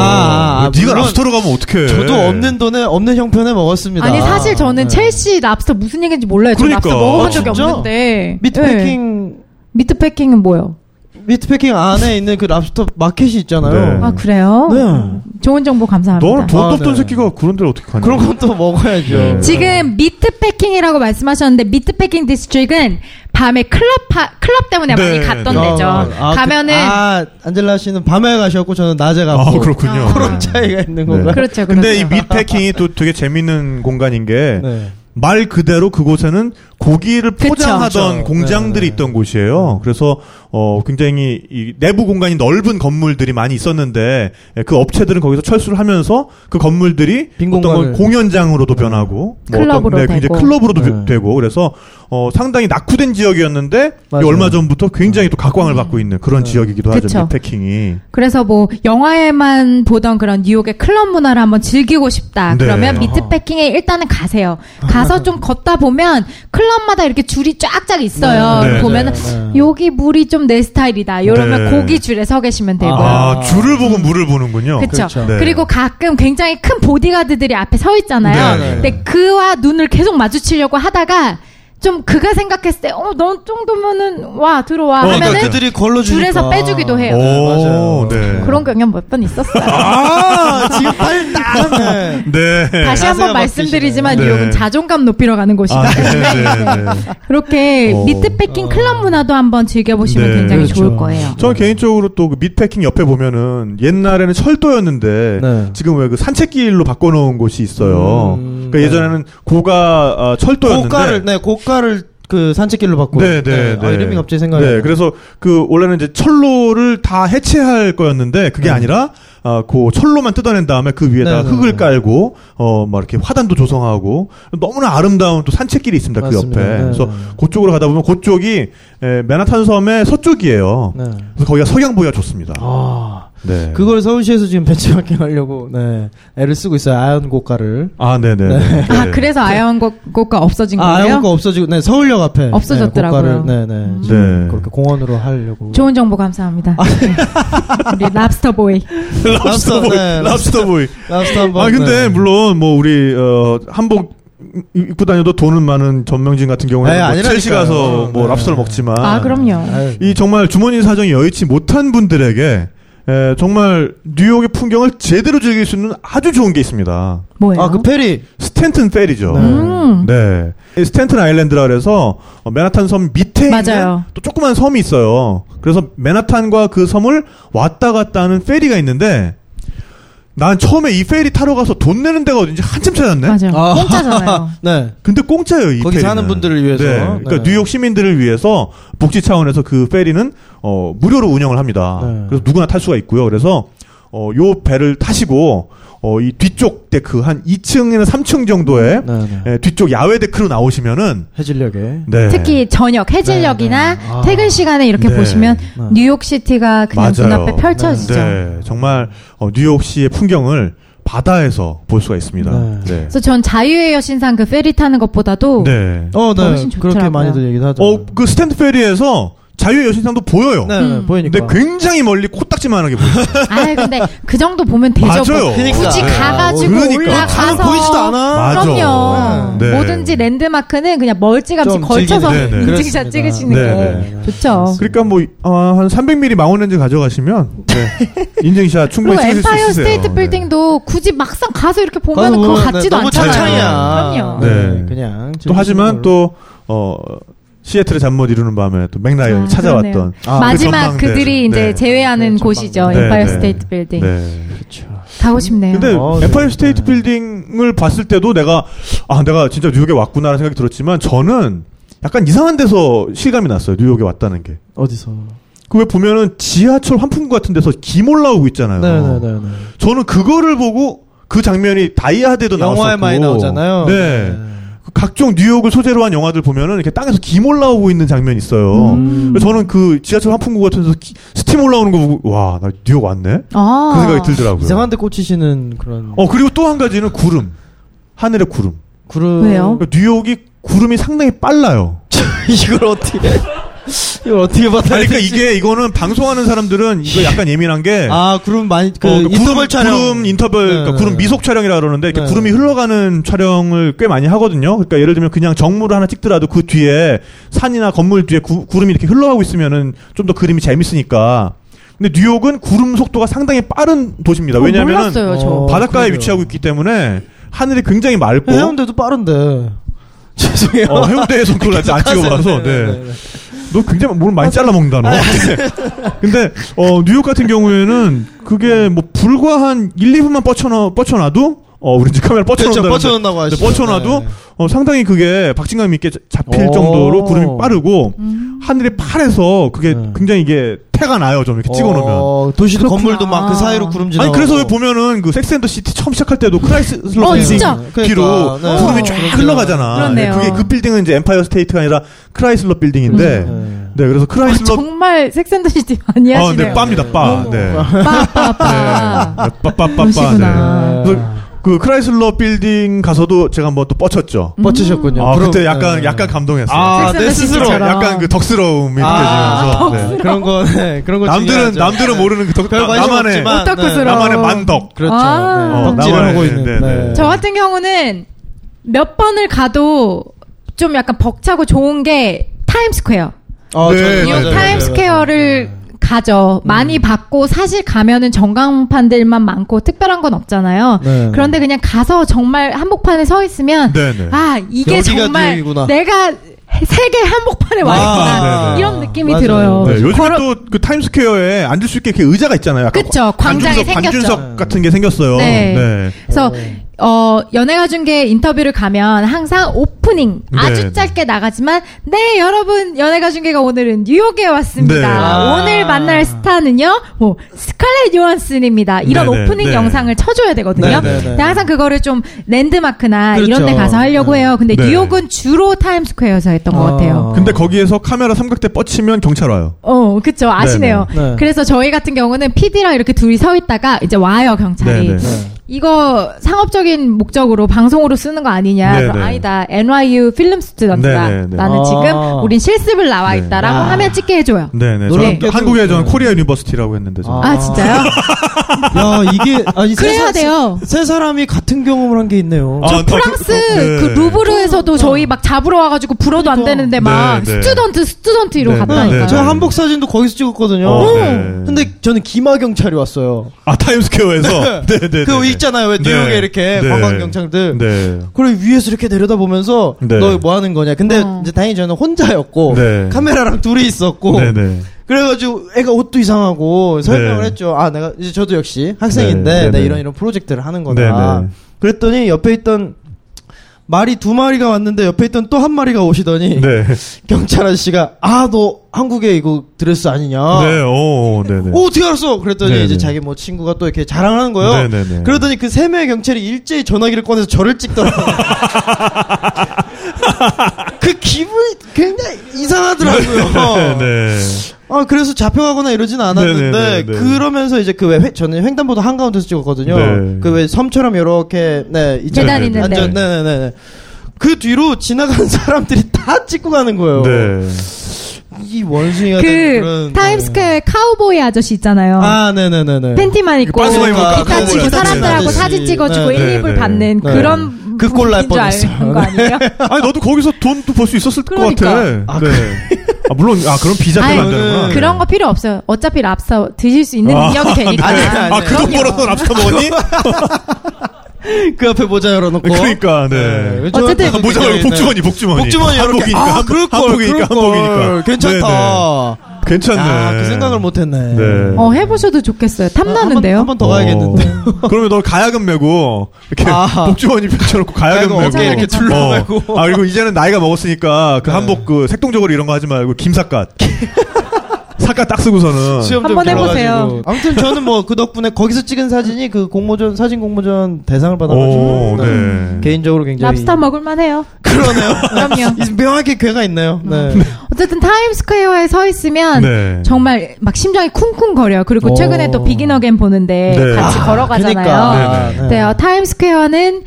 Speaker 4: 아,
Speaker 6: 네가
Speaker 4: 물론-
Speaker 6: 랍스터로 가면 어떡해.
Speaker 4: 저도 없는 돈에 없는 형편에 먹었습니다.
Speaker 5: 아니 사실 저는
Speaker 4: 네.
Speaker 5: 첼시 랍스터 무슨 얘기인지 몰라요. 저
Speaker 6: 그러니까.
Speaker 5: 랍스터 먹어본
Speaker 6: 아,
Speaker 5: 적이
Speaker 4: 진짜?
Speaker 5: 없는데. 네.
Speaker 4: 미트패킹
Speaker 5: 미트패킹은 뭐요?
Speaker 4: 미트패킹 안에 있는 그 랍스터 마켓이 있잖아요.
Speaker 6: 네.
Speaker 5: 네. 아 그래요?
Speaker 4: 네.
Speaker 5: 좋은 정보 감사합니다.
Speaker 6: 너는 돈
Speaker 4: 아,
Speaker 6: 없던
Speaker 4: 네.
Speaker 6: 새끼가 그런 데를 어떻게 가냐.
Speaker 4: 그런 건 또 먹어야죠.
Speaker 6: 네.
Speaker 5: 지금 미트 패킹이라고 말씀하셨는데 미트 패킹 디스트릭은 밤에 클럽 파, 클럽 때문에
Speaker 6: 네,
Speaker 5: 많이 갔던
Speaker 6: 네.
Speaker 5: 데죠.
Speaker 4: 아,
Speaker 5: 가면은
Speaker 4: 그, 아 안젤라 씨는 밤에 가셨고 저는 낮에
Speaker 6: 아,
Speaker 4: 갔고
Speaker 6: 그렇군요. 네.
Speaker 5: 아.
Speaker 4: 그런 차이가 있는 건가요?
Speaker 5: 그렇죠.
Speaker 6: 근데 이
Speaker 5: 그렇죠.
Speaker 6: 밑패킹이 또 되게 재밌는 공간인 게 말
Speaker 4: 네.
Speaker 6: 그대로 그곳에는 고기를
Speaker 5: 그쵸.
Speaker 6: 포장하던
Speaker 4: 그쵸.
Speaker 6: 공장들이
Speaker 4: 네, 네.
Speaker 6: 있던 곳이에요. 그래서 어 굉장히 이 내부 공간이 넓은 건물들이 많이 있었는데 예, 그 업체들은 거기서 철수를 하면서 그 건물들이
Speaker 4: 빈
Speaker 6: 어떤 건
Speaker 4: 공간을-
Speaker 6: 공연장으로도 변하고
Speaker 5: 클럽으로
Speaker 6: 어떤, 네, 굉장히
Speaker 5: 되고.
Speaker 6: 클럽으로도
Speaker 4: 네.
Speaker 6: 되고 그래서 어 상당히 낙후된 지역이었는데 이
Speaker 4: 맞아요. 음. 네.
Speaker 6: 얼마 전부터 굉장히 또 각광을 받고 있는 그런 지역이기도 하죠.
Speaker 5: 그쵸.
Speaker 6: 밑패킹이
Speaker 5: 그래서 뭐 영화에만 보던 그런 뉴욕의 클럽 문화를 한번 즐기고 싶다.
Speaker 6: 네.
Speaker 5: 그러면 미트 패킹에 일단은 가세요. 가서 좀 걷다 보면 클럽마다 이렇게 줄이 쫙쫙 있어요.
Speaker 6: 네, 네,
Speaker 5: 보면은
Speaker 4: 네.
Speaker 5: 여기 물이 좀 내 스타일이다. 이러면
Speaker 6: 네.
Speaker 5: 고기 줄에 서 계시면 되고요.
Speaker 6: 아 줄을 보고 물을 보는군요.
Speaker 5: 그렇죠.
Speaker 4: 그쵸.
Speaker 6: 네.
Speaker 5: 그리고 가끔 굉장히 큰 보디가드들이 앞에 서 있잖아요.
Speaker 6: 네, 네, 네.
Speaker 5: 근데 그와 눈을 계속 마주치려고 하다가 좀 그가 생각했을 때, 어, 넌 정도면은 와 들어와
Speaker 6: 어,
Speaker 5: 하면은
Speaker 6: 그러니까
Speaker 4: 그들이 걸러주니까
Speaker 5: 줄에서 빼주기도 해요.
Speaker 6: 오,
Speaker 4: 맞아요.
Speaker 6: 네.
Speaker 5: 그런 경험 몇 번 있었어요.
Speaker 4: 아 지금 빨리 나갔네.
Speaker 6: 네.
Speaker 5: 다시
Speaker 4: 자세가
Speaker 5: 한번 말씀드리지만
Speaker 6: 바뀌시네.
Speaker 5: 뉴욕은
Speaker 6: 네.
Speaker 5: 자존감 높이러 가는 곳이다.
Speaker 6: 아, 네, 네, 네.
Speaker 5: 그렇게
Speaker 6: 오.
Speaker 5: 미트 패킹 클럽 문화도 한번 즐겨보시면
Speaker 6: 네.
Speaker 5: 굉장히 좋을
Speaker 4: 그렇죠.
Speaker 5: 거예요.
Speaker 6: 저 개인적으로 또 그 밑패킹 옆에 보면은 옛날에는 철도였는데
Speaker 4: 네.
Speaker 6: 지금 왜 그 산책길로 바꿔놓은 곳이 있어요.
Speaker 4: 음,
Speaker 6: 그러니까
Speaker 4: 네.
Speaker 6: 예전에는 고가 아, 철도였는데
Speaker 4: 고가를 네 고가를 그 산책길로 바꾸고.
Speaker 6: 네, 네,
Speaker 4: 아,
Speaker 6: 네.
Speaker 4: 이름이 갑자기 생각이.
Speaker 6: 네,
Speaker 4: 안 나요.
Speaker 6: 그래서 그 원래는 이제 철로를 다 해체할 거였는데 그게 아니라 아, 그 철로만 뜯어낸 다음에 그 위에다가
Speaker 4: 네, 네,
Speaker 6: 흙을
Speaker 4: 네.
Speaker 6: 깔고 어막 이렇게 화단도 조성하고 너무나 아름다운 또 산책길이 있습니다 그
Speaker 4: 맞습니다.
Speaker 6: 옆에.
Speaker 4: 네,
Speaker 6: 그래서
Speaker 4: 네.
Speaker 6: 그쪽으로 가다 보면 그쪽이 에, 맨하탄 섬의 서쪽이에요.
Speaker 4: 네.
Speaker 6: 그래서 거기가 석양 보기가 좋습니다.
Speaker 4: 아
Speaker 6: 네.
Speaker 4: 그걸 서울시에서 지금 벤치마킹 하려고 네 애를 쓰고 있어요 아연 고가를.
Speaker 6: 아, 네네.
Speaker 5: 아, 그래서 아이언 곡가 없어진
Speaker 4: 아,
Speaker 5: 거예요?
Speaker 4: 아영가 없어지고, 네, 서울역 앞에.
Speaker 5: 없어졌더라고요. 음.
Speaker 4: 네, 고가를, 네, 네. 지금
Speaker 6: 네.
Speaker 4: 그렇게 공원으로 하려고.
Speaker 5: 좋은 정보 감사합니다.
Speaker 6: 아,
Speaker 5: 우리 랍스터 보이.
Speaker 6: 랍스터 보이.
Speaker 4: 네,
Speaker 6: 랍스터 보이.
Speaker 4: 라스트 한 번.
Speaker 6: 아, 근데
Speaker 4: 네.
Speaker 6: 물론 뭐 우리 어 한복 입고 다녀도 돈은 많은 전명진 같은 경우에는
Speaker 4: 네,
Speaker 6: 뭐
Speaker 4: 아니라니까요.
Speaker 6: 첼시 가서 뭐
Speaker 4: 네.
Speaker 6: 랍스터를 먹지만
Speaker 5: 아, 그럼요.
Speaker 4: 아유,
Speaker 6: 이 정말 주머니 사정이 여의치 못한 분들에게 에, 정말 뉴욕의 풍경을 제대로 즐길 수 있는 아주 좋은 게 있습니다.
Speaker 5: 뭐예요?
Speaker 4: 아, 그 페리.
Speaker 6: 스탠튼 페리죠.
Speaker 5: 음.
Speaker 6: 네. 이 스탠튼 아일랜드라 그래서 어, 맨하탄 섬 밑에 있는
Speaker 5: 맞아요.
Speaker 6: 또 조그만 섬이 있어요. 그래서 맨하탄과 그 섬을 왔다 갔다 하는 페리가 있는데 난 처음에 이 페리 타러 가서 돈 내는 데가 어딘지 한참 찾았네.
Speaker 5: 맞아요.
Speaker 4: 아.
Speaker 5: 공짜잖아요.
Speaker 4: 네.
Speaker 6: 근데 공짜예요, 이
Speaker 4: 거기
Speaker 6: 페리는.
Speaker 4: 사는 분들을 위해서.
Speaker 6: 네.
Speaker 4: 네.
Speaker 6: 그러니까 뉴욕 시민들을 위해서 복지 차원에서 그 페리는 어, 무료로 운영을 합니다.
Speaker 4: 네.
Speaker 6: 그래서 누구나 탈 수가 있고요. 그래서 어, 요 배를 타시고 어, 이 뒤쪽 데크 한 2층이나 3층 정도에
Speaker 4: 네, 네.
Speaker 6: 예, 뒤쪽 야외 데크로 나오시면은
Speaker 4: 해질녘에.
Speaker 6: 네.
Speaker 5: 특히 저녁
Speaker 4: 네,
Speaker 5: 해질녘이나
Speaker 4: 네. 아.
Speaker 5: 퇴근 시간에 이렇게
Speaker 6: 네.
Speaker 5: 보시면
Speaker 4: 네.
Speaker 5: 뉴욕 시티가 그냥
Speaker 6: 맞아요.
Speaker 5: 눈앞에 펼쳐지죠.
Speaker 6: 네, 정말 어, 뉴욕시의 풍경을 바다에서 볼 수가 있습니다. 네.
Speaker 5: 그래서 전 자유의 여신상 그 페리 타는 것보다도
Speaker 6: 네.
Speaker 4: 어, 네.
Speaker 5: 훨씬
Speaker 4: 그렇게
Speaker 5: 좋더라고요.
Speaker 4: 많이들 얘기도 하죠.
Speaker 6: 어, 그 스탠드 페리에서 자유의 여신상도 보여요.
Speaker 4: 어, 네,
Speaker 5: 음.
Speaker 4: 보이니까.
Speaker 6: 근데 굉장히 멀리 코딱지만하게 보여요.
Speaker 5: 아 근데 그 정도 보면 대접
Speaker 6: 맞아요.
Speaker 4: 그러니까.
Speaker 5: 굳이
Speaker 4: 네.
Speaker 5: 가가지고
Speaker 6: 그러니까.
Speaker 4: 가면
Speaker 5: 올라가서
Speaker 4: 보이지도 않아.
Speaker 6: 맞아.
Speaker 5: 그럼요.
Speaker 6: 네.
Speaker 5: 뭐든지 랜드마크는 그냥 멀찌감치
Speaker 4: 좀
Speaker 5: 걸쳐서
Speaker 6: 즐기는- 네, 네.
Speaker 5: 인증샷
Speaker 4: 그렇습니다.
Speaker 5: 찍으시는
Speaker 6: 네,
Speaker 5: 거 좋죠.
Speaker 6: 그러니까 뭐, 어, 한 300mm 망원렌즈 가져가시면, 네. 인증샷 충분히
Speaker 5: 그리고
Speaker 6: 찍으실 수
Speaker 5: 엠파이어
Speaker 6: 있으세요. 네.
Speaker 5: 스테이트 빌딩도 굳이 막상 가서 이렇게 보면 그거
Speaker 4: 그거는 네,
Speaker 5: 같지도
Speaker 4: 너무
Speaker 5: 않잖아요.
Speaker 4: 자창이야.
Speaker 5: 그럼요.
Speaker 6: 네.
Speaker 4: 그냥.
Speaker 6: 또
Speaker 4: 즐기시는
Speaker 6: 하지만
Speaker 4: 걸로.
Speaker 6: 또, 어, 시애틀의 잠 못 이루는 밤에 또 맥라이언이
Speaker 5: 아,
Speaker 6: 찾아왔던.
Speaker 5: 그러네요.
Speaker 4: 아,
Speaker 5: 마지막
Speaker 6: 전망대.
Speaker 5: 그 그들이 이제
Speaker 6: 네.
Speaker 5: 제외하는
Speaker 4: 네,
Speaker 5: 곳이죠.
Speaker 4: 전망대.
Speaker 5: 엠파이어
Speaker 6: 네, 네.
Speaker 5: 스테이트 빌딩.
Speaker 6: 네.
Speaker 5: 가고 싶네요.
Speaker 6: 근데
Speaker 4: 어, 네.
Speaker 6: 엠파이어 스테이트 빌딩을 봤을 때도 내가, 아, 내가 진짜 뉴욕에 왔구나라는 생각이 들었지만, 저는 약간 이상한 데서 실감이 났어요. 뉴욕에 왔다는 게.
Speaker 4: 어디서?
Speaker 6: 그 왜 보면은 지하철 환풍구 같은 데서 김 올라오고 있잖아요.
Speaker 4: 네네네.
Speaker 6: 저는 그거를 보고 그 장면이 다이아드에도 나왔었고
Speaker 4: 영화에 많이 나오잖아요.
Speaker 6: 네. 그 각종 뉴욕을 소재로 한 영화들 보면은 이렇게 땅에서 김 올라오고 있는 장면이 있어요.
Speaker 4: 음.
Speaker 6: 그래서 저는 그 지하철 환풍구 같은 데서 기- 스팀 올라오는 거 보고 와, 나 뉴욕 왔네.
Speaker 5: 아.
Speaker 6: 그 생각이 들더라고요.
Speaker 4: 이상한데 꽂히시는 그런
Speaker 6: 어, 그리고 또 한 가지는 구름. 하늘의 구름.
Speaker 4: 그런
Speaker 5: 왜요?
Speaker 6: 그러니까 뉴욕이 구름이 상당히 빨라요.
Speaker 4: 이걸 어떻게 이걸 어떻게 받아야
Speaker 6: 아니, 그러니까
Speaker 4: 되지?
Speaker 6: 이게 이거는 방송하는 사람들은 이거 약간 예민한 게
Speaker 4: 아 구름 많이 그
Speaker 6: 어, 그러니까
Speaker 4: 인터벌
Speaker 6: 구름,
Speaker 4: 촬영
Speaker 6: 구름 인터벌, 그러니까
Speaker 4: 네,
Speaker 6: 구름
Speaker 4: 네.
Speaker 6: 미속 촬영이라 그러는데 이렇게
Speaker 4: 네.
Speaker 6: 구름이 흘러가는 촬영을 꽤 많이 하거든요. 그러니까 예를 들면 그냥 정물을 하나 찍더라도 그 뒤에 산이나 건물 뒤에 구, 름이 이렇게 흘러가고 있으면은 좀 더 그림이 재밌으니까. 근데 뉴욕은 구름 속도가 상당히 빠른 도시입니다.
Speaker 5: 어,
Speaker 6: 왜냐면은
Speaker 5: 몰랐어요, 저.
Speaker 4: 어,
Speaker 6: 바닷가에
Speaker 4: 그래요.
Speaker 6: 위치하고 있기 때문에 하늘이 굉장히 맑고
Speaker 4: 해운대도 빠른데 죄송해요.
Speaker 6: 어, 해운대에서 그걸 아직 안 찍어봐서 네. 너 굉장히 뭘 많이 잘라먹는다, 너.
Speaker 4: 아, 네.
Speaker 6: 근데, 어, 뉴욕 같은 경우에는 그게 뭐 불과 한 1, 2분만 뻗쳐놔, 뻗쳐놔도, 어, 우리 이제 카메라
Speaker 4: 그렇죠.
Speaker 6: 뻗쳐놓는다.
Speaker 4: 뻗쳐놓는다고
Speaker 6: 근데
Speaker 4: 하시죠.
Speaker 6: 뻗쳐놔도,
Speaker 4: 네.
Speaker 6: 어, 상당히 그게 박진감 있게 자- 잡힐
Speaker 4: 오.
Speaker 6: 정도로 구름이 빠르고,
Speaker 5: 음.
Speaker 6: 하늘이 파래서 그게
Speaker 4: 네.
Speaker 6: 굉장히 이게 태가 나요, 좀 이렇게 찍어놓으면.
Speaker 4: 어, 도시도
Speaker 5: 그렇구나.
Speaker 4: 건물도 막 그 사이로 구름 지나.
Speaker 6: 아니, 그래서 왜 보면은 그 섹스앤더 시티 처음 시작할 때도 크라이슬러
Speaker 5: 어,
Speaker 6: 빌딩
Speaker 5: 진짜.
Speaker 6: 뒤로
Speaker 4: 그러니까.
Speaker 5: 네.
Speaker 6: 구름이
Speaker 5: 어.
Speaker 6: 쫙 흘러가잖아.
Speaker 5: 그렇네요.
Speaker 6: 그게 그 빌딩은 이제 엠파이어 스테이트가 아니라 크라이슬러 빌딩인데,
Speaker 5: 음.
Speaker 6: 네, 그래서 크라이슬러
Speaker 5: 정말 섹센더시티 많이
Speaker 6: 아,
Speaker 5: 하시네요.
Speaker 6: 네, 빠입니다, 빠.
Speaker 4: 음.
Speaker 6: 네.
Speaker 5: 빠빠빠.
Speaker 6: 네, 빠빠빠빠.
Speaker 5: 아, 그러시구나.
Speaker 6: 네. 그래서 그 크라이슬러 빌딩 가서도 제가 한번 또 뻗쳤죠.
Speaker 5: 음.
Speaker 4: 뻗치셨군요.
Speaker 6: 아,
Speaker 4: 그럼,
Speaker 6: 그때 약간
Speaker 4: 네.
Speaker 6: 약간 감동했어요.
Speaker 4: 아,
Speaker 5: 섹스
Speaker 4: 내
Speaker 5: 앤더
Speaker 4: 스스로
Speaker 5: 시티처럼.
Speaker 6: 약간 그 덕스러움이
Speaker 4: 아,
Speaker 6: 느껴지면서. 네.
Speaker 4: 그런 거 네, 그런 거
Speaker 6: 남들은
Speaker 4: 중요하죠.
Speaker 6: 남들은 모르는 그 덕,
Speaker 4: 별 관심
Speaker 6: 나만의
Speaker 4: 없지만 네.
Speaker 5: 오타쿠스러운.
Speaker 6: 나만의 만덕.
Speaker 4: 그렇죠.
Speaker 5: 아.
Speaker 4: 네.
Speaker 5: 어,
Speaker 4: 덕질을
Speaker 6: 나만의,
Speaker 4: 하고 있는.
Speaker 6: 네, 네.
Speaker 5: 저 같은 경우는 몇 번을 가도 좀 약간 벅차고 좋은 게 타임스퀘어.
Speaker 4: 어,
Speaker 6: 네,
Speaker 4: 저는
Speaker 6: 네,
Speaker 5: 뉴욕
Speaker 4: 맞아요, 네, 음.
Speaker 5: 타임스퀘어를 가죠. 많이 받고 사실 가면은 전광판들만 많고 특별한 건 없잖아요.
Speaker 4: 네.
Speaker 5: 그런데 그냥 가서 정말 한복판에 서 있으면
Speaker 6: 네네.
Speaker 5: 아 이게
Speaker 4: 여기가
Speaker 5: 정말
Speaker 4: 뉴욕이구나.
Speaker 5: 내가 세계 한복판에 와
Speaker 4: 아,
Speaker 5: 있구나
Speaker 6: 네네.
Speaker 5: 이런 느낌이
Speaker 4: 맞아요.
Speaker 5: 들어요.
Speaker 6: 네, 요즘에
Speaker 5: 걸어-
Speaker 6: 또 그 타임스퀘어에 앉을 수 있게 이렇게 의자가 있잖아요. 약간
Speaker 5: 그쵸, 광장이
Speaker 6: 관준석,
Speaker 5: 생겼죠.
Speaker 6: 관준석 같은 게 생겼어요.
Speaker 5: 네.
Speaker 6: 네.
Speaker 5: 그래서 어 연예가 중계 인터뷰를 가면 항상 오프닝 아주
Speaker 6: 네.
Speaker 5: 짧게 나가지만 네 여러분 연예가 중계가 오늘은 뉴욕에 왔습니다.
Speaker 6: 네.
Speaker 4: 아.
Speaker 5: 오늘 만날 스타는요 뭐 스칼렛 요한슨입니다. 이런
Speaker 6: 네, 네,
Speaker 5: 오프닝
Speaker 6: 네.
Speaker 5: 영상을 쳐줘야
Speaker 4: 네,
Speaker 5: 되거든요.
Speaker 4: 네, 네.
Speaker 5: 근데 항상 그거를 좀 랜드마크나
Speaker 4: 그렇죠.
Speaker 5: 이런 데 가서 하려고
Speaker 4: 네.
Speaker 5: 해요. 근데
Speaker 6: 네.
Speaker 5: 뉴욕은 주로 타임스퀘어에서 했던 것
Speaker 4: 아.
Speaker 5: 같아요.
Speaker 6: 근데 거기에서 카메라 삼각대 뻗치면 경찰 와요.
Speaker 5: 어, 그쵸. 아시네요.
Speaker 4: 네, 네. 네.
Speaker 5: 그래서 저희 같은 경우는 PD랑 이렇게 둘이 서 있다가 이제 와요, 경찰이.
Speaker 6: 네, 네.
Speaker 5: 이거 상업적인 목적으로 방송으로 쓰는 거 아니냐.
Speaker 6: 네,
Speaker 5: 그럼
Speaker 6: 네.
Speaker 5: 아니다. NYU 필름 스튜던트다.
Speaker 6: 네, 네, 네.
Speaker 5: 나는
Speaker 4: 아.
Speaker 5: 지금 우린 실습을 나와
Speaker 6: 네. 음.
Speaker 5: 있다라고
Speaker 4: 아.
Speaker 5: 하면 찍게 해줘요.
Speaker 6: 네네.
Speaker 4: 노래
Speaker 6: 저는
Speaker 4: 깨도-
Speaker 6: 한국에 저는
Speaker 4: 네.
Speaker 6: 코리아 유니버시티라고 했는데. 저는.
Speaker 4: 아.
Speaker 5: 아, 진짜요?
Speaker 4: 야 이게 아니 세
Speaker 5: 그래야
Speaker 4: 사-
Speaker 5: 돼요.
Speaker 4: 세 사람이 같은 경험을 한 게 있네요.
Speaker 6: 아, 아,
Speaker 5: 프랑스
Speaker 6: 네.
Speaker 5: 그 루브르에서도 저희 막 잡으러 와가지고 불어도 안 되는데 막
Speaker 6: 네, 네.
Speaker 5: 스튜던트 스튜던트로
Speaker 6: 네,
Speaker 5: 갔다니까요.
Speaker 6: 네,
Speaker 4: 저
Speaker 6: 네.
Speaker 4: 한복 사진도 거기서 찍었거든요.
Speaker 6: 어,
Speaker 4: 오!
Speaker 6: 네.
Speaker 4: 근데 저는 기마 경찰이 왔어요.
Speaker 6: 아 타임스퀘어에서 네네
Speaker 4: 그 있잖아요, 왜 뉴욕에 이렇게 관광 경찰들.
Speaker 6: 네.
Speaker 4: 그리고 위에서 이렇게 내려다보면서
Speaker 6: 네.
Speaker 4: 너 뭐 하는 거냐. 근데
Speaker 5: 어.
Speaker 4: 이제 다행히 저는 혼자였고
Speaker 6: 네.
Speaker 4: 카메라랑 둘이 있었고
Speaker 6: 네네.
Speaker 4: 그래가지고 애가 옷도 이상하고 설명을
Speaker 6: 네.
Speaker 4: 했죠. 아 내가 이제 저도 역시 학생인데
Speaker 6: 네, 네,
Speaker 4: 내
Speaker 6: 네.
Speaker 4: 이런 이런 프로젝트를 하는 거다.
Speaker 6: 네, 네.
Speaker 4: 그랬더니 옆에 있던 말이 두 마리가 왔는데 옆에 있던 또 한 마리가 오시더니
Speaker 6: 네.
Speaker 4: 경찰 아저씨가 아 너 한국에 이거 드레스 아니냐.
Speaker 6: 네. 오. 네네.
Speaker 4: 어, 어떻게 알았어? 그랬더니
Speaker 6: 네네.
Speaker 4: 이제 자기 뭐 친구가 또 이렇게 자랑하는 거예요.
Speaker 6: 네네네.
Speaker 4: 그러더니 그 세 명의 경찰이 일제히 전화기를 꺼내서 저를 찍더라고요. 그 기분이 굉장히 이상하더라고요.
Speaker 6: 네.
Speaker 4: 아, 그래서 잡혀가거나 이러진 않았는데,
Speaker 6: 네네네네.
Speaker 4: 그러면서 이제 그 왜, 회- 저는 횡단보도 한가운데서 찍었거든요.
Speaker 6: 네.
Speaker 4: 그 왜 섬처럼 요렇게, 네, 이제
Speaker 5: 계단
Speaker 6: 네, 네,
Speaker 5: 있는데.
Speaker 4: 완전, 네네네. 그 뒤로 지나가는 사람들이 다 찍고 가는 거예요.
Speaker 6: 네.
Speaker 4: 이 원숭이가 되는
Speaker 5: 그
Speaker 4: 그런 네.
Speaker 5: 타임스퀘어에 카우보이 아저씨 있잖아요.
Speaker 4: 아, 네네네네.
Speaker 5: 팬티만 입고
Speaker 6: 반스만 입고
Speaker 5: 기타
Speaker 6: 카우보이
Speaker 5: 치고
Speaker 6: 아저씨.
Speaker 5: 사람들하고
Speaker 4: 아저씨.
Speaker 5: 사진 찍어주고
Speaker 4: 네,
Speaker 6: 네,
Speaker 5: 1, 2을
Speaker 6: 네.
Speaker 5: 받는
Speaker 4: 네.
Speaker 5: 그런
Speaker 4: 그 꼴날
Speaker 5: 분인 줄
Speaker 4: 뻔했어요.
Speaker 5: 아는 거 아니에요?
Speaker 6: 아니 너도 거기서 돈도 벌 수 있었을 것
Speaker 5: 그러니까.
Speaker 6: 같아. 네. 아, 물론 아 그럼 비자
Speaker 5: 아니,
Speaker 6: 때문에 안 되는구나.
Speaker 4: 네.
Speaker 5: 그런 거 필요 없어요. 어차피 랍스터 드실 수 있는
Speaker 6: 아,
Speaker 5: 능력이 되니까.
Speaker 4: 아니,
Speaker 6: 아,
Speaker 4: 아니, 아니.
Speaker 6: 그 돈
Speaker 5: 그럼요.
Speaker 6: 벌어서 랍스터 먹었니?
Speaker 4: 그 앞에 모자 열어놓고.
Speaker 6: 그러니까, 네.
Speaker 4: 저-
Speaker 5: 어쨌든-
Speaker 6: 아, 모자 말고
Speaker 4: 네.
Speaker 6: 복주머니, 복주머니.
Speaker 4: 복주머니 이렇게-
Speaker 6: 한복이니까,
Speaker 4: 아,
Speaker 6: 한복-
Speaker 4: 그럴 걸,
Speaker 6: 한복이니까,
Speaker 4: 그럴 걸.
Speaker 6: 한복이니까. 네,
Speaker 4: 괜찮다.
Speaker 6: 괜찮네.
Speaker 4: 야, 그 생각을 못했네.
Speaker 6: 네.
Speaker 5: 어, 해보셔도 좋겠어요. 탐나는데요.
Speaker 4: 한 번 더 가야겠는데.
Speaker 6: 어. 그러면 너 가야금 메고 이렇게
Speaker 4: 아.
Speaker 6: 복주머니 펼쳐놓고 가야금
Speaker 4: 가야금
Speaker 6: 메고
Speaker 4: 어깨에
Speaker 5: 이렇게
Speaker 4: 둘러매고.
Speaker 6: 어. 아 그리고 이제는 나이가 먹었으니까 그
Speaker 4: 네.
Speaker 6: 한복 그 색동적으로 이런 거 하지 말고 김삿갓. 삿갓 딱 쓰고서는
Speaker 4: 시험
Speaker 5: 한번
Speaker 4: 좀
Speaker 5: 해보세요.
Speaker 4: 들어가지고. 아무튼 저는 뭐 그 덕분에 거기서 찍은 사진이 그 공모전 사진 공모전 대상을
Speaker 6: 오,
Speaker 4: 받아가지고
Speaker 6: 네.
Speaker 4: 네. 개인적으로 굉장히
Speaker 5: 랍스터 먹을만해요.
Speaker 4: 그러네요.
Speaker 5: 그럼요.
Speaker 4: 이 명확히 괴가 있네요. 네.
Speaker 5: 어쨌든 타임스퀘어에 서 있으면
Speaker 6: 네.
Speaker 5: 정말 막 심장이 쿵쿵거려. 그리고
Speaker 4: 오.
Speaker 5: 최근에 또 비긴 어겐 보는데
Speaker 6: 네.
Speaker 5: 같이
Speaker 6: 아,
Speaker 5: 걸어가잖아요.
Speaker 4: 그러니까.
Speaker 6: 네,
Speaker 4: 네.
Speaker 5: 네, 어, 타임스퀘어는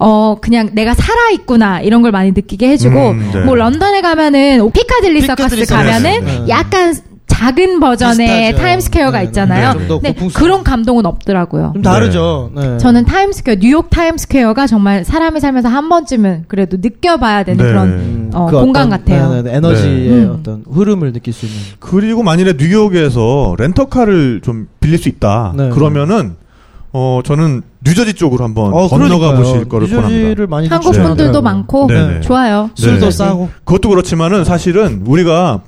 Speaker 5: 어 그냥 내가 살아 있구나 이런 걸 많이 느끼게 해주고
Speaker 6: 음, 네.
Speaker 5: 뭐 런던에 가면은 피카딜리 서커스
Speaker 4: 피카딜리
Speaker 5: 가면은
Speaker 4: 서커스, 네.
Speaker 5: 약간 작은 버전의
Speaker 4: 비슷하죠. 네,
Speaker 5: 타임스퀘어가
Speaker 4: 네.
Speaker 5: 있잖아요.
Speaker 4: 좀더
Speaker 5: 근데
Speaker 4: 고풍스러워.
Speaker 5: 그런 감동은 없더라고요.
Speaker 4: 좀 다르죠. 네.
Speaker 5: 저는 타임스퀘어, 뉴욕 타임스퀘어가 정말 사람이 살면서 한 번쯤은 그래도 느껴봐야 되는
Speaker 6: 네.
Speaker 5: 그런 어,
Speaker 4: 음,
Speaker 5: 공간
Speaker 4: 어떤,
Speaker 5: 같아요.
Speaker 4: 네, 네, 네, 에너지의
Speaker 5: 네.
Speaker 4: 어떤 흐름을 느낄 수 있는.
Speaker 6: 그리고 만일에 뉴욕에서 렌터카를 좀 빌릴 수 있다.
Speaker 4: 네.
Speaker 6: 그러면은 어 저는 뉴저지 쪽으로 어, 한번 건너가
Speaker 4: 어, 그러니까요.
Speaker 6: 보실 거를 권합니다.
Speaker 4: 뉴저지를 많이
Speaker 5: 한국
Speaker 4: 추천하더라고요.
Speaker 5: 분들도 많고
Speaker 6: 네.
Speaker 5: 좋아요.
Speaker 4: 술도
Speaker 6: 네.
Speaker 4: 싸고.
Speaker 6: 그것도 그렇지만은 사실은 우리가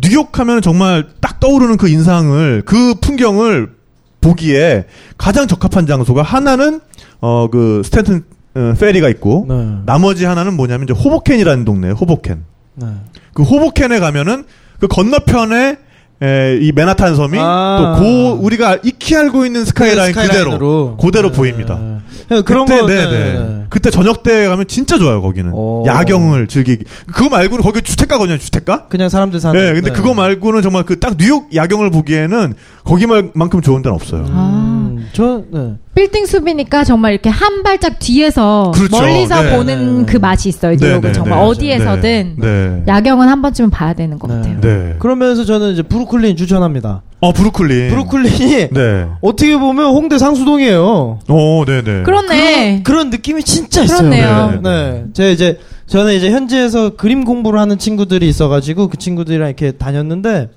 Speaker 6: 뉴욕 하면 정말 딱 떠오르는 그 인상을 그 풍경을 보기에 가장 적합한 장소가 하나는 어 그 스탠튼 어, 페리가 있고
Speaker 4: 네.
Speaker 6: 나머지 하나는 뭐냐면 이제 호보켄이라는 동네예요. 호보켄.
Speaker 4: 네.
Speaker 6: 그 호보켄에 가면은 그 건너편에 에, 이 맨하탄 섬이
Speaker 4: 아.
Speaker 6: 또 고 우리가 익히 알고 있는 네, 스카이라인 그대로
Speaker 4: 스카이라인으로.
Speaker 6: 그대로
Speaker 4: 네.
Speaker 6: 보입니다.
Speaker 4: 네, 그런
Speaker 6: 그때,
Speaker 4: 거.
Speaker 6: 네, 네. 그때 저녁 때 가면 진짜 좋아요 거기는
Speaker 4: 오.
Speaker 6: 야경을 즐기기. 그거 말고는 거기 주택가거든요 주택가.
Speaker 4: 그냥 사람들 사는.
Speaker 6: 네, 근데 그거 말고는 정말 그 딱 뉴욕 야경을 보기에는 거기만큼 좋은 데는 없어요.
Speaker 5: 아,
Speaker 4: 음, 저 네.
Speaker 5: 빌딩 숲이니까 정말 이렇게 한 발짝 뒤에서
Speaker 6: 그렇죠.
Speaker 5: 멀리서
Speaker 6: 네.
Speaker 5: 보는 그 맛이 있어요.
Speaker 6: 네,
Speaker 5: 뉴욕은
Speaker 6: 네,
Speaker 5: 정말
Speaker 6: 네.
Speaker 5: 어디에서든
Speaker 6: 네.
Speaker 5: 야경은 한 번쯤은 봐야 되는 것
Speaker 4: 네.
Speaker 5: 같아요.
Speaker 6: 네.
Speaker 4: 그러면서 저는 이제 브루클린 추천합니다.
Speaker 6: 어 브루클린.
Speaker 4: 브루클린이
Speaker 6: 네.
Speaker 4: 어떻게 보면 홍대 상수동이에요.
Speaker 6: 오, 네, 네.
Speaker 5: 그렇네.
Speaker 4: 그런 느낌이 진짜 있어요. 네.
Speaker 5: 그렇네요.
Speaker 4: 네. 제가 이제 저는 이제 현지에서 그림 공부를 하는 친구들이 있어가지고 그 친구들이랑 이렇게 다녔는데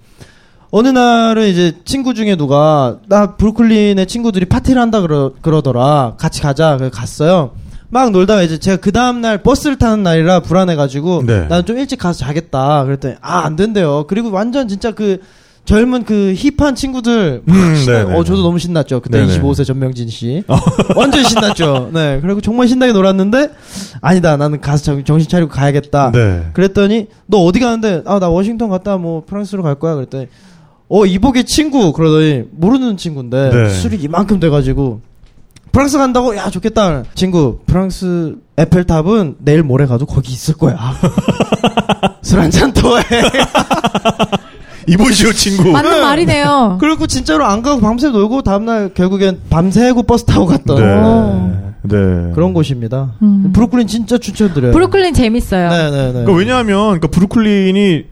Speaker 4: 어느 날은 이제 친구 중에 누가 나 브루클린에 친구들이 파티를 한다 그러, 그러더라. 같이 가자. 그래서 갔어요. 막 놀다가 이제 제가 그 다음날 버스를 타는 날이라 불안해가지고
Speaker 6: 네.
Speaker 4: 나는 좀 일찍 가서 자겠다. 그랬더니 아 안 된대요. 그리고 완전 진짜 그 젊은 그 힙한 친구들 막
Speaker 6: 음,
Speaker 4: 신나-
Speaker 6: 네네.
Speaker 4: 어 저도 너무 신났죠. 그때
Speaker 6: 네네.
Speaker 4: 25세 전명진 씨 완전 신났죠. 네 그리고 정말 신나게 놀았는데 아니다 나는 가서 정- 정신 차리고 가야겠다.
Speaker 6: 네.
Speaker 4: 그랬더니 너 어디 가는데 아 나 워싱턴 갔다 뭐 프랑스로 갈 거야 그랬더니 어 이복의 친구 그러더니 모르는 친구인데
Speaker 6: 네.
Speaker 4: 술이 이만큼 돼가지고 프랑스 간다고 야 좋겠다 친구 프랑스 에펠탑은 내일 모레 가도 거기 있을 거야 술 한잔 더해
Speaker 6: 이보시오 친구.
Speaker 5: 맞는 말이네요.
Speaker 4: 그리고 진짜로 안 가고 밤새 놀고 다음날 결국엔 밤새고 버스 타고 갔던
Speaker 6: 네. 네.
Speaker 4: 그런 곳입니다
Speaker 5: 음.
Speaker 4: 브루클린 진짜 추천드려요
Speaker 5: 브루클린 재밌어요.
Speaker 4: 네네네
Speaker 6: 그러니까 왜냐하면 그러니까 브루클린이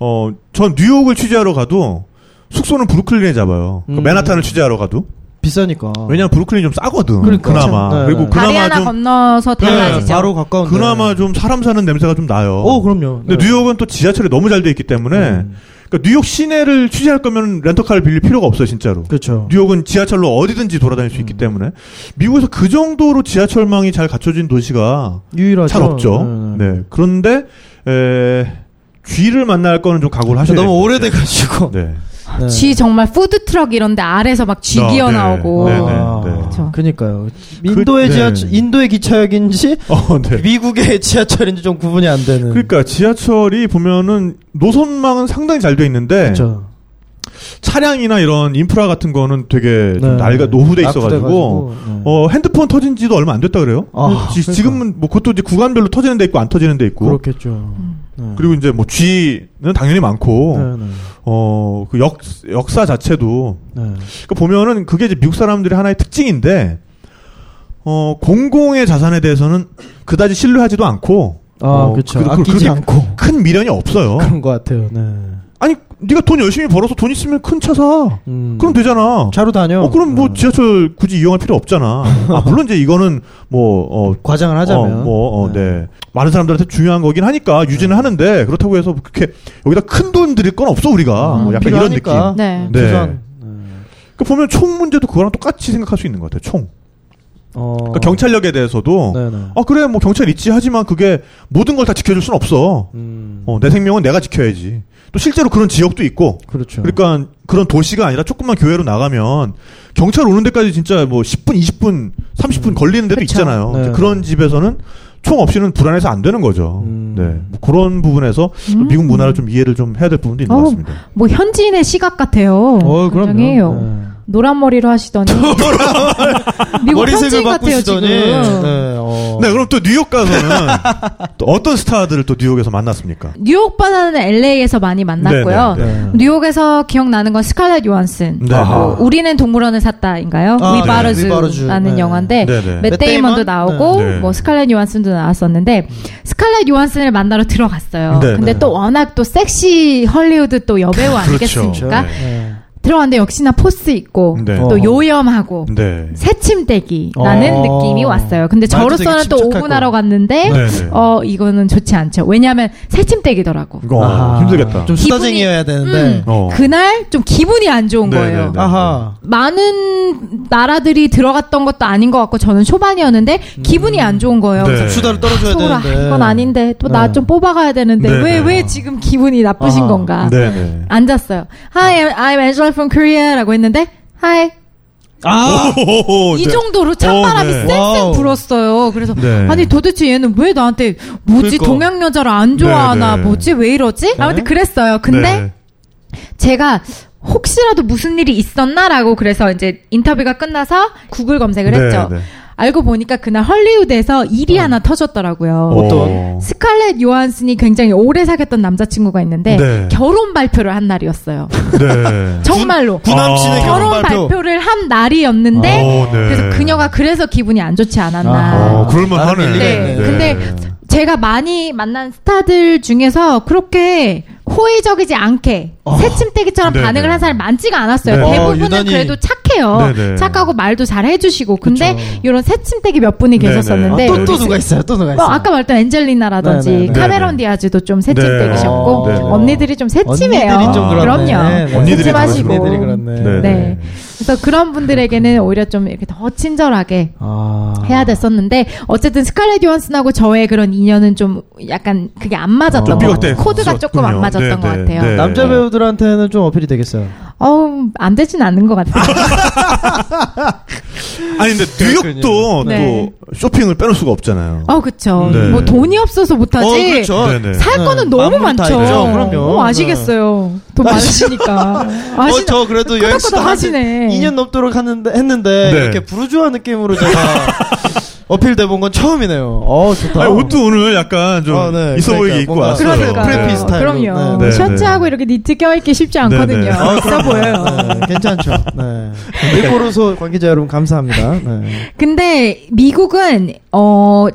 Speaker 6: 어 전 뉴욕을 취재하러 가도 숙소는 브루클린에 잡아요.
Speaker 4: 음.
Speaker 6: 그러니까 맨하탄을 취재하러 가도
Speaker 4: 비싸니까
Speaker 6: 왜냐면 브루클린이 좀 싸거든.
Speaker 4: 그러니까.
Speaker 6: 나마
Speaker 4: 네, 네.
Speaker 6: 그리고
Speaker 5: 다리
Speaker 6: 그나마
Speaker 5: 하나
Speaker 6: 좀
Speaker 5: 건너서
Speaker 6: 네,
Speaker 5: 달라지죠.
Speaker 4: 바로 가까운데
Speaker 6: 그나마 좀 사람 사는 냄새가 좀
Speaker 4: 네.
Speaker 6: 나요.
Speaker 4: 어 그럼요
Speaker 6: 근데
Speaker 4: 네.
Speaker 6: 뉴욕은 또 지하철이 너무 잘 돼 있기 때문에
Speaker 4: 음.
Speaker 6: 그러니까 뉴욕 시내를 취재할 거면 렌터카를 빌릴 필요가 없어요, 진짜로.
Speaker 4: 그렇죠
Speaker 6: 뉴욕은 지하철로 어디든지 돌아다닐 수
Speaker 4: 음.
Speaker 6: 있기 때문에 미국에서 그 정도로 지하철망이 잘 갖춰진 도시가
Speaker 4: 유일하죠.
Speaker 6: 잘 없죠.
Speaker 4: 아, 네, 네.
Speaker 6: 네. 그런데 에, 쥐를 만날 거는 좀 각오를 하셔야
Speaker 4: 너무
Speaker 6: 돼요.
Speaker 4: 오래돼가지고.
Speaker 6: 네.
Speaker 4: 네.
Speaker 5: 쥐 정말 푸드 트럭 이런데 아래서 막 쥐
Speaker 6: 아,
Speaker 5: 기어
Speaker 6: 네.
Speaker 5: 나오고.
Speaker 6: 네, 네.
Speaker 5: 그렇죠.
Speaker 4: 그니까요. 인도의
Speaker 6: 그- 네.
Speaker 4: 지하철, 인도의 기차역인지
Speaker 6: 어,
Speaker 4: 그
Speaker 6: 네.
Speaker 4: 미국의 지하철인지 좀 구분이 안 되는.
Speaker 6: 그러니까 지하철이 보면은 노선망은 상당히 잘 돼 있는데
Speaker 4: 그렇죠.
Speaker 6: 차량이나 이런 인프라 같은 거는 되게
Speaker 4: 네.
Speaker 6: 좀 낡아 노후돼 있어가지고
Speaker 4: 낙후돼가지고, 네.
Speaker 6: 어 핸드폰 터진 지도 얼마 안 됐다 그래요. 음,
Speaker 4: 아,
Speaker 6: 지,
Speaker 4: 그러니까.
Speaker 6: 지금은 뭐 그것도 이제 구간별로 터지는 데 있고 안 터지는 데 있고
Speaker 4: 그렇겠죠.
Speaker 5: 음.
Speaker 4: 네.
Speaker 6: 그리고 이제 뭐 쥐는 당연히 많고
Speaker 4: 네, 네.
Speaker 6: 어, 그 역, 역사 자체도,
Speaker 4: 네.
Speaker 6: 그 보면은 그게 이제 미국 사람들의 하나의 특징인데, 어, 공공의 자산에 대해서는 그다지 신뢰하지도 않고,
Speaker 4: 아,
Speaker 6: 어,
Speaker 4: 그렇죠.
Speaker 6: 그- 그-
Speaker 4: 아끼지
Speaker 6: 그렇게
Speaker 4: 않고
Speaker 6: 큰 미련이 없어요.
Speaker 4: 그런 것 같아요. 네.
Speaker 6: 아니 네가 돈 열심히 벌어서 돈 있으면 큰 차 사.
Speaker 4: 음.
Speaker 6: 그럼 되잖아.
Speaker 4: 차로 다녀.
Speaker 6: 어, 그럼 뭐
Speaker 4: 어.
Speaker 6: 지하철 굳이 이용할 필요 없잖아. 아, 물론 이제 이거는 뭐, 어,
Speaker 4: 과장을 하자면.
Speaker 6: 어, 뭐, 어,
Speaker 4: 네.
Speaker 6: 네. 많은 사람들한테 중요한 거긴 하니까 유지는 하는데 그렇다고 해서 그렇게 여기다 큰 돈 드릴 건 없어 우리가.
Speaker 5: 음,
Speaker 6: 뭐 약간 이런 느낌.
Speaker 4: 필요하니까. 음,
Speaker 5: 네.
Speaker 6: 네.
Speaker 4: 우선,
Speaker 6: 그 보면 총 문제도 그거랑 똑같이 생각할 수 있는 것 같아. 총.
Speaker 4: 어.
Speaker 6: 그러니까 경찰력에 대해서도
Speaker 4: 네네.
Speaker 6: 아 그래 뭐 경찰 있지 하지만 그게 모든 걸 다 지켜줄 순 없어.
Speaker 4: 음.
Speaker 6: 어, 내 생명은 내가 지켜야지. 또 실제로 그런 지역도 있고.
Speaker 4: 그렇죠.
Speaker 5: 네.
Speaker 6: 그러니까 그런 도시가 아니라 조금만 교외로 나가면 경찰 오는 데까지 진짜 뭐 10분, 20분, 30분
Speaker 5: 음,
Speaker 6: 걸리는 데도 있잖아요.
Speaker 4: 네.
Speaker 6: 이제 그런 집에서는 총 없이는 불안해서 안 되는 거죠.
Speaker 4: 음.
Speaker 6: 네. 뭐 그런 부분에서
Speaker 5: 음.
Speaker 6: 미국 문화를 좀 이해를 좀 해야 될 부분도 있는 것
Speaker 5: 어우,
Speaker 6: 같습니다.
Speaker 5: 뭐 현지인의 시각 같아요.
Speaker 4: 어, 그럼요.
Speaker 5: 굉장해요.
Speaker 4: 네.
Speaker 5: 노란 머리로 하시더니 미국 현지인
Speaker 4: 머리색을
Speaker 5: 같아요 지금.
Speaker 4: 바꾸시더니. 네. 어.
Speaker 6: 네, 그럼 또 뉴욕 가서는 또 어떤 스타들을 또 뉴욕에서 만났습니까?
Speaker 5: 뉴욕보다는 LA에서 많이 만났고요.
Speaker 6: 네, 네,
Speaker 4: 네.
Speaker 5: 뉴욕에서 기억나는 건 스칼렛 요한슨.
Speaker 6: 네.
Speaker 5: 뭐 우리는 동물원을 샀다인가요?
Speaker 4: 아, 네.
Speaker 5: 위바르즈라는
Speaker 4: 위바르즈. 네.
Speaker 5: 영화인데
Speaker 6: 네, 네.
Speaker 4: 맷
Speaker 5: 맷
Speaker 4: 데이먼?
Speaker 5: 데이먼도 나오고
Speaker 6: 네.
Speaker 5: 뭐 스칼렛 요한슨도 나왔었는데 스칼렛 요한슨을 만나러 들어갔어요.
Speaker 6: 네,
Speaker 5: 근데
Speaker 6: 네.
Speaker 5: 또 워낙 또 섹시 헐리우드 또 여배우 아니겠습니까?
Speaker 6: 그렇죠.
Speaker 4: 네.
Speaker 5: 들어갔는데 역시나 포스 있고
Speaker 6: 네.
Speaker 5: 또 요염하고
Speaker 6: 네.
Speaker 5: 새침대기라는
Speaker 4: 어.
Speaker 5: 느낌이 왔어요.
Speaker 4: 말도
Speaker 5: 근데 저로서는
Speaker 4: 되게
Speaker 5: 또
Speaker 4: 침착할
Speaker 5: 오분하러
Speaker 4: 것
Speaker 5: 갔는데
Speaker 6: 네, 네.
Speaker 5: 어 이거는 좋지 않죠. 왜냐하면 새침대기더라고.
Speaker 6: 이거 어,
Speaker 4: 아하.
Speaker 6: 힘들겠다.
Speaker 4: 좀 수다쟁이어야 되는데.
Speaker 5: 음,
Speaker 6: 어.
Speaker 5: 그날 좀 기분이 안 좋은
Speaker 6: 네,
Speaker 5: 거예요.
Speaker 6: 네, 네.
Speaker 4: 아하.
Speaker 5: 많은 나라들이 들어갔던 것도 아닌 것 같고 저는 초반이었는데 기분이 안 좋은 거예요.
Speaker 6: 네.
Speaker 5: 그래서
Speaker 4: 음.
Speaker 5: 아,
Speaker 4: 수다를 떨어줘야
Speaker 5: 소라
Speaker 4: 되는데.
Speaker 5: 이건 아닌데 또 나
Speaker 4: 네.
Speaker 5: 좀 뽑아가야 되는데
Speaker 6: 네,
Speaker 5: 왜 왜
Speaker 6: 네.
Speaker 5: 지금 기분이 나쁘신
Speaker 4: 아하.
Speaker 5: 건가?
Speaker 6: 네, 네.
Speaker 5: 앉았어요. Hi, I'm, I'm Angela from Korea라고 했는데 Hi
Speaker 4: 아.
Speaker 6: 오호호호,
Speaker 5: 이
Speaker 6: 네.
Speaker 5: 정도로 찬바람이
Speaker 6: 어, 네.
Speaker 5: 쌩쌩
Speaker 4: 와우.
Speaker 5: 불었어요. 그래서
Speaker 6: 네.
Speaker 5: 아니 도대체 얘는 왜 나한테 뭐지
Speaker 4: 그러니까.
Speaker 5: 동양 여자를 안 좋아하나
Speaker 6: 네, 네.
Speaker 5: 뭐지 왜 이러지? 아무튼 그랬어요. 근데
Speaker 6: 네.
Speaker 5: 제가 혹시라도 무슨 일이 있었나라고 그래서 이제 인터뷰가 끝나서 구글 검색을
Speaker 6: 네,
Speaker 5: 했죠.
Speaker 6: 네.
Speaker 5: 알고 보니까 그날 헐리우드에서 일이 하나 터졌더라고요.
Speaker 6: 어떤?
Speaker 5: 스칼렛 요한슨이 굉장히 오래 사귀었던 남자친구가 있는데
Speaker 6: 네.
Speaker 5: 결혼 발표를 한 날이었어요.
Speaker 6: 네.
Speaker 5: 정말로
Speaker 4: 구남친의
Speaker 6: 아.
Speaker 5: 결혼
Speaker 4: 결혼 발표.
Speaker 5: 발표를 한 날이었는데
Speaker 6: 오, 네.
Speaker 5: 그래서 그녀가 그래서 기분이 안 좋지 않았나.
Speaker 6: 어, 그럴만
Speaker 4: 나는
Speaker 6: 하네.
Speaker 4: 일리가
Speaker 5: 아, 네.
Speaker 4: 있네.
Speaker 5: 근데 제가 많이 만난 스타들 중에서 그렇게 호의적이지 않게 새침대기처럼
Speaker 6: 네네.
Speaker 5: 반응을 한 사람이 많지가 않았어요.
Speaker 6: 네.
Speaker 5: 대부분은
Speaker 4: 어, 유난히.
Speaker 5: 그래도 착해요.
Speaker 6: 네네.
Speaker 5: 착하고 말도 잘 해주시고. 근데
Speaker 4: 그쵸.
Speaker 5: 이런 새침대기 몇 분이
Speaker 6: 네네.
Speaker 4: 아,
Speaker 5: 계셨었는데.
Speaker 4: 또, 또 누가 있어요? 또 누가
Speaker 5: 뭐
Speaker 4: 있어요?
Speaker 5: 아까 말했던 엔젤리나라든지
Speaker 4: 네네. 어,
Speaker 5: 카메론
Speaker 6: 네네.
Speaker 5: 디아즈도 좀 새침대기셨고
Speaker 6: 네네.
Speaker 5: 언니들이 좀 새침해요.
Speaker 4: 언니들이 좀 그렇네.
Speaker 5: 그럼요.
Speaker 4: 네.
Speaker 6: 언니들이
Speaker 5: 새침하시고.
Speaker 6: 그러시고.
Speaker 4: 언니들이 그렇네.
Speaker 6: 네.
Speaker 5: 네. 그래서 그런 분들에게는 오히려 좀 이렇게 더 친절하게
Speaker 4: 아.
Speaker 5: 해야 됐었는데 어쨌든 스칼렛 요한슨하고 저의 그런 인연은 좀 약간 그게 안 맞았던
Speaker 4: 좀
Speaker 5: 것 같아요. 코드가 조금 안 맞았던
Speaker 4: 네,
Speaker 5: 것 같아요.
Speaker 4: 남자 배우들한테는 좀 어필이 되겠어요.
Speaker 5: 어우 안 되진 않는 것 같아요.
Speaker 6: 아니 근데 뉴욕도
Speaker 5: 네.
Speaker 6: 또 쇼핑을 빼놓을 수가 없잖아요.
Speaker 5: 어 그쵸.
Speaker 6: 네.
Speaker 5: 뭐 돈이 없어서 못하지.
Speaker 6: 그렇죠. 네네.
Speaker 5: 살
Speaker 4: 네.
Speaker 5: 거는 너무
Speaker 4: 마음은 다
Speaker 5: 많죠.
Speaker 4: 있죠. 그럼요. 네.
Speaker 5: 어, 아시겠어요. 돈 많으시니까. 아시...
Speaker 4: 어, 저 그래도
Speaker 5: 끄덕끄덕
Speaker 4: 여행 시도
Speaker 5: 하시네.
Speaker 4: 2년 넘도록 하는데, 했는데
Speaker 6: 네.
Speaker 4: 이렇게 부르주아 느낌으로 제가 어필돼 본 건 처음이네요. 어 좋다.
Speaker 6: 아니, 옷도 오늘 약간 좀
Speaker 4: 아, 네.
Speaker 6: 있어
Speaker 4: 그러니까
Speaker 6: 보이게 입고
Speaker 4: 뭔가
Speaker 6: 왔어요.
Speaker 4: 그러니까요.
Speaker 5: 그러니까.
Speaker 4: 프레피 스타일로.
Speaker 5: 그럼요.
Speaker 6: 네.
Speaker 5: 셔츠하고 이렇게 니트 껴입기 쉽지 않거든요.
Speaker 6: 네, 네.
Speaker 4: 어,
Speaker 5: 있어
Speaker 4: 그럼요.
Speaker 5: 보여요.
Speaker 4: 네, 괜찮죠. 네. 일보로소 관계자 여러분 감사합니다. 네.
Speaker 5: 근데 미국은 어.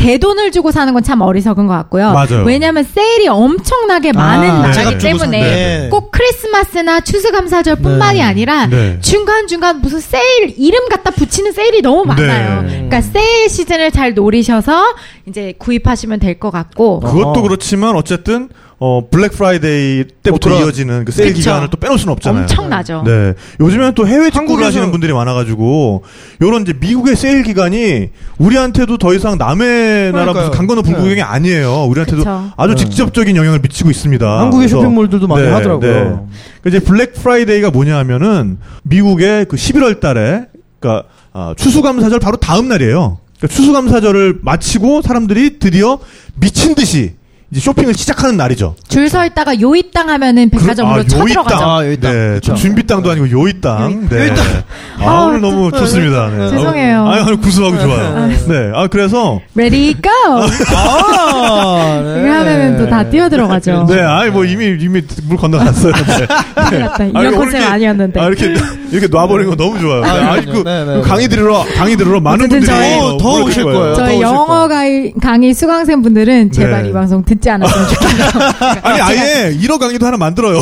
Speaker 5: 제 돈을 주고 사는 건 참 어리석은 것 같고요.
Speaker 6: 맞아요.
Speaker 5: 왜냐하면 세일이 엄청나게 많은
Speaker 4: 아,
Speaker 5: 나라기
Speaker 4: 제가
Speaker 6: 주고
Speaker 5: 때문에
Speaker 6: 네, 네.
Speaker 5: 꼭 크리스마스나 추수감사절뿐만이
Speaker 4: 네.
Speaker 5: 아니라
Speaker 6: 네.
Speaker 5: 중간중간 무슨 세일 이름 갖다 붙이는 세일이 너무
Speaker 6: 네.
Speaker 5: 많아요. 그러니까 세일 시즌을 잘 노리셔서 이제 구입하시면 될 것 같고
Speaker 6: 그것도
Speaker 4: 어.
Speaker 6: 그렇지만 어쨌든 어 블랙 프라이데이 때부터
Speaker 4: 뭐 그런-
Speaker 6: 이어지는 그 세일
Speaker 5: 그쵸.
Speaker 6: 기간을 또 빼놓을 수는 없잖아요.
Speaker 5: 엄청나죠.
Speaker 6: 네. 요즘에는 또 해외 직구를
Speaker 4: 한국에서-
Speaker 6: 하시는 분들이 많아가지고, 요런 이제 미국의 세일 기간이 우리한테도 더 이상 남의 나라
Speaker 4: 그러니까요.
Speaker 6: 무슨 강 건너 불구경이
Speaker 4: 네.
Speaker 6: 아니에요. 우리한테도
Speaker 5: 그쵸.
Speaker 6: 아주
Speaker 4: 네.
Speaker 6: 직접적인 영향을 미치고 있습니다.
Speaker 4: 한국의
Speaker 6: 그래서-
Speaker 4: 쇼핑몰들도 많이
Speaker 6: 네,
Speaker 4: 하더라고요.
Speaker 6: 그 이제 블랙 프라이데이가 뭐냐 하면은 미국의 그 11월 달에 그러니까 아, 추수감사절 바로 다음 날이에요. 그러니까 추수감사절을 마치고 사람들이 드디어 미친 듯이 이제 쇼핑을 시작하는 날이죠.
Speaker 5: 줄 서 있다가 요입당 하면은 백화점으로
Speaker 6: 아, 요이
Speaker 5: 쳐들어가죠.
Speaker 6: 땅.
Speaker 4: 아, 요이 땅.
Speaker 6: 네,
Speaker 4: 그쵸.
Speaker 6: 준비 땅도 아니고 요이 땅. 네. 아,
Speaker 5: 아,
Speaker 6: 오늘 너무
Speaker 5: 저-
Speaker 6: 좋습니다. 네.
Speaker 5: 죄송해요.
Speaker 6: 아, 오늘 구수하고 좋아요. 네. 아, 그래서
Speaker 5: Ready go.
Speaker 4: 아, 네.
Speaker 5: 그러면은 또 다 뛰어 들어가죠.
Speaker 6: 네, 아이 뭐 이미 이미 물 건너갔어요. 네.
Speaker 5: 큰일 났다.
Speaker 6: 아니,
Speaker 5: 이런
Speaker 6: 오늘
Speaker 5: 컨셉
Speaker 6: 이렇게-
Speaker 5: 아니었는데.
Speaker 6: 아, 이렇게 이렇게 놔버리는 거 너무 좋아요.
Speaker 4: 아,
Speaker 6: 아,
Speaker 4: 그럼요.
Speaker 6: 그,
Speaker 4: 네, 네,
Speaker 6: 그
Speaker 4: 네.
Speaker 6: 강의 들으러 강의 들으러 많은
Speaker 5: 어쨌든
Speaker 6: 분들이
Speaker 5: 저희-
Speaker 6: 어,
Speaker 4: 더
Speaker 6: 물어볼
Speaker 4: 오실 거예요. 더
Speaker 5: 저희
Speaker 4: 오실
Speaker 5: 영어
Speaker 4: 거예요.
Speaker 5: 가이, 강의 수강생분들은 제발
Speaker 6: 네.
Speaker 5: 이 방송 듣지 않았으면 좋겠어요.
Speaker 6: 아니 아예 1억 강의도 하나 만들어요.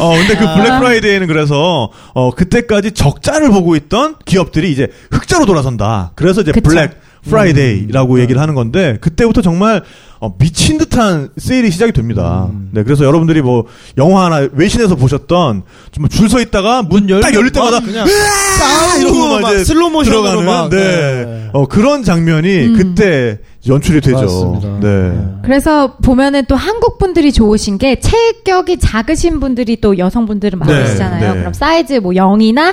Speaker 6: 어 근데 그 블랙 프라이데이는 그래서 어 그때까지 적자를 보고 있던 기업들이 이제 흑자로 돌아선다. 그래서 이제
Speaker 5: 그쵸.
Speaker 6: 블랙 프라이데이라고 얘기를 하는 건데 그때부터 정말 어, 미친 듯한 세일이 시작이 됩니다. 네, 그래서 여러분들이 뭐 영화 하나 외신에서 보셨던 정말 줄 서 있다가 문
Speaker 4: 문 열고
Speaker 6: 딱 열릴 어, 때마다
Speaker 4: 막 그냥
Speaker 6: 으아!
Speaker 4: 싸우고
Speaker 6: 이러고
Speaker 4: 막
Speaker 6: 이제
Speaker 4: 슬로모션으로
Speaker 6: 들어가는
Speaker 4: 막,
Speaker 6: 네.
Speaker 4: 네.
Speaker 6: 어 그런 장면이
Speaker 5: 음.
Speaker 6: 그때 연출이 되죠.
Speaker 4: 맞습니다.
Speaker 6: 네.
Speaker 5: 그래서 보면은 또 한국 분들이 좋으신 게 체격이 작으신 분들이 또 여성분들은
Speaker 6: 네,
Speaker 5: 많으시잖아요.
Speaker 6: 네. 아.
Speaker 5: 그럼 사이즈 뭐 0이나 2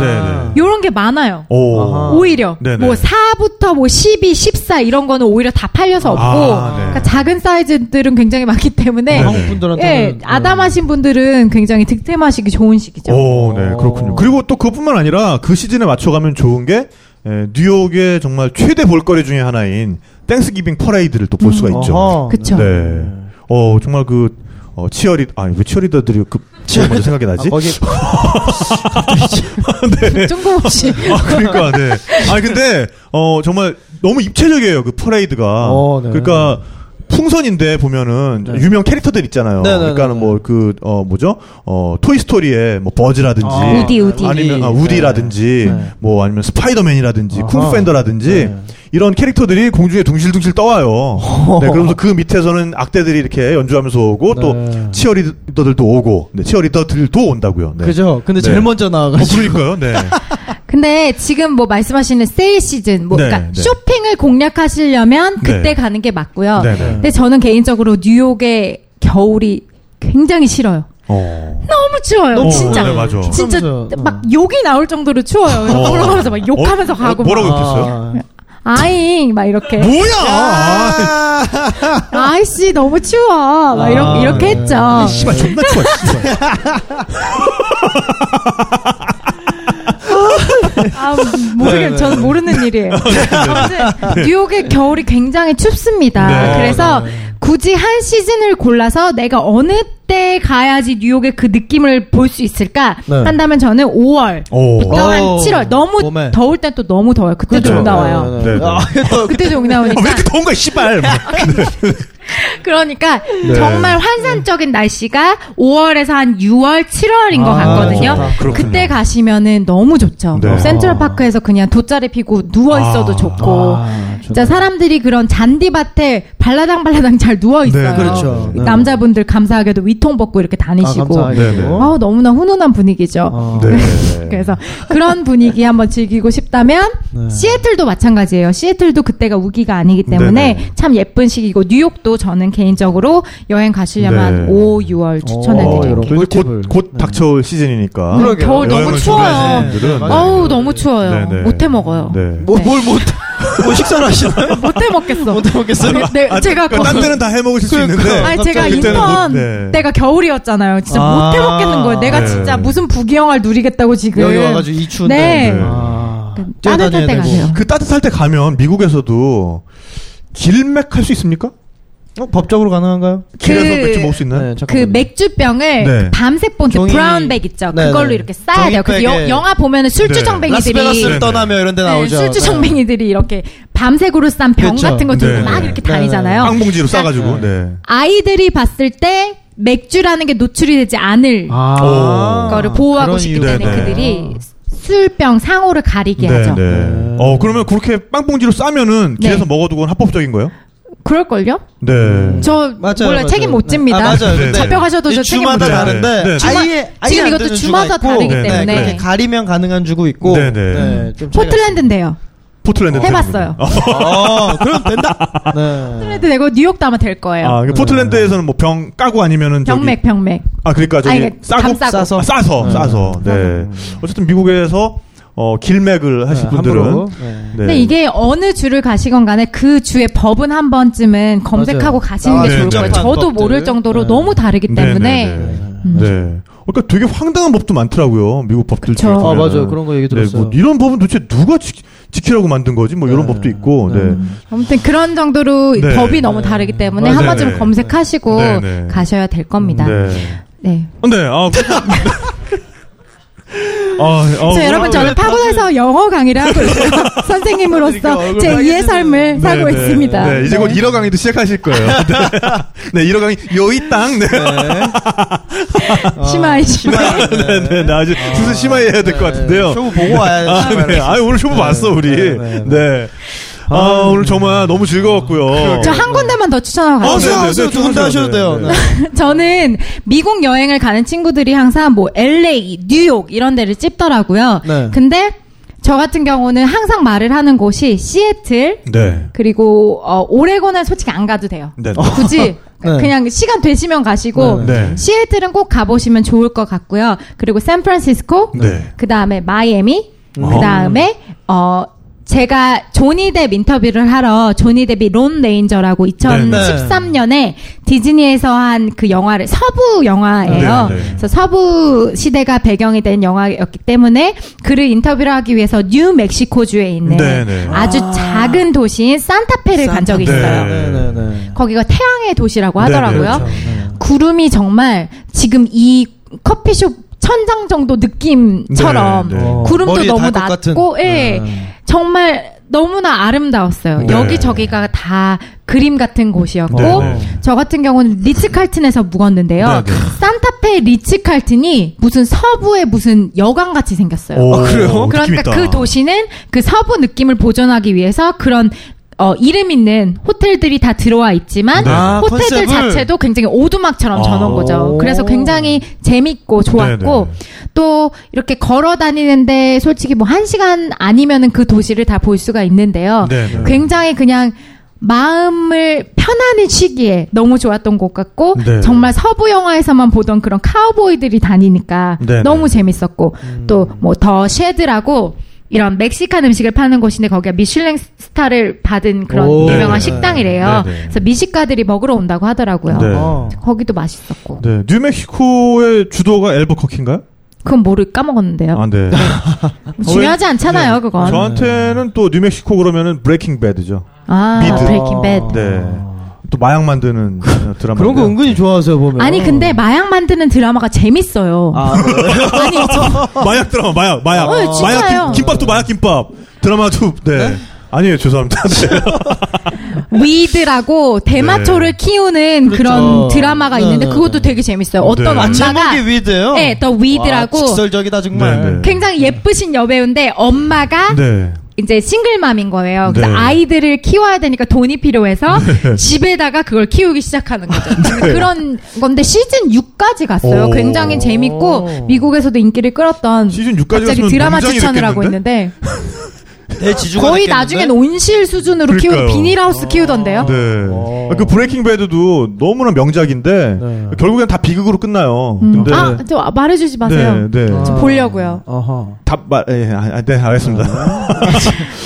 Speaker 6: 네, 네.
Speaker 5: 요런 게 많아요.
Speaker 6: 오.
Speaker 4: 아하.
Speaker 5: 오히려
Speaker 6: 네네.
Speaker 5: 뭐 4부터 뭐 12, 14 이런 거는 오히려 다 팔려서 없고
Speaker 6: 아, 네.
Speaker 5: 그러니까 작은 사이즈들은 굉장히 많기 때문에
Speaker 6: 네.
Speaker 4: 한국 분들한테
Speaker 5: 예, 아담하신 분들은 굉장히 득템하시기 좋은 시기죠.
Speaker 6: 오, 네, 그렇군요. 그리고 또 그것뿐만 아니라 그 시즌에 맞춰가면 좋은 게 에, 뉴욕의 정말 최대 볼거리 중에 하나인 땡스기빙 퍼레이드를
Speaker 4: 음,
Speaker 6: 또 볼 수가 있죠.
Speaker 5: 그쵸.
Speaker 6: 네. 어 정말 그 어, 치어리 아니 왜 치어리더들이 그 제일 먼저 생각이 나지?
Speaker 4: 아, 거기
Speaker 6: 네.
Speaker 5: 그 뜬금없이
Speaker 6: 아, 그러니까, 네. 아니, 근데, 어, 정말 너무 입체적이에요, 그 퍼레이드가.
Speaker 4: 어, 네.
Speaker 6: 그러니까, 풍선인데 보면은
Speaker 4: 네.
Speaker 6: 유명 캐릭터들 있잖아요.
Speaker 4: 네, 네,
Speaker 6: 그러니까는
Speaker 4: 네,
Speaker 6: 뭐 그 어 뭐죠? 어 토이스토리에 뭐 버즈라든지
Speaker 4: 아,
Speaker 5: 우디, 우디.
Speaker 6: 아니면 아, 우디라든지
Speaker 4: 네. 네.
Speaker 6: 뭐 아니면 스파이더맨이라든지
Speaker 4: 아하.
Speaker 6: 쿵푸팬더라든지
Speaker 4: 네.
Speaker 6: 이런 캐릭터들이 공중에 둥실둥실 떠와요. 네, 그러면서 그 밑에서는 악대들이 이렇게 연주하면서 오고
Speaker 4: 네.
Speaker 6: 또 치어리더들도 오고 네, 치어리더들도 온다고요. 네.
Speaker 4: 그죠. 근데
Speaker 6: 네.
Speaker 4: 제일 먼저
Speaker 6: 어,
Speaker 4: 나와가지고
Speaker 6: 그러니까요. 네.
Speaker 5: 근데 지금 뭐 말씀하시는 세일 시즌, 뭐
Speaker 6: 네,
Speaker 5: 그러니까
Speaker 6: 네.
Speaker 5: 쇼핑을 공략하시려면 그때
Speaker 6: 네.
Speaker 5: 가는 게 맞고요.
Speaker 6: 네, 네.
Speaker 5: 근데 저는 개인적으로 뉴욕의 겨울이 굉장히 싫어요.
Speaker 6: 어.
Speaker 5: 너무 추워요,
Speaker 6: 어,
Speaker 5: 진짜.
Speaker 6: 네, 맞아.
Speaker 5: 진짜
Speaker 4: 추우면서,
Speaker 5: 막 욕이 나올 정도로 추워요.
Speaker 6: 어.
Speaker 5: 올라가면서 막 욕하면서
Speaker 6: 어?
Speaker 5: 가고
Speaker 6: 어, 뭐라고 뭐?
Speaker 5: 막
Speaker 6: 욕했어요?
Speaker 5: 아잉 아. 막 이렇게
Speaker 6: 뭐야!
Speaker 5: 아이씨 너무 추워 막 이렇게
Speaker 4: 아,
Speaker 5: 이렇게
Speaker 4: 네.
Speaker 5: 했죠.
Speaker 6: 아, 씨발 존나 추워.
Speaker 5: 그러니까.
Speaker 6: 씨발.
Speaker 5: 아,
Speaker 6: 네,
Speaker 5: 모르겠, 저는 모르는 일이에요. 아무튼, 뉴욕의 겨울이 굉장히 춥습니다.
Speaker 6: 네.
Speaker 5: 그래서 굳이 한 시즌을 골라서 내가 어느 때 가야지 뉴욕의 그 느낌을 볼 수 있을까
Speaker 4: 네.
Speaker 5: 한다면 저는 5월부터
Speaker 6: 오.
Speaker 5: 한
Speaker 4: 오.
Speaker 5: 7월. 너무
Speaker 4: 봄에.
Speaker 5: 더울 땐 또 너무 더워요. 그때도
Speaker 6: 그렇죠.
Speaker 5: 욕 나와요.
Speaker 6: 네, 네.
Speaker 4: 아, 또
Speaker 5: 그때도 욕
Speaker 6: 아, 왜
Speaker 5: 나오니까.
Speaker 6: 이렇게 더운 거야, 씨발! 뭐.
Speaker 5: 그러니까
Speaker 6: 네.
Speaker 5: 정말 환상적인 날씨가 5월에서 한 6월, 7월인 것
Speaker 4: 아,
Speaker 5: 같거든요.
Speaker 4: 좋다.
Speaker 6: 그렇군요.
Speaker 5: 그때 가시면은 너무 좋죠.
Speaker 6: 네.
Speaker 5: 센트럴파크에서 그냥 돗자리 피고 누워 있어도
Speaker 6: 아.
Speaker 5: 좋고.
Speaker 4: 아,
Speaker 5: 진짜 사람들이 그런 잔디밭에 발라당 발라당 잘 누워 있어요.
Speaker 6: 네,
Speaker 4: 그렇죠. 네.
Speaker 5: 남자분들 감사하게도 위통 벗고 이렇게 다니시고.
Speaker 4: 감사하게.
Speaker 6: 네, 네.
Speaker 5: 아우 너무나 훈훈한 분위기죠.
Speaker 4: 어.
Speaker 6: 네.
Speaker 5: 그래서 그런 분위기 한번 즐기고 싶다면
Speaker 4: 네.
Speaker 5: 시애틀도 마찬가지예요. 시애틀도 그때가 우기가 아니기 때문에
Speaker 6: 네네.
Speaker 5: 참 예쁜 시기고 뉴욕도 저는 개인적으로 여행 가시려면
Speaker 6: 네.
Speaker 5: 5, 6월
Speaker 4: 어,
Speaker 5: 추천해드려요.
Speaker 4: 여러분.
Speaker 6: 또 이제 곧,
Speaker 4: 꿀팁을.
Speaker 6: 곧
Speaker 4: 네.
Speaker 6: 닥쳐올 시즌이니까.
Speaker 4: 그러게요.
Speaker 5: 겨울 네. 음. 어, 너무
Speaker 6: 여행을
Speaker 5: 추워요.
Speaker 6: 준비하시는 분들은,
Speaker 4: 네, 맞아요.
Speaker 5: 어우 너무 추워요.
Speaker 6: 네네.
Speaker 5: 못해 먹어요.
Speaker 6: 네.
Speaker 4: 뭐, 뭘 못, 뭐 식사를 하시나요?
Speaker 5: 못해 먹겠어.
Speaker 4: 못 해먹겠어요?
Speaker 5: 네, 네,
Speaker 6: 아,
Speaker 5: 제가
Speaker 6: 그러니까 딴 데는 다 해먹으실 수
Speaker 4: 그러니까.
Speaker 6: 있는데.
Speaker 5: 아니 제가
Speaker 4: 갑자기
Speaker 6: 네. 그때는 못-
Speaker 5: 인턴
Speaker 6: 네.
Speaker 5: 때가 겨울이었잖아요. 진짜
Speaker 4: 아.
Speaker 5: 못해 먹겠는 거예요. 내가
Speaker 6: 네.
Speaker 5: 진짜 무슨 부귀영화를 누리겠다고 지금.
Speaker 4: 여기 와가지고 이 추운데.
Speaker 5: 네.
Speaker 6: 네.
Speaker 4: 아,
Speaker 5: 그러니까
Speaker 4: 뛰어다녀야
Speaker 5: 따뜻할 때
Speaker 4: 되고.
Speaker 5: 가세요.
Speaker 6: 그 따뜻할 때 가면 미국에서도 길맥 할 수 있습니까?
Speaker 4: 어, 법적으로 가능한가요?
Speaker 6: 길에서 맥주 먹을 수 있나요?
Speaker 5: 그
Speaker 4: 잠깐만요.
Speaker 5: 맥주병을 그
Speaker 6: 네.
Speaker 5: 밤색 본드
Speaker 4: 종이-
Speaker 5: 브라운백 있죠.
Speaker 4: 네,
Speaker 5: 그걸로
Speaker 4: 네.
Speaker 5: 이렇게 싸야 돼요. 그래서
Speaker 4: 종이백에-
Speaker 5: 영- 영화 보면은 술주정뱅이들이
Speaker 4: 라스베가스를
Speaker 6: 네.
Speaker 4: 떠나며 이런 데
Speaker 5: 네,
Speaker 4: 나오죠.
Speaker 5: 술주정뱅이들이 이렇게 밤색으로 싼 병
Speaker 4: 그쵸.
Speaker 5: 같은 거 들고
Speaker 6: 네,
Speaker 5: 막
Speaker 6: 네.
Speaker 5: 이렇게
Speaker 4: 네,
Speaker 5: 다니잖아요. 그러니까
Speaker 6: 빵봉지로 싸가지고, 네.
Speaker 5: 아이들이 봤을 때 맥주라는 게 노출이 되지 않을
Speaker 4: 아,
Speaker 6: 오.
Speaker 5: 거를 보호하고
Speaker 4: 그런
Speaker 5: 싶기
Speaker 4: 이유로.
Speaker 5: 때문에
Speaker 6: 네, 네.
Speaker 5: 그들이 술병 상호를 가리게 하죠.
Speaker 6: 네. 어, 그러면 그렇게 빵봉지로 싸면은
Speaker 5: 네. 음.
Speaker 6: 길에서 먹어도 그건 합법적인 거예요?
Speaker 5: 그럴걸요?
Speaker 6: 네.
Speaker 5: 저
Speaker 4: 맞아요,
Speaker 5: 원래
Speaker 4: 맞아요.
Speaker 5: 책임 못 집니다.
Speaker 4: 아, 맞아요.
Speaker 6: 네.
Speaker 4: 근데
Speaker 5: 잡혀가셔도 저
Speaker 4: 이
Speaker 5: 책임
Speaker 4: 주마다
Speaker 5: 못
Speaker 6: 져요.
Speaker 4: 다른데
Speaker 6: 네, 네.
Speaker 4: 아예,
Speaker 5: 주마-
Speaker 4: 아예
Speaker 5: 지금
Speaker 4: 안
Speaker 5: 이것도
Speaker 4: 되는
Speaker 5: 주마다
Speaker 4: 주가 있고,
Speaker 5: 다르기
Speaker 4: 네,
Speaker 5: 때문에. 음.
Speaker 4: 그렇게 가리면 가능한 주고 있고
Speaker 6: 네, 네.
Speaker 4: 좀 차이가
Speaker 5: 포틀랜드인데요.
Speaker 6: 포틀랜드 아,
Speaker 5: 해봤어요.
Speaker 6: 네,
Speaker 4: 있어요. 어, 그럼 된다. 네.
Speaker 5: 포틀랜드 되고 뉴욕도 아마 될 거예요.
Speaker 6: 아, 그러니까 포틀랜드에서는 뭐 병 까고 아니면은 저기-
Speaker 5: 병맥 병맥.
Speaker 6: 아, 그러니까 저기
Speaker 5: 아니, 그
Speaker 6: 싸고
Speaker 5: 감싸고.
Speaker 6: 아,
Speaker 4: 음.
Speaker 6: 싸서 싸서. 네. 어쨌든 미국에서 어, 길맥을 하실 분들은
Speaker 4: 함부로. 네.
Speaker 6: 네.
Speaker 5: 근데 이게 어느 주를 가시건 간에 그 주의 법은 한 번쯤은 검색하고
Speaker 4: 맞아요.
Speaker 5: 가시는 게
Speaker 6: 아,
Speaker 5: 좋을
Speaker 6: 네,
Speaker 5: 거예요.
Speaker 6: 네.
Speaker 5: 저도
Speaker 4: 법들.
Speaker 5: 모를 정도로
Speaker 4: 네.
Speaker 5: 너무 다르기 때문에 음.
Speaker 6: 네. 네. 그러니까 되게 황당한 법도 많더라고요. 미국 법들
Speaker 5: 그쵸.
Speaker 6: 중에.
Speaker 5: 아,
Speaker 6: 보면은.
Speaker 4: 맞아요. 그런 거 얘기 들었어요.
Speaker 6: 뭐 이런 법은 도대체 누가 지, 키라고 만든 거지? 뭐 이런
Speaker 4: 네.
Speaker 6: 법도 있고. 네.
Speaker 4: 네.
Speaker 5: 아무튼 그런 정도로
Speaker 6: 네.
Speaker 5: 법이 너무 다르기 때문에
Speaker 6: 맞아요.
Speaker 5: 한 번쯤
Speaker 6: 네.
Speaker 5: 검색하시고
Speaker 6: 네, 네. 아,
Speaker 5: 가셔야 될 겁니다.
Speaker 6: 네.
Speaker 5: 네.
Speaker 6: 네. 아, 어, 어,
Speaker 5: 그래서 여러분 저는 파고에서 영어 강의를 하고 있어요.
Speaker 6: 그러니까
Speaker 5: 선생님으로서
Speaker 6: 얼굴
Speaker 5: 제 2의
Speaker 6: 빨개지네.
Speaker 5: 삶을
Speaker 6: 네,
Speaker 5: 살고
Speaker 6: 네.
Speaker 5: 있습니다.
Speaker 6: 네, 이제 곧 1어 강의도 시작하실 거예요. 네, 네 1어 강의 요이 땅. 네. 어.
Speaker 5: 심하이 심하이.
Speaker 6: 네, 네, 나 아주 수술 심하게 해야 될 것 같은데요.
Speaker 4: 네. 쇼부 보고 와야
Speaker 6: 아, 네. 아, 오늘 쇼부 봤어, 우리. 네.
Speaker 4: 네, 네, 네.
Speaker 6: 아, 오늘 정말 너무 즐거웠고요.
Speaker 5: 저 한 군데만 더 추천하고
Speaker 6: 어,
Speaker 5: 가요.
Speaker 6: 네, 네, 네,
Speaker 4: 하세요. 두분 다 하셔도
Speaker 6: 네,
Speaker 4: 돼요.
Speaker 6: 네.
Speaker 4: 네.
Speaker 5: 저는 미국 여행을 가는 친구들이 항상 뭐 LA, 뉴욕 이런 데를 찝더라고요.
Speaker 4: 네.
Speaker 5: 근데 저 같은 경우는 항상 말을 하는 곳이 시애틀
Speaker 6: 네.
Speaker 5: 그리고 어, 오레곤은 솔직히 안 가도 돼요.
Speaker 6: 네. 네.
Speaker 5: 굳이
Speaker 4: 네.
Speaker 5: 그냥 시간 되시면 가시고
Speaker 6: 네. 네.
Speaker 5: 시애틀은 꼭 가보시면 좋을 것 같고요. 그리고 샌프란시스코,
Speaker 6: 네.
Speaker 5: 그 다음에 마이애미,
Speaker 6: 음.
Speaker 5: 그 다음에 어 제가 조니뎁 인터뷰를 하러 조니뎁이 론
Speaker 6: 네,
Speaker 5: 레인저라고 2013년에 디즈니에서 한 그 영화를 서부 영화예요.
Speaker 6: 네, 네.
Speaker 5: 그래서 서부 시대가 배경이 된 영화였기 때문에 그를 인터뷰를 하기 위해서 뉴멕시코주에 있는
Speaker 6: 네, 네.
Speaker 5: 아주 작은 도시인 산타페를 간 적이 있어요.
Speaker 6: 네.
Speaker 4: 네, 네, 네.
Speaker 5: 거기가 태양의 도시라고
Speaker 6: 네, 네.
Speaker 5: 하더라고요.
Speaker 4: 그렇죠. 네.
Speaker 5: 구름이 정말 지금 이 커피숍 천장 정도 느낌처럼
Speaker 6: 네, 네.
Speaker 4: 어,
Speaker 5: 구름도
Speaker 4: 머리에
Speaker 5: 너무
Speaker 4: 닿을 것 같은.
Speaker 5: 낮고 예
Speaker 4: 네.
Speaker 5: 정말 너무나 아름다웠어요.
Speaker 6: 네.
Speaker 5: 여기 저기가 다 그림 같은 곳이었고
Speaker 6: 네, 네.
Speaker 5: 저 같은 경우는 리츠칼튼에서 묵었는데요.
Speaker 6: 네, 네.
Speaker 5: 산타페 리츠칼튼이 무슨 서부의 무슨 여관 같이 생겼어요.
Speaker 6: 오,
Speaker 4: 아, 그래요?
Speaker 6: 느낌
Speaker 5: 그러니까
Speaker 6: 있다.
Speaker 5: 그 도시는 그 서부 느낌을 보존하기 위해서 그런 어, 이름 있는 호텔들이 다 들어와 있지만
Speaker 6: 네.
Speaker 4: 아, 컨셉을.
Speaker 5: 호텔들 자체도 굉장히 오두막처럼 전원 거죠.
Speaker 4: 오.
Speaker 5: 그래서 굉장히 재밌고 좋았고
Speaker 6: 아. 네,
Speaker 5: 또 이렇게 걸어 다니는데 솔직히 뭐 한 시간 아니면은 그 도시를 다 볼 수가 있는데요.
Speaker 6: 네, 네.
Speaker 5: 굉장히 그냥 마음을 편안히 쉬기에 너무 좋았던 곳 같고
Speaker 6: 네.
Speaker 5: 정말 서부 영화에서만 보던 그런 카우보이들이 다니니까
Speaker 6: 네, 음.
Speaker 5: 너무 재밌었고 또 뭐 더 쉐드라고 이런 멕시칸 음식을 파는 곳인데 거기가 미슐랭 스타를 받은 그런
Speaker 4: 오.
Speaker 5: 유명한
Speaker 6: 네.
Speaker 5: 식당이래요.
Speaker 6: 네, 네.
Speaker 5: 그래서 미식가들이 먹으러 온다고 하더라고요.
Speaker 6: 네.
Speaker 4: 어.
Speaker 5: 거기도 맛있었고
Speaker 6: 네. 뉴멕시코의 주도가 엘버커키인가요?
Speaker 5: 그건 뭐를 까먹었는데요. 뭐
Speaker 6: 아, 네.
Speaker 5: 중요하지 않잖아요, 그건.
Speaker 6: 저한테는 또 뉴멕시코 그러면은 브레이킹 배드죠.
Speaker 5: 아,
Speaker 6: 미드.
Speaker 5: 브레이킹 배드.
Speaker 6: 네. 또 마약 만드는 드라마.
Speaker 4: 그런 거 은근히 좋아하세요, 보면.
Speaker 5: 아니 근데 마약 만드는 드라마가 재밌어요.
Speaker 4: 네. 음. 아, 네.
Speaker 5: 아니 저
Speaker 6: 마약 드라마, 마약, 마약.
Speaker 5: 어, 진짜요.
Speaker 6: 마약 김, 밥도 마약 김밥. 드라마도 네. 아니에요, 죄송합니다. 네.
Speaker 5: 위드라고 대마초를 키우는 그런
Speaker 4: 그렇죠.
Speaker 5: 드라마가
Speaker 4: 네,
Speaker 5: 있는데
Speaker 4: 네,
Speaker 5: 그것도
Speaker 4: 네.
Speaker 5: 되게 재밌어요. 어떤
Speaker 6: 네. 아,
Speaker 5: 엄마가
Speaker 4: 제목이 위드예요.
Speaker 5: 네, 더 위드라고
Speaker 4: 와, 직설적이다 정말.
Speaker 6: 네, 네.
Speaker 5: 굉장히 예쁘신 여배우인데 엄마가
Speaker 6: 네.
Speaker 5: 이제 싱글맘인 거예요. 그래서
Speaker 6: 네.
Speaker 5: 아이들을 키워야 되니까 돈이 필요해서 집에다가 그걸 키우기 시작하는 거죠. 그런 건데 시즌 6까지 갔어요.
Speaker 6: 네. 오.
Speaker 5: 굉장히 재밌고 미국에서도 인기를 끌었던
Speaker 6: 시즌 6까지
Speaker 5: 갑자기
Speaker 6: 갔으면
Speaker 5: 드라마
Speaker 6: 굉장히
Speaker 5: 추천을 하고
Speaker 6: 됐겠는데?
Speaker 5: 있는데
Speaker 6: 네.
Speaker 4: 대지주가
Speaker 5: 거의
Speaker 4: 됐겠는데? 아.
Speaker 5: 나중엔 온실 수준으로 키우고
Speaker 6: 그러니까요.
Speaker 5: 비닐하우스
Speaker 4: 어?
Speaker 5: 키우던데요.
Speaker 6: 네. 아, 그 브레이킹 배드도 너무나 명작인데
Speaker 4: 네.
Speaker 6: 결국엔 다 비극으로 끝나요.
Speaker 5: 음.
Speaker 6: 근데
Speaker 5: 아, 저 말해주지 마세요.
Speaker 6: 네, 네.
Speaker 4: 아.
Speaker 5: 저 보려고요.
Speaker 4: 어허.
Speaker 6: 답말 예, 아, 네, 알겠습니다.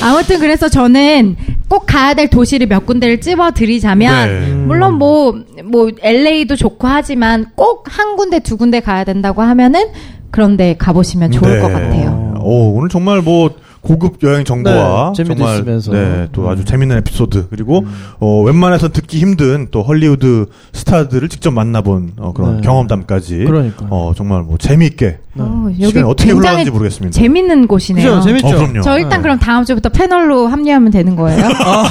Speaker 5: 아무튼 그래서 저는 꼭 가야 될 도시를 몇 군데를 찝어 드리자면
Speaker 4: 음.
Speaker 6: 네.
Speaker 5: 물론 뭐, 뭐, LA도 좋고 하지만 꼭 한 군데, 두 군데 가야 된다고 하면은 그런데 가보시면 좋을
Speaker 6: 네.
Speaker 5: 것 같아요.
Speaker 6: 오, 오늘 정말 뭐 고급 여행 정보와
Speaker 4: 네, 재미도
Speaker 6: 정말
Speaker 4: 있으면서. 음.
Speaker 6: 네, 또 아주 재밌는 에피소드 그리고 어, 웬만해서 듣기 힘든 또 헐리우드 스타들을 직접 만나본 어, 그런
Speaker 4: 네.
Speaker 6: 경험담까지
Speaker 4: 그러니까요.
Speaker 6: 어, 정말 뭐 재미있게
Speaker 5: 어,
Speaker 6: 시간이 어떻게 흘러가는지 모르겠습니다.
Speaker 5: 재밌는 곳이네요.
Speaker 4: 그죠, 재밌죠.
Speaker 6: 어, 그럼요.
Speaker 5: 그렇죠. 저 일단
Speaker 4: 네.
Speaker 5: 그럼 다음 주부터 패널로 합류하면 되는 거예요?
Speaker 6: 아.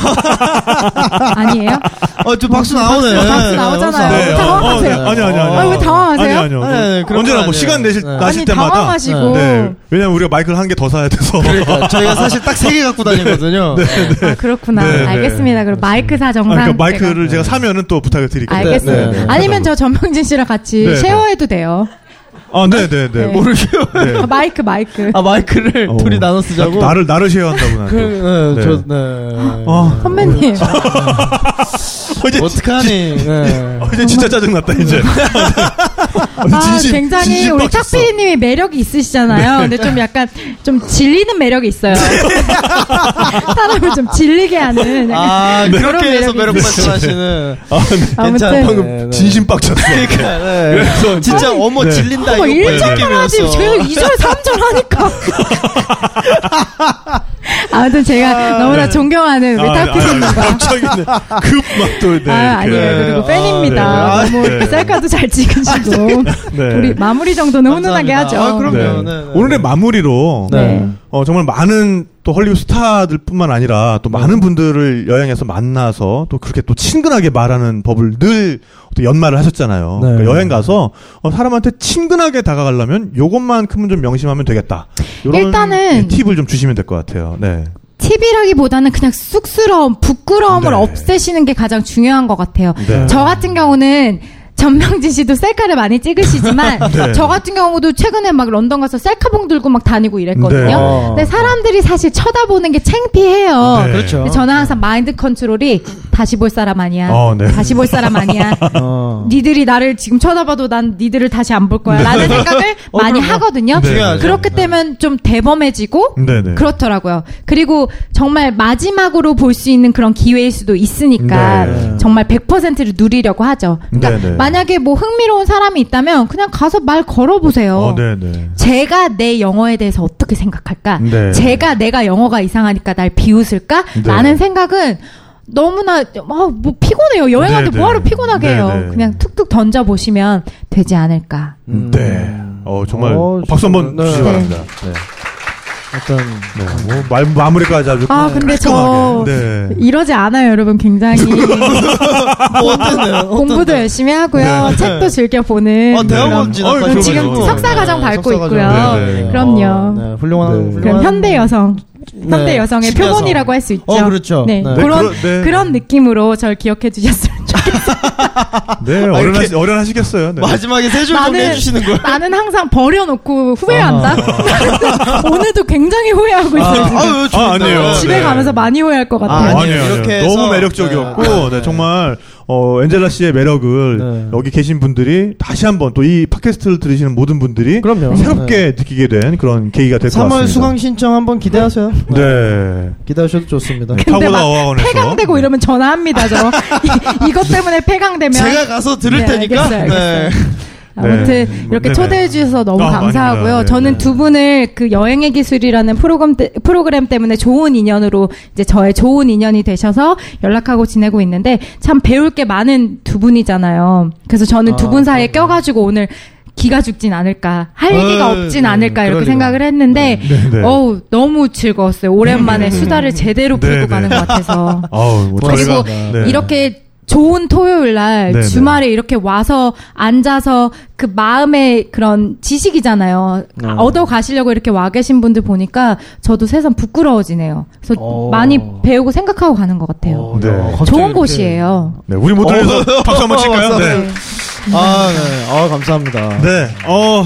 Speaker 5: 아니에요?
Speaker 4: 어, 저 박수 나오네.
Speaker 5: 박수, 박수 나오잖아요.
Speaker 4: 네,
Speaker 5: 네,
Speaker 4: 어,
Speaker 5: 당황-
Speaker 6: 어, 네.
Speaker 5: 당황하세요.
Speaker 6: 아니 아니 아니.
Speaker 4: 아,
Speaker 5: 왜 당황하세요?
Speaker 6: 아니 아니요.
Speaker 4: 네, 네, 그런
Speaker 6: 언제나
Speaker 4: 건
Speaker 6: 뭐
Speaker 4: 아니에요.
Speaker 6: 시간 내실
Speaker 4: 네.
Speaker 6: 나실
Speaker 5: 아니,
Speaker 6: 때마다
Speaker 5: 당황하시고.
Speaker 6: 네. 왜냐면 우리가 마이크를 한 개 더 사야 돼서.
Speaker 4: 그러니까 저희가 사실 딱 세 개 갖고 다니거든요.
Speaker 5: 아, 그렇구나.
Speaker 6: 네, 네.
Speaker 5: 알겠습니다. 그럼 마이크 사
Speaker 6: 아,
Speaker 5: 정상.
Speaker 6: 그러니까 마이크를 제가 사면은 또 부탁을 드릴게요.
Speaker 5: 네. 알겠어요.
Speaker 4: 네, 네, 네.
Speaker 5: 아니면 저 전명진 씨랑 같이
Speaker 6: 네, 네.
Speaker 5: 쉐어해도 돼요.
Speaker 6: 아, 네, 네, 네.
Speaker 5: 네.
Speaker 4: 모르게요.
Speaker 6: 네.
Speaker 5: 마이크, 마이크.
Speaker 4: 아, 마이크를
Speaker 6: 어.
Speaker 4: 둘이 나눠 쓰자고.
Speaker 6: 나를 나를 쉐어한다고 나.
Speaker 4: 그, 네,
Speaker 6: 네.
Speaker 4: 저, 네.
Speaker 6: 아,
Speaker 5: 선배님.
Speaker 6: 이제
Speaker 4: 어떡하니. 네.
Speaker 6: 어, 이제 진짜 짜증 났다 이제.
Speaker 5: 아, 굉장히 우리 탁피디님이 매력이 있으시잖아요. 근데 좀 약간 좀 질리는 매력이 있어요. 사람을 좀 질리게 하는. 약간
Speaker 4: 아,
Speaker 5: 그런
Speaker 4: 그렇게 해서
Speaker 5: 매력이
Speaker 4: 매력만
Speaker 5: 있으시죠.
Speaker 4: 좋아하시는. 괜찮아,
Speaker 5: 아무튼
Speaker 6: 방금
Speaker 4: 네, 네.
Speaker 6: 진심 빡쳤어.
Speaker 4: 그러니까, 네.
Speaker 6: 그래서
Speaker 4: 진짜 어머
Speaker 6: 네.
Speaker 4: 질린다
Speaker 5: 뭐
Speaker 4: 이거 네.
Speaker 5: 일절만 하지
Speaker 4: 느낌이었어.
Speaker 5: 계속 2절 3절 하니까 아무튼 제가 너무나
Speaker 6: 네.
Speaker 5: 존경하는 메타피디입니다. 아,
Speaker 6: 갑자기 네. 급막도 네.
Speaker 5: 아니에요. 그리고 팬입니다.
Speaker 6: 아, 네.
Speaker 5: 너무
Speaker 6: 아, 네.
Speaker 5: 셀카도 잘 찍으시고
Speaker 6: 네.
Speaker 5: 우리 마무리 정도는 훈훈하게 하죠.
Speaker 4: 감사합니다. 아, 그럼요.
Speaker 6: 네.
Speaker 4: 네, 네, 네.
Speaker 6: 오늘의 마무리로
Speaker 4: 네.
Speaker 5: 네.
Speaker 6: 어, 정말 많은 또 헐리우드 스타들뿐만 아니라
Speaker 4: 네.
Speaker 6: 또 많은 분들을 여행에서 만나서 또 그렇게 또 친근하게 말하는 법을 늘 또 연말을 하셨잖아요.
Speaker 4: 네.
Speaker 6: 그러니까 여행 가서 어, 사람한테 친근하게 다가가려면 요것만큼은 좀 명심하면 되겠다. 요런
Speaker 5: 일단은-
Speaker 6: 네, 팁을 좀 주시면 될 것 같아요. 네.
Speaker 5: TV라기보다는 그냥 쑥스러움, 부끄러움을
Speaker 6: 네.
Speaker 5: 없애시는 게 가장 중요한 것 같아요.
Speaker 6: 네.
Speaker 5: 저 같은 경우는 전명진 씨도 셀카를 많이 찍으시지만
Speaker 6: 네.
Speaker 5: 저 같은 경우도 최근에 막 런던 가서 셀카봉 들고 막 다니고
Speaker 6: 네.
Speaker 5: 이랬거든요.
Speaker 4: 어.
Speaker 5: 근데 사람들이 사실 쳐다보는 게 창피해요.
Speaker 6: 네.
Speaker 4: 그렇죠.
Speaker 5: 근데 저는 항상 마인드 컨트롤이 다시 볼 사람 아니야.
Speaker 6: 어, 네.
Speaker 5: 다시 볼 사람 아니야.
Speaker 4: 어.
Speaker 5: 니들이 나를 지금 쳐다봐도 난 니들을 다시 안 볼 거야. 라는
Speaker 6: 네.
Speaker 5: 생각을
Speaker 4: 어,
Speaker 5: 많이
Speaker 4: 그럼요.
Speaker 5: 하거든요.
Speaker 4: 중요하죠.
Speaker 5: 그렇게 되면 좀 대범해지고
Speaker 6: 네네.
Speaker 5: 그렇더라고요. 그리고 정말 마지막으로 볼 수 있는 그런 기회일 수도 있으니까
Speaker 6: 네.
Speaker 5: 정말 100%를 누리려고 하죠. 그러니까
Speaker 6: 네네.
Speaker 5: 만약에 뭐 흥미로운 사람이 있다면 그냥 가서 말 걸어보세요.
Speaker 6: 어, 네네.
Speaker 5: 제가 내 영어에 대해서 어떻게 생각할까?
Speaker 6: 네.
Speaker 5: 제가 내가 영어가 이상하니까 날 비웃을까?
Speaker 6: 네.
Speaker 5: 라는 생각은 너무나 어, 뭐 피곤해요. 여행하는데
Speaker 6: 네네.
Speaker 5: 뭐하러 피곤하게 해요.
Speaker 6: 네네.
Speaker 5: 그냥 툭툭 던져 보시면 되지 않을까.
Speaker 6: 네. 어, 정말
Speaker 4: 음. 어,
Speaker 6: 박수 한번
Speaker 4: 네.
Speaker 6: 주시기
Speaker 5: 네.
Speaker 6: 바랍니다. 네.
Speaker 4: 어떤
Speaker 6: 네. 뭐, 말, 마무리까지 아주
Speaker 5: 아 근데 저
Speaker 6: 깔끔하게. 네.
Speaker 5: 이러지 않아요, 여러분. 굉장히
Speaker 4: 뭐
Speaker 5: 공부도 열심히 하고요.
Speaker 6: 네.
Speaker 5: 책도 즐겨 보는.
Speaker 4: 어, 대학원
Speaker 5: 그런-
Speaker 4: 진학.
Speaker 6: 어,
Speaker 4: 과정.
Speaker 6: 지금 석사
Speaker 5: 과정 밟고 있고요.
Speaker 6: 네.
Speaker 5: 그럼요.
Speaker 4: 네, 훌륭한,
Speaker 6: 네.
Speaker 4: 훌륭한
Speaker 5: 그런 현대 여성, 현대
Speaker 4: 네,
Speaker 5: 여성의
Speaker 4: 신여성.
Speaker 5: 표본이라고 할 수 있죠.
Speaker 4: 어, 그렇죠.
Speaker 5: 네,
Speaker 4: 네.
Speaker 5: 그런
Speaker 6: 네, 그러- 네.
Speaker 5: 그런 느낌으로 절 기억해 주셨으면 좋겠어요.
Speaker 6: 네,
Speaker 4: 아,
Speaker 6: 어련하시, 어련하시겠어요. 네.
Speaker 4: 마지막에 세 줄 정리해 주시는 거예요.
Speaker 5: 나는 항상 버려놓고 후회한다. 오늘도 굉장히 후회하고 있어요. 지금.
Speaker 4: 아. 아유,
Speaker 6: 아, 아니에요.
Speaker 5: 집에
Speaker 6: 네.
Speaker 5: 가면서 많이 후회할 것 같아요.
Speaker 4: 아니에요.
Speaker 6: 아니에요. 아니에요.
Speaker 4: 이렇게 해서-
Speaker 6: 너무 매력적이었고
Speaker 4: 네,
Speaker 6: 네,
Speaker 4: 네, 네.
Speaker 6: 정말 어, 엔젤라 씨의 매력을
Speaker 4: 네.
Speaker 6: 여기 계신 분들이 다시 한번 또 이 팟캐스트를 들으시는 모든 분들이
Speaker 4: 그럼요.
Speaker 6: 새롭게 느끼게 된 그런 계기가 될 것
Speaker 4: 3월
Speaker 6: 같습니다.
Speaker 4: 수강 신청 한번 기대하세요.
Speaker 6: 네.
Speaker 4: 기대하셔도 좋습니다.
Speaker 5: 근데
Speaker 6: 타고나
Speaker 5: 막
Speaker 6: 어학원에서
Speaker 5: 폐강되고 이러면 전화합니다. 저 이, 것 때문에 폐강되면
Speaker 4: 제가 가서 들을
Speaker 5: 네,
Speaker 4: 테니까.
Speaker 5: 알겠어요, 알겠어요. 아무튼
Speaker 6: 네.
Speaker 5: 이렇게
Speaker 6: 네네.
Speaker 5: 초대해 주셔서 너무
Speaker 6: 아,
Speaker 5: 감사하고요.
Speaker 6: 아닙니다. 네,
Speaker 5: 저는
Speaker 6: 네.
Speaker 5: 두 분을 그 여행의 기술이라는 프로그램 때, 프로그램 때문에 좋은 인연으로 이제 저의 좋은 인연이 되셔서 연락하고 지내고 있는데 참 배울 게 많은 두 분이잖아요. 그래서 저는
Speaker 4: 아,
Speaker 5: 두 분 사이에
Speaker 4: 그렇구나.
Speaker 5: 껴가지고 오늘 기가 죽진 않을까 할 얘기가
Speaker 4: 어이,
Speaker 5: 없진
Speaker 4: 네,
Speaker 5: 않을까
Speaker 4: 그럴
Speaker 5: 이렇게
Speaker 4: 리가.
Speaker 5: 생각을 했는데
Speaker 6: 네.
Speaker 5: 어우 너무 즐거웠어요. 오랜만에 수다를 제대로
Speaker 6: 네,
Speaker 5: 풀고
Speaker 6: 네.
Speaker 5: 가는 것 같아서
Speaker 6: 아우, 뭐
Speaker 5: 그리고
Speaker 6: 저희가 네.
Speaker 5: 이렇게 좋은 토요일 날
Speaker 6: 네,
Speaker 5: 주말에 이렇게 와서 앉아서 그 마음의 그런 지식이잖아요.
Speaker 4: 어.
Speaker 5: 얻어 가시려고 이렇게 와 계신 분들 보니까 저도 세상 부끄러워지네요. 그래서
Speaker 4: 어.
Speaker 5: 많이 배우고 생각하고 가는 것 같아요.
Speaker 4: 어,
Speaker 6: 네.
Speaker 4: 야, 갑자기
Speaker 5: 좋은
Speaker 4: 이렇게-
Speaker 5: 곳이에요.
Speaker 6: 네, 우리 모두 위해서 박수 한번 칠까요?
Speaker 4: 박수.
Speaker 6: 네.
Speaker 4: 아, 네. 아, 감사합니다.
Speaker 6: 네. 어,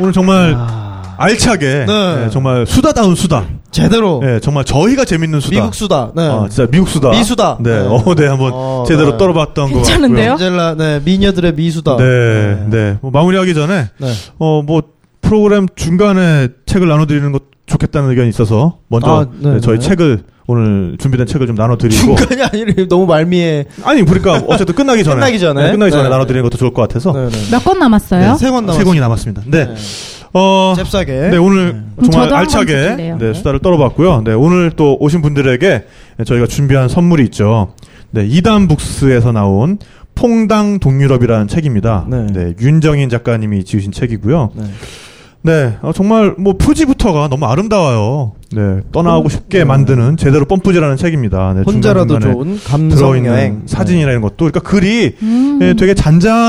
Speaker 6: 오늘 정말
Speaker 4: 아,
Speaker 6: 알차게
Speaker 4: 네.
Speaker 6: 네, 정말 수다다운 수다.
Speaker 4: 제대로
Speaker 6: 네, 정말 저희가 재밌는 수다.
Speaker 4: 미국 수다. 네.
Speaker 6: 아, 진짜 미국 수다.
Speaker 4: 미수다.
Speaker 6: 네.
Speaker 4: 네.
Speaker 6: 어, 네. 한번
Speaker 4: 어,
Speaker 6: 제대로
Speaker 4: 네.
Speaker 6: 떨어봤던 거.
Speaker 5: 괜찮은데요?
Speaker 4: 엔젤라, 네, 미녀들의 미수다.
Speaker 6: 네, 네. 뭐 마무리하기 전에
Speaker 4: 네.
Speaker 6: 어 뭐 프로그램 중간에 책을 나눠드리는 것 좋겠다는 의견이 있어서 먼저
Speaker 4: 아, 네,
Speaker 6: 네, 저희
Speaker 4: 네.
Speaker 6: 책을 오늘 준비된 책을 좀 나눠드리고
Speaker 4: 중간이 아니라 너무 말미에.
Speaker 6: 아니 그러니까 어쨌든 끝나기 전에
Speaker 4: 끝나기 전에.
Speaker 6: 네, 끝나기 전에
Speaker 4: 네.
Speaker 6: 나눠드리는 것도 좋을 것 같아서
Speaker 4: 네, 네.
Speaker 5: 몇 권 남았어요?
Speaker 4: 네, 세권 남았어요.
Speaker 6: 어. 세 권이 남았습니다. 네,
Speaker 4: 네.
Speaker 6: 어,
Speaker 4: 잽싸게.
Speaker 6: 네 오늘
Speaker 5: 그럼
Speaker 6: 정말
Speaker 5: 저도 한번
Speaker 6: 알차게
Speaker 5: 드릴래요.
Speaker 6: 네, 수다를 떨어봤고요. 네 오늘 또 오신 분들에게 저희가 준비한 선물이 있죠. 네 이단 북스에서 나온 퐁당 동유럽이라는 책입니다.
Speaker 4: 네.
Speaker 6: 네 윤정인 작가님이 지으신 책이고요.
Speaker 4: 네.
Speaker 6: 네, 어, 정말 뭐 표지부터가 너무 아름다워요. 네, 떠나고 싶게 만드는 제대로 뻔뿌지라는 책입니다. 네,
Speaker 4: 음, 혼자라도
Speaker 6: 중간중간에
Speaker 4: 좋은 감성
Speaker 6: 들어있는
Speaker 4: 여행.
Speaker 6: 사진이라는 것도 그러니까 글이
Speaker 5: 음.
Speaker 6: 예, 되게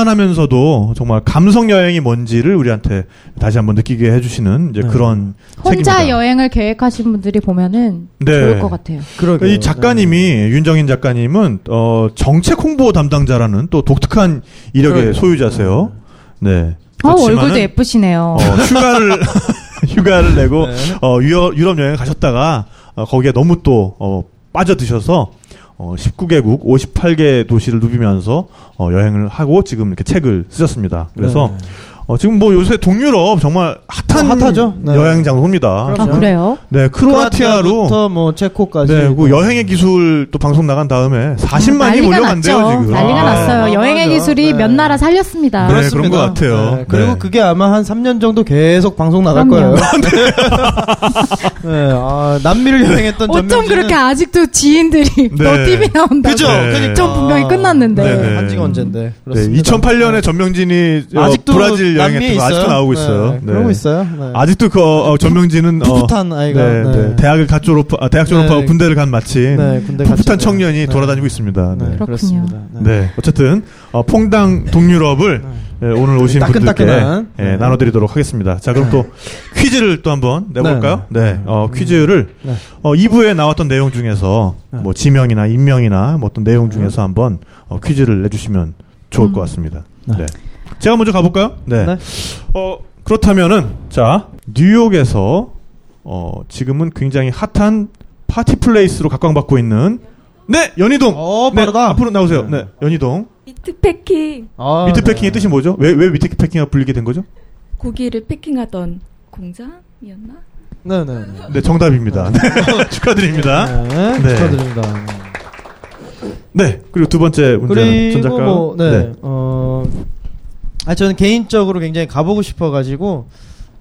Speaker 6: 잔잔하면서도 정말 감성 여행이 뭔지를 우리한테 다시 한번 느끼게 해주시는 이제
Speaker 4: 네.
Speaker 6: 그런
Speaker 5: 혼자
Speaker 6: 책입니다.
Speaker 5: 여행을 계획하신 분들이 보면은
Speaker 6: 네.
Speaker 5: 좋을 것 같아요.
Speaker 4: 그러게.
Speaker 6: 이
Speaker 4: 네.
Speaker 6: 작가님이 윤정인 작가님은 어 정책 홍보 담당자라는 또 독특한 이력의
Speaker 4: 그러게요.
Speaker 6: 소유자세요. 네.
Speaker 5: 어,
Speaker 6: 그렇지만은
Speaker 5: 얼굴도 예쁘시네요. 아,
Speaker 6: 어, 휴가를 휴가를 내고
Speaker 4: 네.
Speaker 6: 어, 유럽, 유럽 여행 가셨다가 어, 거기에 너무 또 어, 빠져드셔서 어, 19개국 58개 도시를 누비면서 어, 여행을 하고 지금 이렇게 책을 쓰셨습니다. 그래서
Speaker 4: 네.
Speaker 6: 어, 지금 뭐 요새 동유럽 정말 핫한
Speaker 4: 어, 핫하죠. 네.
Speaker 6: 여행 장소입니다.
Speaker 5: 아, 그래요?
Speaker 6: 네, 크로아티아로
Speaker 4: 크로아티아부터 뭐 체코까지.
Speaker 6: 네, 그 여행의 기술 또 방송 나간 다음에 40만이
Speaker 5: 난리가
Speaker 6: 몰려간대요
Speaker 5: 났죠.
Speaker 6: 지금.
Speaker 5: 난리가
Speaker 6: 아,
Speaker 5: 났어요.
Speaker 4: 네.
Speaker 5: 여행의
Speaker 4: 맞아.
Speaker 5: 기술이
Speaker 4: 네.
Speaker 5: 몇 나라 살렸습니다.
Speaker 6: 네, 그런 것 같아요.
Speaker 4: 그리고
Speaker 6: 네.
Speaker 4: 그게 아마 한 3년 정도 계속 방송 나갈
Speaker 5: 그럼요.
Speaker 4: 거예요. 네, 아, 남미를 여행했던
Speaker 5: 어쩜
Speaker 4: 전명진은
Speaker 5: 그렇게 아직도 지인들이
Speaker 6: 네.
Speaker 5: 너 TV 나온다고.
Speaker 4: 그죠?
Speaker 6: 네.
Speaker 4: 그러니까.
Speaker 5: 전 분명히 끝났는데.
Speaker 4: 네,
Speaker 6: 네.
Speaker 4: 한지가 언젠데.
Speaker 6: 네,
Speaker 4: 그렇습니다.
Speaker 6: 2008년에 전명진이 어,
Speaker 4: 아직도
Speaker 6: 브라질
Speaker 4: 남미에
Speaker 6: 여행했던 거 아직도
Speaker 4: 있어요.
Speaker 6: 나오고
Speaker 4: 네,
Speaker 6: 있어요.
Speaker 4: 네,
Speaker 6: 네.
Speaker 4: 그러고 있어요. 네.
Speaker 6: 아직도 그 어, 어, 전명진은 어,
Speaker 4: 풋풋한 아이가.
Speaker 6: 네, 네. 대학을 갓 졸업 아, 대학 졸업하고
Speaker 4: 네.
Speaker 6: 군대를 간 마침
Speaker 4: 네, 군대
Speaker 6: 풋풋한
Speaker 4: 갔죠.
Speaker 6: 청년이
Speaker 4: 네.
Speaker 6: 돌아다니고 있습니다.
Speaker 4: 네,
Speaker 6: 네.
Speaker 5: 그렇군요.
Speaker 4: 그렇습니다. 네.
Speaker 6: 네, 어쨌든 어, 퐁당 동유럽을 예, 오늘 오신 분들께
Speaker 4: 따끈따끈한.
Speaker 6: 예,
Speaker 4: 네.
Speaker 6: 나눠드리도록 하겠습니다. 자, 그럼 또 퀴즈를 또 한번 내볼까요? 네, 어, 퀴즈를
Speaker 4: 네.
Speaker 6: 어, 2부에 나왔던 내용 중에서
Speaker 4: 네.
Speaker 6: 뭐 지명이나 인명이나 뭐 어떤 내용 중에서 한번 어, 퀴즈를 내주시면 좋을 것 같습니다.
Speaker 4: 네.
Speaker 6: 네. 제가 먼저 가볼까요? 네.
Speaker 4: 네.
Speaker 6: 어, 그렇다면은 자 뉴욕에서 어, 지금은 굉장히 핫한 파티 플레이스로 각광받고 있는 네 연희동.
Speaker 4: 어,
Speaker 6: 네,
Speaker 4: 빠르다.
Speaker 6: 앞으로 나오세요. 네 연희동.
Speaker 7: 미트 패킹
Speaker 4: 아,
Speaker 6: 미트
Speaker 4: 네.
Speaker 6: 패킹의 뜻이 뭐죠? 왜, 왜 미트 패킹이 불리게 된 거죠?
Speaker 7: 고기를 패킹하던 공장이었나?
Speaker 4: 네, 네. 네.
Speaker 6: 네, 정답입니다. 네, 축하드립니다.
Speaker 4: 네,
Speaker 6: 네.
Speaker 4: 축하드립니다.
Speaker 6: 네, 그리고 두 번째 문제는 전
Speaker 4: 그리고
Speaker 6: 작가.
Speaker 4: 뭐, 네. 어, 아, 저는 개인적으로 굉장히 가보고 싶어가지고,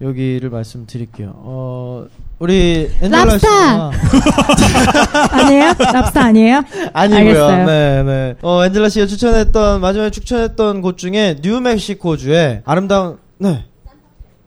Speaker 4: 여기를 말씀드릴게요. 어, 우리, 엔젤라
Speaker 5: 랍스타!
Speaker 4: 씨가.
Speaker 5: 아니에요? 랍스타 아니에요?
Speaker 4: 아니고요.
Speaker 5: 알겠어요.
Speaker 4: 네, 네. 어, 엔젤라 씨가 추천했던 마지막에 추천했던 곳 중에 뉴멕시코 주의 아름다운 네.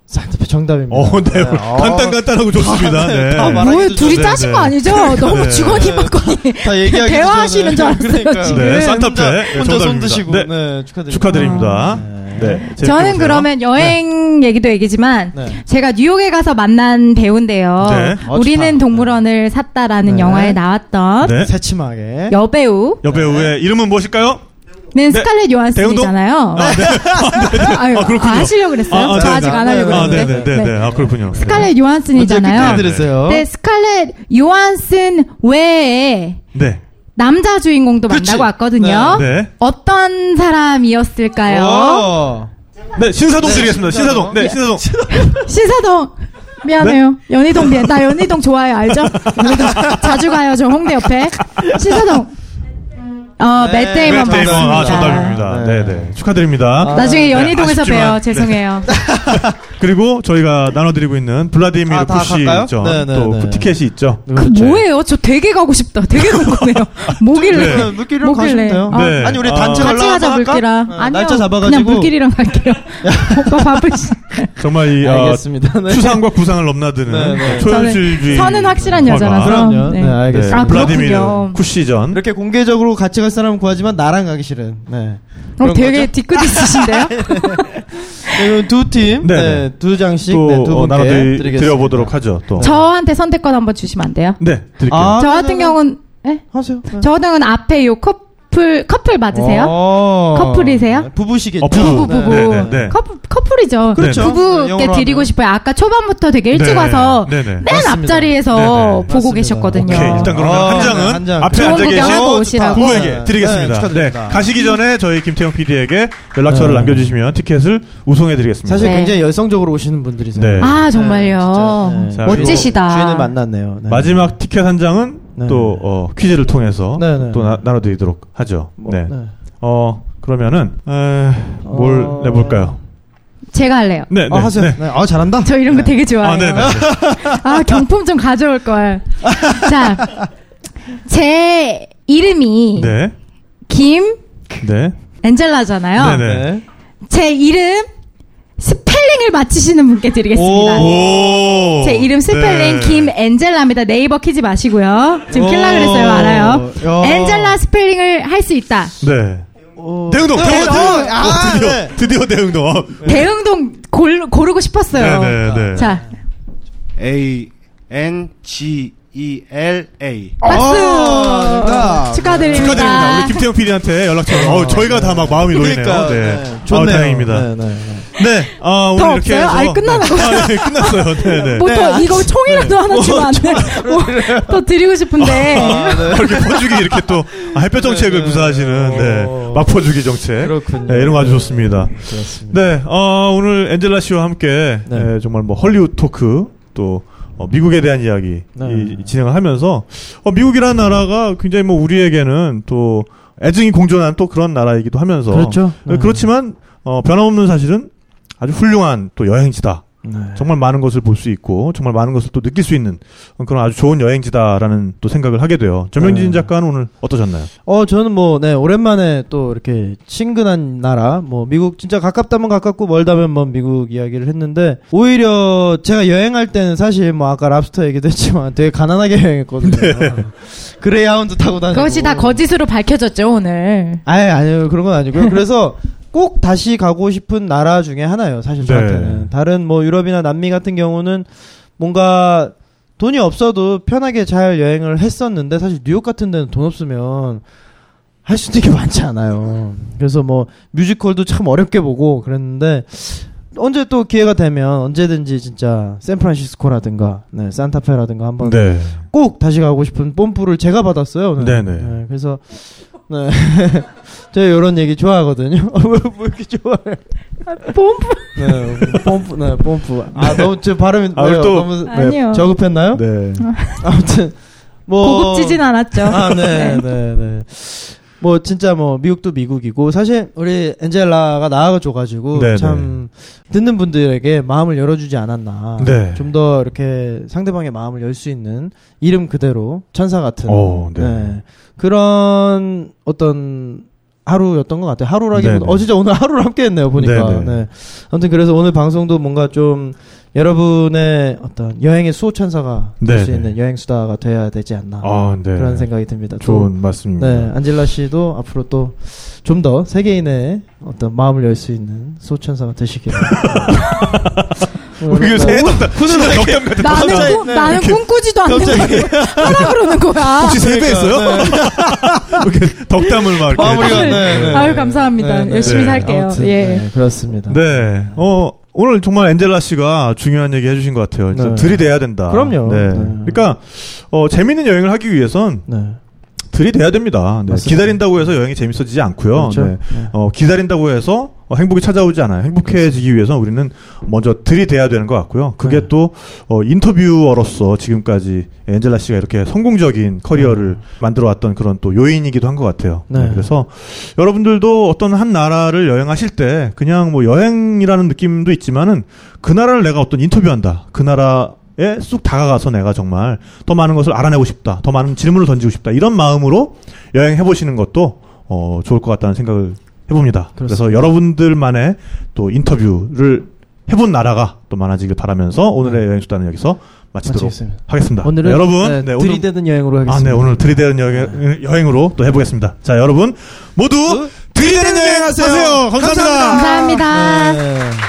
Speaker 4: 산타페 정답입니다.
Speaker 6: 어, 네.
Speaker 4: 어.
Speaker 6: 간단간단하고 좋습니다. 네.
Speaker 4: 아, 다 말하-
Speaker 5: 뭐
Speaker 4: 말하기도
Speaker 5: 둘이
Speaker 4: 전에,
Speaker 5: 짜신
Speaker 6: 네.
Speaker 5: 거 아니죠? 너무
Speaker 6: 네.
Speaker 5: 주거니 받거니.
Speaker 4: 다 얘기하기
Speaker 5: 그 대화하시는 줄 알았어요, 지금.
Speaker 6: 네, 산타페. 네,
Speaker 4: 혼자 손
Speaker 6: 정답입니다.
Speaker 4: 드시고
Speaker 6: 네.
Speaker 4: 네, 축하드립니다.
Speaker 6: 축하드립니다.
Speaker 4: 네.
Speaker 6: 네. 재밌게
Speaker 5: 저는
Speaker 6: 보세요.
Speaker 5: 그러면 여행 얘기도 얘기지만
Speaker 4: 네.
Speaker 5: 제가 뉴욕에 가서 만난 배우인데요.
Speaker 6: 네.
Speaker 4: 어,
Speaker 5: 우리는
Speaker 4: 좋다.
Speaker 5: 동물원을 샀다라는
Speaker 4: 네.
Speaker 5: 영화에 나왔던
Speaker 6: 네.
Speaker 4: 새침하게
Speaker 5: 여배우는
Speaker 4: 네.
Speaker 6: 여배우의 이름은 무엇일까요?
Speaker 5: 스칼렛 요한슨이잖아요.
Speaker 6: 아, 네.
Speaker 5: 아유,
Speaker 6: 그렇군요.
Speaker 5: 아, 하시려고 그랬어요?
Speaker 6: 아, 아,
Speaker 5: 저
Speaker 6: 네,
Speaker 5: 아직
Speaker 4: 네.
Speaker 5: 안 하려고
Speaker 4: 그래요?
Speaker 6: 아,
Speaker 5: 그랬는데.
Speaker 6: 네, 네, 네, 네. 아, 그렇군요.
Speaker 5: 스칼렛
Speaker 4: 먼저
Speaker 5: 요한슨이잖아요.
Speaker 4: 끝까지 들으세요.
Speaker 5: 네, 스칼렛 요한슨 외에
Speaker 6: 네.
Speaker 5: 남자 주인공도
Speaker 4: 그치.
Speaker 5: 만나고 왔거든요.
Speaker 6: 네.
Speaker 5: 어떤 사람이었을까요?
Speaker 4: 오.
Speaker 6: 네, 신사동
Speaker 4: 네,
Speaker 6: 드리겠습니다. 신사동.
Speaker 4: 신사동.
Speaker 6: 네, 신사동.
Speaker 5: 신사동 미안해요. 연희동 미안. 나 연희동 좋아요. 알죠? 연희동 자주 가요. 저 홍대 옆에. 신사동. 어,
Speaker 4: 네,
Speaker 5: 맷
Speaker 6: 네,
Speaker 5: 데이먼
Speaker 4: 맷 데이먼.
Speaker 5: 맞습니다.
Speaker 6: 아, 정답입니다. 네,
Speaker 4: 네. 아,
Speaker 6: 네. 축하드립니다.
Speaker 5: 나중에 연희동에서
Speaker 6: 네, 아쉽지만,
Speaker 5: 봬요. 죄송해요.
Speaker 6: 그리고 저희가 나눠드리고 있는 블라디미르
Speaker 4: 아, 다
Speaker 6: 푸시
Speaker 4: 갈까요?
Speaker 6: 전
Speaker 4: 네, 네,
Speaker 6: 또
Speaker 4: 네.
Speaker 6: 그 티켓이 있죠.
Speaker 5: 그 뭐예요? 저 되게 가고 싶다. 되게 궁금해요. 뭐길래?
Speaker 6: 네.
Speaker 4: 물길이랑 가시면
Speaker 5: 뭐길래?
Speaker 4: 돼요.
Speaker 5: 아.
Speaker 6: 네.
Speaker 4: 아니 우리
Speaker 6: 아.
Speaker 4: 단체
Speaker 5: 같이
Speaker 4: 관람
Speaker 5: 가자
Speaker 4: 한번 할까?
Speaker 5: 물길아.
Speaker 4: 네,
Speaker 5: 아니요.
Speaker 4: 날짜
Speaker 5: 그냥
Speaker 4: 잡아가지고
Speaker 5: 물길이랑 갈게요. 오빠 바쁘시.
Speaker 6: 정말 이 어,
Speaker 4: 알겠습니다. 네.
Speaker 6: 추상과 구상을 넘나드는
Speaker 4: 네, 네.
Speaker 6: 초현실주의.
Speaker 5: 선은 확실한
Speaker 6: 화가.
Speaker 5: 여자라서.
Speaker 4: 그럼요. 네,
Speaker 5: 네.
Speaker 4: 알겠습니다. 네,
Speaker 5: 아,
Speaker 6: 블라디미르
Speaker 5: 그렇군요.
Speaker 6: 쿠시전.
Speaker 4: 이렇게 공개적으로 같이 갈 사람은 구하지만 나랑 가기 싫은. 네.
Speaker 5: 어,
Speaker 4: 그런
Speaker 5: 되게
Speaker 4: 거죠? 네.
Speaker 5: 뒤끝 있으신데요?
Speaker 4: 그럼 두 팀,
Speaker 6: 네,
Speaker 4: 네, 두 장씩
Speaker 6: 또
Speaker 4: 네, 두
Speaker 6: 어,
Speaker 4: 분께 드리겠습니다.
Speaker 6: 나눠드려보도록 하죠. 또.
Speaker 5: 저한테 선택권 한번 주시면 안 돼요?
Speaker 6: 네, 드릴게요.
Speaker 4: 아,
Speaker 5: 저 같은
Speaker 4: 네네네.
Speaker 5: 경우는 예?
Speaker 4: 하세요. 네.
Speaker 5: 저 같은 경우는 앞에 요 커플 커플 맞으세요?
Speaker 4: 어.
Speaker 5: 커플이세요?
Speaker 4: 네, 부부시겠죠.
Speaker 6: 어,
Speaker 5: 부부
Speaker 6: 부부,
Speaker 5: 부부
Speaker 6: 네, 네, 네.
Speaker 5: 커플 커플이죠.
Speaker 4: 그렇죠. 네,
Speaker 5: 부부께
Speaker 4: 영어로
Speaker 5: 드리고
Speaker 4: 하면.
Speaker 5: 싶어요. 아까 초반부터 되게 일찍
Speaker 6: 네,
Speaker 5: 와서
Speaker 6: 네, 네.
Speaker 5: 맨
Speaker 4: 맞습니다.
Speaker 5: 앞자리에서
Speaker 6: 네, 네.
Speaker 5: 보고
Speaker 4: 맞습니다.
Speaker 5: 계셨거든요.
Speaker 6: 오케이, 일단 그러면
Speaker 4: 아,
Speaker 6: 한 장은
Speaker 4: 네, 한 장.
Speaker 6: 앞에
Speaker 5: 좋은
Speaker 6: 앉아
Speaker 5: 구경
Speaker 6: 계신
Speaker 5: 하고
Speaker 4: 어, 좋다.
Speaker 5: 오시라고.
Speaker 6: 부부에게
Speaker 4: 네, 네,
Speaker 6: 드리겠습니다. 네,
Speaker 4: 축하드립니다.
Speaker 6: 가시기 전에 저희 김태형 PD에게 연락처를
Speaker 4: 네.
Speaker 6: 남겨주시면 티켓을 우송해 드리겠습니다.
Speaker 4: 사실
Speaker 5: 네.
Speaker 4: 굉장히 열성적으로 오시는 분들이세요.
Speaker 6: 네.
Speaker 4: 진짜,
Speaker 5: 아 정말요.
Speaker 4: 네.
Speaker 6: 자,
Speaker 5: 멋지시다.
Speaker 4: 주인을 만났네요. 네.
Speaker 6: 마지막 티켓 한 장은
Speaker 4: 네.
Speaker 6: 또 어, 퀴즈를 통해서
Speaker 4: 네, 네.
Speaker 6: 또 나, 눠드리도록 하죠.
Speaker 4: 뭐,
Speaker 6: 네. 어 그러면은 에, 뭘
Speaker 4: 어,
Speaker 6: 내볼까요?
Speaker 5: 제가 할래요.
Speaker 6: 네, 네,
Speaker 4: 아, 하세요.
Speaker 6: 네.
Speaker 4: 네. 아, 잘한다.
Speaker 5: 저 이런 거 되게 좋아해요.
Speaker 6: 아, 네, 네.
Speaker 5: 아, 경품 좀 가져올 걸. 자, 제 이름이
Speaker 6: 네,
Speaker 5: 김
Speaker 6: 네,
Speaker 5: 엔젤라잖아요.
Speaker 6: 네, 네.
Speaker 5: 제 이름 스펠링을 맞히시는 분께 드리겠습니다.
Speaker 6: 오.
Speaker 5: 제 이름 스펠링
Speaker 6: 네.
Speaker 5: 김엔젤라입니다. 네이버 키지 마시고요. 지금 킬라 그랬어요. 알아요.
Speaker 4: 야.
Speaker 5: 엔젤라 스펠링을 할 수 있다.
Speaker 6: 네.
Speaker 4: 어.
Speaker 6: 대흥동,
Speaker 4: 네,
Speaker 6: 대흥동,
Speaker 4: 어,
Speaker 6: 대흥동.
Speaker 4: 아,
Speaker 6: 어, 드디어,
Speaker 4: 네.
Speaker 6: 드디어 대흥동.
Speaker 5: 대흥동 골, 고르고 싶었어요.
Speaker 6: 네, 네, 네.
Speaker 5: 자,
Speaker 8: A N G E L A.
Speaker 5: 박수!
Speaker 4: 아, 정답.
Speaker 5: 축하드립니다.
Speaker 6: 축하드립니다. 우리 김태형 PD한테 연락처. 어, 저희가 다 막 마음이 놓이네요.
Speaker 4: 그러니까
Speaker 6: 네.
Speaker 4: 좋네요.
Speaker 6: 아, 다행입니다.
Speaker 4: 네, 네, 네.
Speaker 6: 네, 아, 오늘
Speaker 5: 더
Speaker 6: 이렇게
Speaker 5: 없어요?
Speaker 6: 해서
Speaker 5: 아니, 끝나는
Speaker 6: 아, 네, 끝났어요. 네, 네. 어,
Speaker 5: 보통 이거 총이라도 하나 주면 안 돼. 뭐, 더 드리고 싶은데.
Speaker 6: 아, 이렇게 퍼주기 이렇게 또 아, 햇볕 정책을
Speaker 4: 네, 네.
Speaker 6: 구사하시는 네,
Speaker 4: 오.
Speaker 6: 막퍼주기 정책.
Speaker 4: 그렇군요.
Speaker 6: 네, 이런 거 아주 좋습니다.
Speaker 4: 그렇습니다.
Speaker 6: 네, 어, 오늘 엔젤라 씨와 함께
Speaker 4: 네.
Speaker 6: 예, 정말 뭐 헐리우드 토크 또 어, 미국에 대한 이야기
Speaker 4: 네. 음.
Speaker 6: 이- 진행을 하면서 어, 미국이라는 나라가 굉장히 뭐 우리에게는 또 애증이 공존한 또 그런 나라이기도 하면서
Speaker 4: 그렇죠.
Speaker 6: 예, 그렇지만 어, 변함없는 사실은 아주 훌륭한 또 여행지다.
Speaker 4: 네.
Speaker 6: 정말 많은 것을 볼 수 있고 정말 많은 것을 또 느낄 수 있는 그런 아주 좋은 여행지다라는 또 생각을 하게 돼요. 전명진
Speaker 4: 네.
Speaker 6: 작가는 오늘 어떠셨나요?
Speaker 4: 어 저는 뭐 네 오랜만에 또 이렇게 친근한 나라 뭐 미국 진짜 가깝다면 가깝고 멀다면 먼 미국 이야기를 했는데 오히려 제가 여행할 때는 사실 뭐 아까 랍스터 얘기도 했지만 되게 가난하게 여행했거든요. 그레이하운드 타고 다니고
Speaker 5: 네. 그것이 다 거짓으로 밝혀졌죠, 오늘.
Speaker 4: 아예 아니요 그런 건 아니고요. 그래서 꼭 다시 가고 싶은 나라 중에 하나예요. 사실
Speaker 6: 네.
Speaker 4: 저한테는 다른 뭐 유럽이나 남미 같은 경우는 뭔가 돈이 없어도 편하게 잘 여행을 했었는데 사실 뉴욕 같은 데는 돈 없으면 할 수 있는 게 많지 않아요. 그래서 뭐 뮤지컬도 참 어렵게 보고 그랬는데 언제 또 기회가 되면 언제든지 진짜 샌프란시스코라든가 네, 산타페라든가 한번
Speaker 6: 네.
Speaker 4: 꼭 다시 가고 싶은 뽐뿌를 제가 받았어요. 오늘.
Speaker 6: 네네.
Speaker 4: 네, 그래서 네. 제가 이런 얘기 좋아하거든요. 왜, 왜 이렇게 좋아해?
Speaker 5: 뽐뿌.
Speaker 4: 네, 뽐뿌, 네, 뽐뿌. 아 너무 제 발음이
Speaker 6: 아, 우리
Speaker 4: 왜요?
Speaker 6: 또-
Speaker 4: 너무
Speaker 6: 네.
Speaker 5: 아니요.
Speaker 4: 저급했나요?
Speaker 6: 네.
Speaker 4: 아무튼 뭐
Speaker 5: 고급지진 않았죠.
Speaker 4: 아, 네, 네, 네. 뭐 진짜 뭐 미국도 미국이고 사실 우리 엔젤라가 나와줘가지고
Speaker 6: 네,
Speaker 4: 참 듣는 분들에게 마음을 열어주지 않았나.
Speaker 6: 네.
Speaker 4: 좀 더 이렇게 상대방의 마음을 열 수 있는 이름 그대로 천사 같은
Speaker 6: 어, 네.
Speaker 4: 그런 어떤 하루였던 것 같아요. 하루라기보다
Speaker 6: 네, 네.
Speaker 4: 어 진짜 오늘 하루를 함께했네요 보니까.
Speaker 6: 네, 네.
Speaker 4: 네. 아무튼 그래서 오늘 방송도 뭔가 좀 여러분의 어떤 여행의 수호 천사가 될
Speaker 6: 네,
Speaker 4: 수
Speaker 6: 네.
Speaker 4: 있는 여행 수다가 돼야 되지 않나.
Speaker 6: 아, 네.
Speaker 4: 그런 생각이 듭니다. 또,
Speaker 6: 좋은 말씀입니다.
Speaker 4: 네, 안젤라 씨도 앞으로 또 좀 더 세계인의 어떤 마음을 열 수 있는 소천사가 되시길.
Speaker 6: 어, 이게
Speaker 4: 네.
Speaker 6: 새해 덕담, 진짜 덕담 같은 거.
Speaker 5: 나는,
Speaker 4: 갑자기,
Speaker 5: 꿈,
Speaker 4: 네.
Speaker 5: 나는
Speaker 6: 이렇게
Speaker 5: 꿈꾸지도 않는데 하라 그러는 거야.
Speaker 6: 혹시 세배했어요? 이렇게 덕담을 막 이렇게.
Speaker 4: 네. 마무리가,
Speaker 6: 해주시는.
Speaker 4: 네, 네.
Speaker 5: 아유, 감사합니다.
Speaker 4: 네, 네.
Speaker 5: 열심히
Speaker 6: 네.
Speaker 5: 살게요.
Speaker 4: 아무튼,
Speaker 5: 예.
Speaker 4: 네, 그렇습니다.
Speaker 6: 네. 어, 오늘 정말 엔젤라 씨가 중요한 얘기 해주신 것 같아요. 진짜
Speaker 4: 네.
Speaker 6: 들이대야 된다.
Speaker 4: 그럼요.
Speaker 6: 네.
Speaker 4: 네.
Speaker 6: 그러니까, 어, 재밌는 여행을 하기 위해선
Speaker 4: 네.
Speaker 6: 들이대야 됩니다. 네.
Speaker 4: 맞습니다.
Speaker 6: 기다린다고 해서 여행이 재밌어지지 않고요.
Speaker 4: 그렇죠.
Speaker 6: 네.
Speaker 4: 네.
Speaker 6: 어, 기다린다고 해서 어, 행복이 찾아오지 않아요. 행복해지기 위해서 우리는 먼저 들이대야 되는 것 같고요. 그게
Speaker 4: 네.
Speaker 6: 또 어, 인터뷰어로서 지금까지 엔젤라 씨가 이렇게 성공적인 커리어를 만들어왔던 그런 또 요인이기도 한 것 같아요.
Speaker 4: 네.
Speaker 6: 네, 그래서 여러분들도 어떤 한 나라를 여행하실 때 그냥 뭐 여행이라는 느낌도 있지만은 그 나라를 내가 어떤 인터뷰한다. 그 나라 에쑥 다가가서 내가 정말 더 많은 것을 알아내고 싶다, 더 많은 질문을 던지고 싶다 이런 마음으로 여행해 보시는 것도 어, 좋을 것 같다는 생각을 해봅니다. 그래서
Speaker 4: 그렇습니다.
Speaker 6: 여러분들만의 또 인터뷰를 해본 나라가 또 많아지길 바라면서 오늘의 여행 수단은 여기서 마치도록
Speaker 4: 네. 마치겠습니다.
Speaker 6: 하겠습니다.
Speaker 4: 오늘은
Speaker 6: 네, 여러분
Speaker 4: 네,
Speaker 6: 네, 오늘-
Speaker 4: 들이대는 여행으로
Speaker 6: 아,
Speaker 4: 하겠습니다.
Speaker 6: 네, 오늘 들이대는 여행, 여행으로 또 해보겠습니다. 자, 여러분 모두 들이대는 여행 하세요. 감사합니다.
Speaker 5: 감사합니다.
Speaker 4: 네.